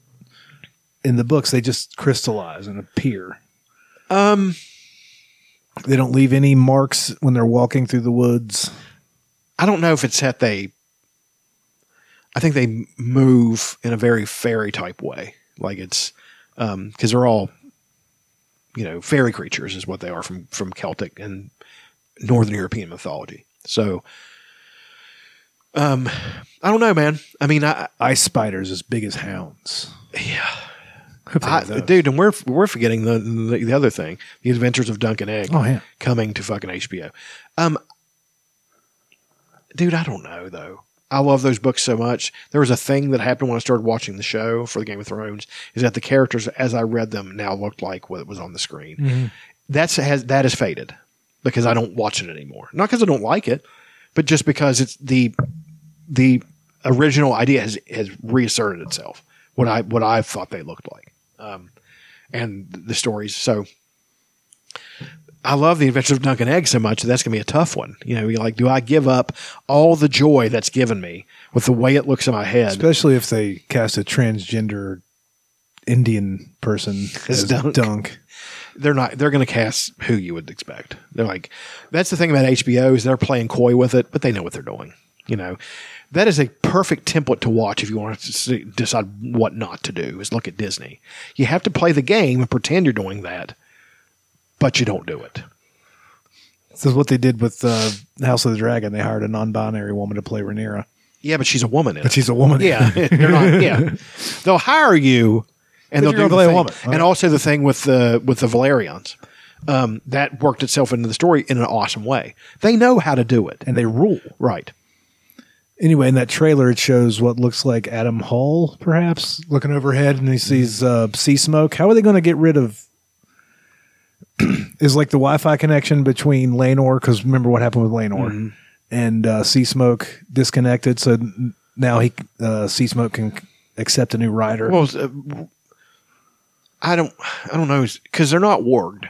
in the books they just crystallize and appear.
um
They don't leave any marks when they're walking through the woods.
I don't know if it's that they. I think they move in a very fairy type way, like it's because they're all, you know, fairy creatures is what they are from from Celtic and Northern European mythology. So, um, I don't know, man. I mean, I
ice spiders as big as hounds.
Yeah, I, dude, and we're we're forgetting the, the the other thing, the Adventures of Duncan Egg.
Oh, yeah.
coming to fucking HBO. Um, dude, I don't know though. I love those books so much. There was a thing that happened when I started watching the show for the Game of Thrones is that the characters, as I read them, now looked like what was on the screen. That's has that has faded because I don't watch it anymore. Not because I don't like it, but just because it's the the original idea has has reasserted itself. What I what I thought they looked like, um, and the stories. So I love the Adventures of Duncan Egg so much that that's gonna be a tough one. You know, you're like, do I give up all the joy that's given me with the way it looks in my head?
Especially if they cast a transgender Indian person as
As Dunk.
dunk.
they're not they're going to cast who you would expect they're like that's the thing about hbo is they're playing coy with it but they know what they're doing you know that is a perfect template to watch if you want to see, decide what not to do is look at disney you have to play the game and pretend you're doing that but you don't do it
This is what they did with uh, House of the Dragon. They hired a non-binary woman to play Rhaenyra.
yeah but she's a woman in
But
it.
she's a woman.
yeah they're not yeah they'll hire you and
But
they'll
you're
do
gonna
the
play a
thing.
woman.
and also the thing with the with the valerians um, that worked itself into the story in an awesome way they know how to do it
And they rule.
right
Anyway, in that trailer, it shows what looks like Adam Hall, perhaps, looking overhead and he sees uh,
Mm-hmm.
sea smoke. How are they going to get rid of. is like the Wi Fi connection between Lanor, because remember what happened with Lanor,
Mm-hmm.
and uh, Sea Smoke disconnected. So n- now he uh, Sea Smoke can c- accept a new rider.
Well, uh, I don't, I don't know, because they're not warged.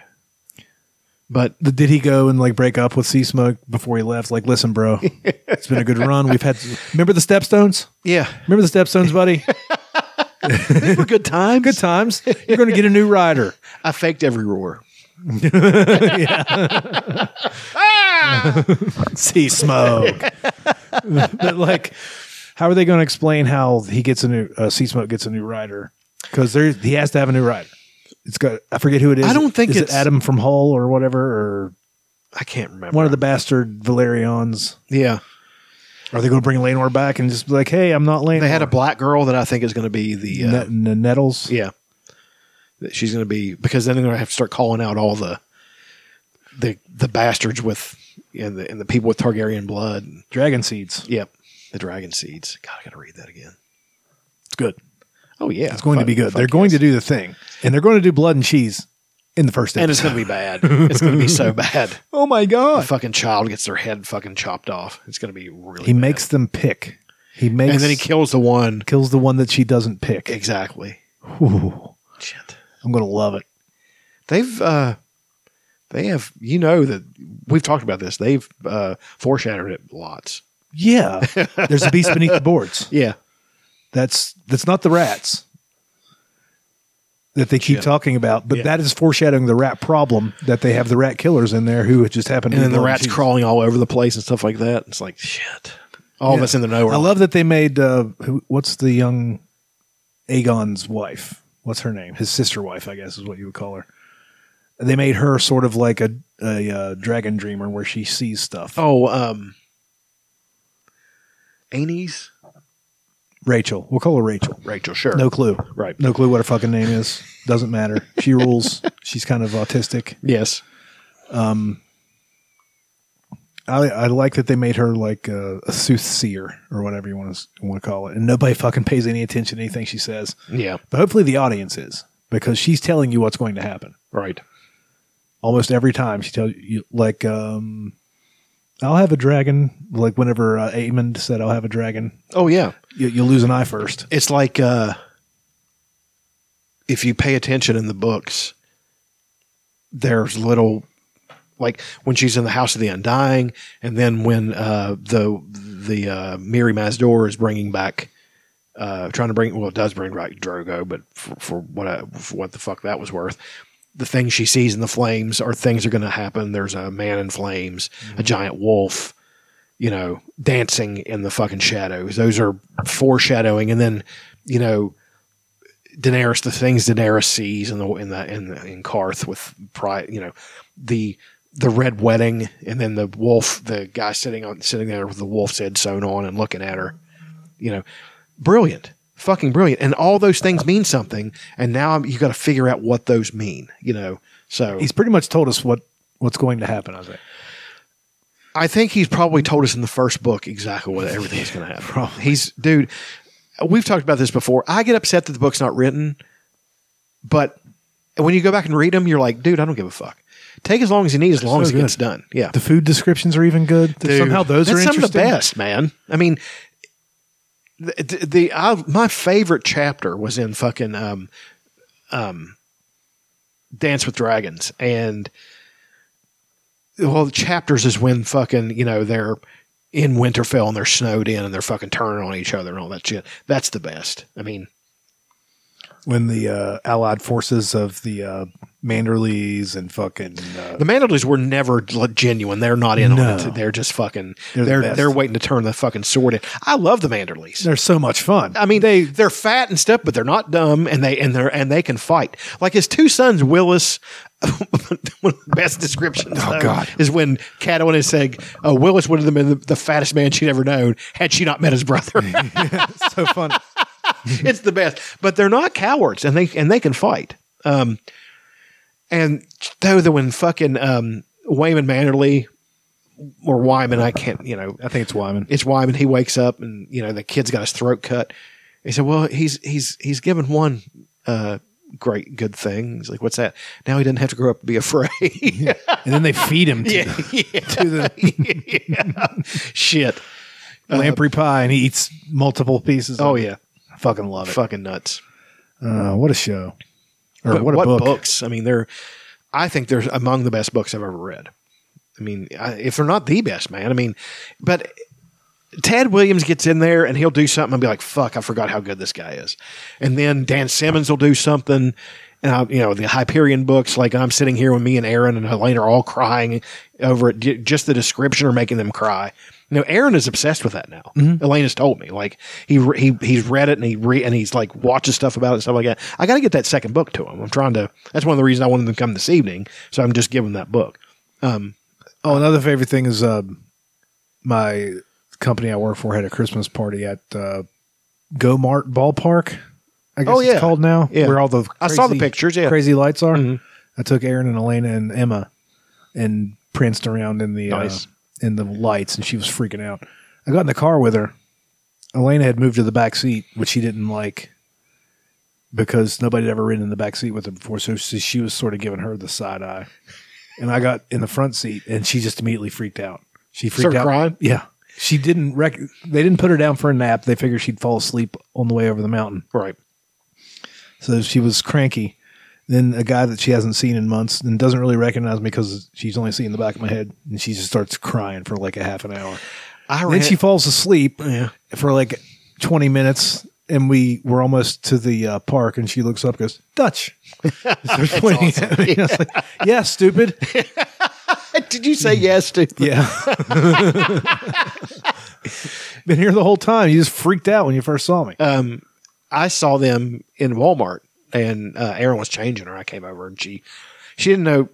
But
the, did he go and like break up with Sea Smoke before he left? Like, listen, bro, it's been a good run. We've had. Remember the Stepstones?
Yeah,
Remember the Stepstones, buddy?
these were good times.
Good times. You're going to get a new rider.
I faked every roar.
Sea Smoke. but like, how are they going to explain how he gets a new uh, Sea Smoke gets a new rider? Because there he has to have a new rider. It's got I forget who it is.
I don't think
Is it
it's-
Adam from Hull or whatever or
I can't remember.
one of the bastard Valerians.
yeah,
Are they going to bring Lanor back and just be like, hey, I'm not Lanor?
they had a black girl that I think is going to be the uh,
Net- the nettles.
yeah. That She's going to be because then they're going to have to start calling out all the the the bastards with and the and the people with Targaryen blood.
Dragon seeds.
Yep. The Dragon Seeds. God, I got to read that again.
It's good.
Oh yeah,
It's going to
Fuck-
be good.
fuck
They're going to do the thing, and they're going to do blood and cheese in the first episode.
and it's going to be bad. It's going to be so bad.
Oh my god!
The fucking child gets their head fucking chopped off. It's going to be really.
He makes them pick. He makes
and then he kills the one.
kills the one that she doesn't pick.
Exactly.
Ooh. I'm gonna love it.
They've uh they have you know that we've talked about this. They've uh foreshadowed it lots.
Yeah, there's a beast beneath the boards.
Yeah.
That's that's not the rats that they keep talking about, but that is foreshadowing the rat problem that they have the rat killers in there who just happen to be
And then the
blood
rats
cheese.
crawling all over the place and stuff like that. It's like shit. All of
Yeah.
us in the nowhere.
I love that they made uh, who, what's the young Aegon's wife? What's her name? His sister wife, I guess, is what you would call her. They made her sort of like a, a uh, dragon dreamer where she sees stuff.
Oh, um, Anies?
Rachel. We'll call her Rachel.
Rachel, sure.
No clue.
Right.
No clue what her fucking name is. Doesn't matter. She rules. She's kind of autistic.
Yes.
Um, I, I like that they made her like a, a soothsayer or whatever you want to want to call it, and nobody fucking pays any attention to anything she says.
Yeah.
But hopefully the audience is because she's telling you what's going to happen.
Right.
Almost every time she tells you, like, um, I'll have a dragon. Like whenever uh, Amon said, "I'll have a dragon,"
Oh yeah.
you, you lose an eye first.
It's like uh if you pay attention in the books, there's little like when she's in the house of the undying, and then when uh, the the uh, Miri Mazdor is bringing back, uh, trying to bring well, it does bring back Drogo, but for, for what I, for what the fuck that was worth, the things she sees in the flames are things are going to happen. There's a man in flames, a giant wolf, you know, dancing in the fucking shadows. Those are foreshadowing, and then you know Daenerys, the things Daenerys sees in the in the in, the, in Karth with pride, you know, the the red wedding, and then the wolf, the guy sitting on sitting there with the wolf's head sewn on and looking at her, you know, brilliant, fucking brilliant, and all those things mean something, and now you got to figure out what those mean, you know. So
He's pretty much told us what what's going to happen. I think.
I think he's probably told us in the first book exactly what everything is going to happen. He's dude. We've talked about this before. I get upset that the book's not written, but when you go back and read them, you're like, dude, I don't give a fuck. Take as long as you need, as long
so
as it
good.
gets done. Yeah,
The food descriptions are even good.
Dude,
Somehow those
that's
are
some
interesting.
of the best, man. I mean, the, the, the I, my favorite chapter was in fucking um, um, Dance with Dragons, and well, the chapters is when fucking you know they're in Winterfell and they're snowed in and they're fucking turning on each other and all that shit. That's the best. I mean,
when the uh, allied forces of the uh, Manderleys and fucking uh,
the Manderleys were never l- genuine. They're not in
No.
on it. They're just fucking.
They're
They're
the
they're,
best.
waiting to turn the fucking sword in. I love the Manderleys.
they're so much fun.
I mean, they they're fat and stuff, but they're not dumb, and they and they're and they can fight. Like his two sons, Willis. one of the best descriptions.
Oh,
though,
God.
Is when Catelyn is saying, "Oh, Willis would have been the, the fattest man she'd ever known had she not met his brother."
so fun.
it's the best. But they're not cowards, and they and they can fight. Um, and though the when fucking um, Wayman Mannerly or Wyman, I can't, you know,
I think it's Wyman.
it's Wyman. He wakes up and you know the kid's got his throat cut. He said, "Well, he's he's he's given one uh, great good thing." He's like, "What's that?" Now he doesn't have to grow up and be afraid. yeah,
and then they feed him to,
yeah, Uh-huh.
to the
shit.
lamprey pie, and he eats multiple pieces.
Oh
of it.
yeah,
I fucking love it.
fucking nuts.
Uh, what a show, or
But
what a book.
books? I mean, they're. I think they're among the best books I've ever read. I mean, I, if they're not the best, man. I mean, but Tad Williams gets in there and he'll do something and be like, "Fuck, I forgot how good this guy is," and then Dan Simmons will do something. And I, you know the Hyperion books, like I'm sitting here with me and Aaron and Helene are all crying over it. Ju- Just the description are making them cry. You know, Aaron is obsessed with that now.
Mm-hmm.
Elena's told me, like he re- he he's read it and he re- and he's like watches stuff about it and stuff like that. I got to get that second book to him. I'm trying to. That's one of the reasons I wanted him to come this evening. So I'm just giving that book. Um,
Oh, another favorite thing is um, my company I work for had a Christmas party at uh, Go Mart Ballpark. I guess
Oh,
it's
yeah.
called now.
Yeah.
Where all the
I saw the pictures, yeah.
crazy lights are.
Mhm.
I took Aaron and Elena and Emma and pranced around in the uh,
Nice.
in the lights, and she was freaking out. I got in the car with her, Elena had moved to the back seat, which she didn't like because nobody had ever ridden in the back seat with her before. So she she was sort of giving her the side eye. And I got in the front seat and she just immediately freaked out. She freaked
Started
out.
crying?
Yeah. She didn't rec- they didn't put her down for a nap. They figured she'd fall asleep on the way over the mountain.
Right.
So she was cranky. Then a guy that she hasn't seen in months and doesn't really recognize me because she's only seen the back of my head, and she just starts crying for like a half an hour.
I
then
ran-
she falls asleep for like twenty minutes, and we were almost to the uh, park, and she looks up, and goes Dutch. Starts pointing at me. I was like, yeah, stupid.
Did you say yes, stupid?
Yeah. Been here the whole time. You just freaked out when you first saw me.
Um, I saw them in Walmart, and uh, Aaron was changing her. I came over, and she she didn't know.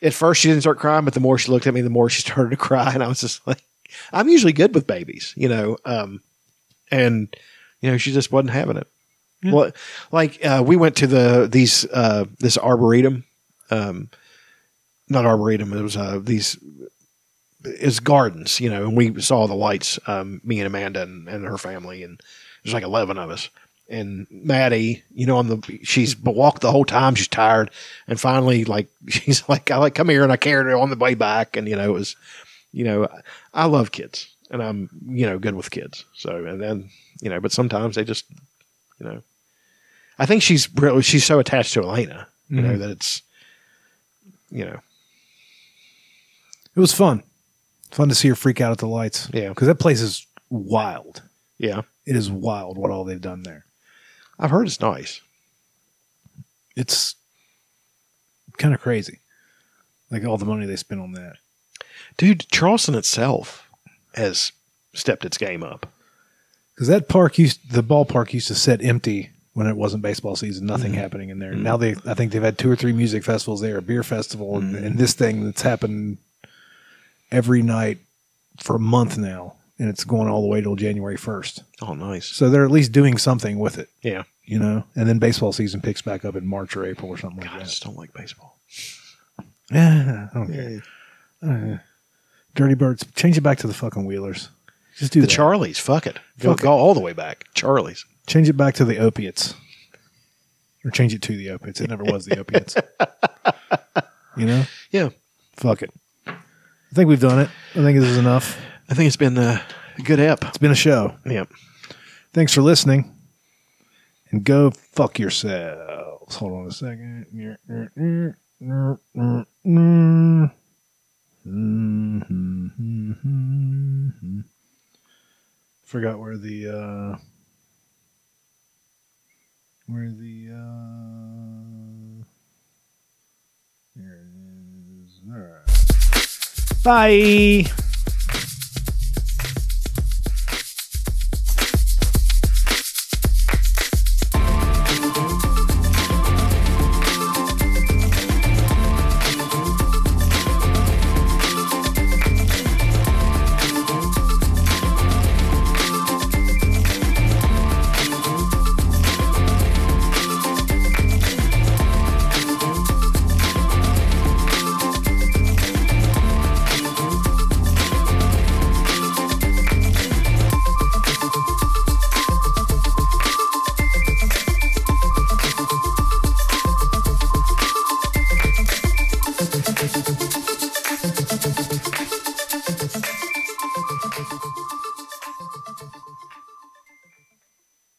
At first, she didn't start crying, but the more she looked at me, the more she started to cry, and I was just like, "I'm usually good with babies, you know." Um, and you know, she just wasn't having it. Well, like uh, we went to the these uh, this arboretum, um, not arboretum. It was uh, these is gardens, you know, and we saw the lights, um, me and Amanda and, and her family, and there's like 11 of us. And Maddie, you know, on the, she's walked the whole time. She's tired. And finally, like, she's like, I like, come here. And I carried her on the way back. And, you know, it was, you know, I love kids and I'm, you know, good with kids. So, and then, you know, but sometimes they just, you know, I think she's really, she's so attached to Elena, you know,
Mhm.
that it's, you know,
It was fun. Fun to see her freak out at the lights. Yeah. Because that place is wild.
Yeah.
It is wild what all they've done there.
I've heard it's nice.
It's kind of crazy. Like all the money they spend on that.
Dude, Charleston itself has stepped its game up.
Because that park used, the ballpark used to sit empty when it wasn't baseball season, nothing happening in there. Now they, I think they've had two or three music festivals there, a beer festival, and, and this thing that's happened every night for a month now. And it's going all the way till January 1st.
Oh, nice.
So they're at least doing something with it.
Yeah.
you know, and then baseball season picks back up in March or April or something like that. I
just don't like baseball.
Yeah, I don't care. Uh, Dirty Birds, change it back to the fucking Wheelers. Just do
the
that.
Charlies. Fuck it. Go,
Fuck it.
go all the way back. Charlies.
Change it back to the Opiates, or change it to the Opiates. It never was the Opiates. you know?
Yeah.
Fuck it. I think we've done it. I think this is enough.
I think it's been a good ep. It's
been a show.
Yep.
Thanks for listening. And go fuck yourselves. Hold on a second. Forgot where the uh where the uh there it is. All right. Bye.
Thank you.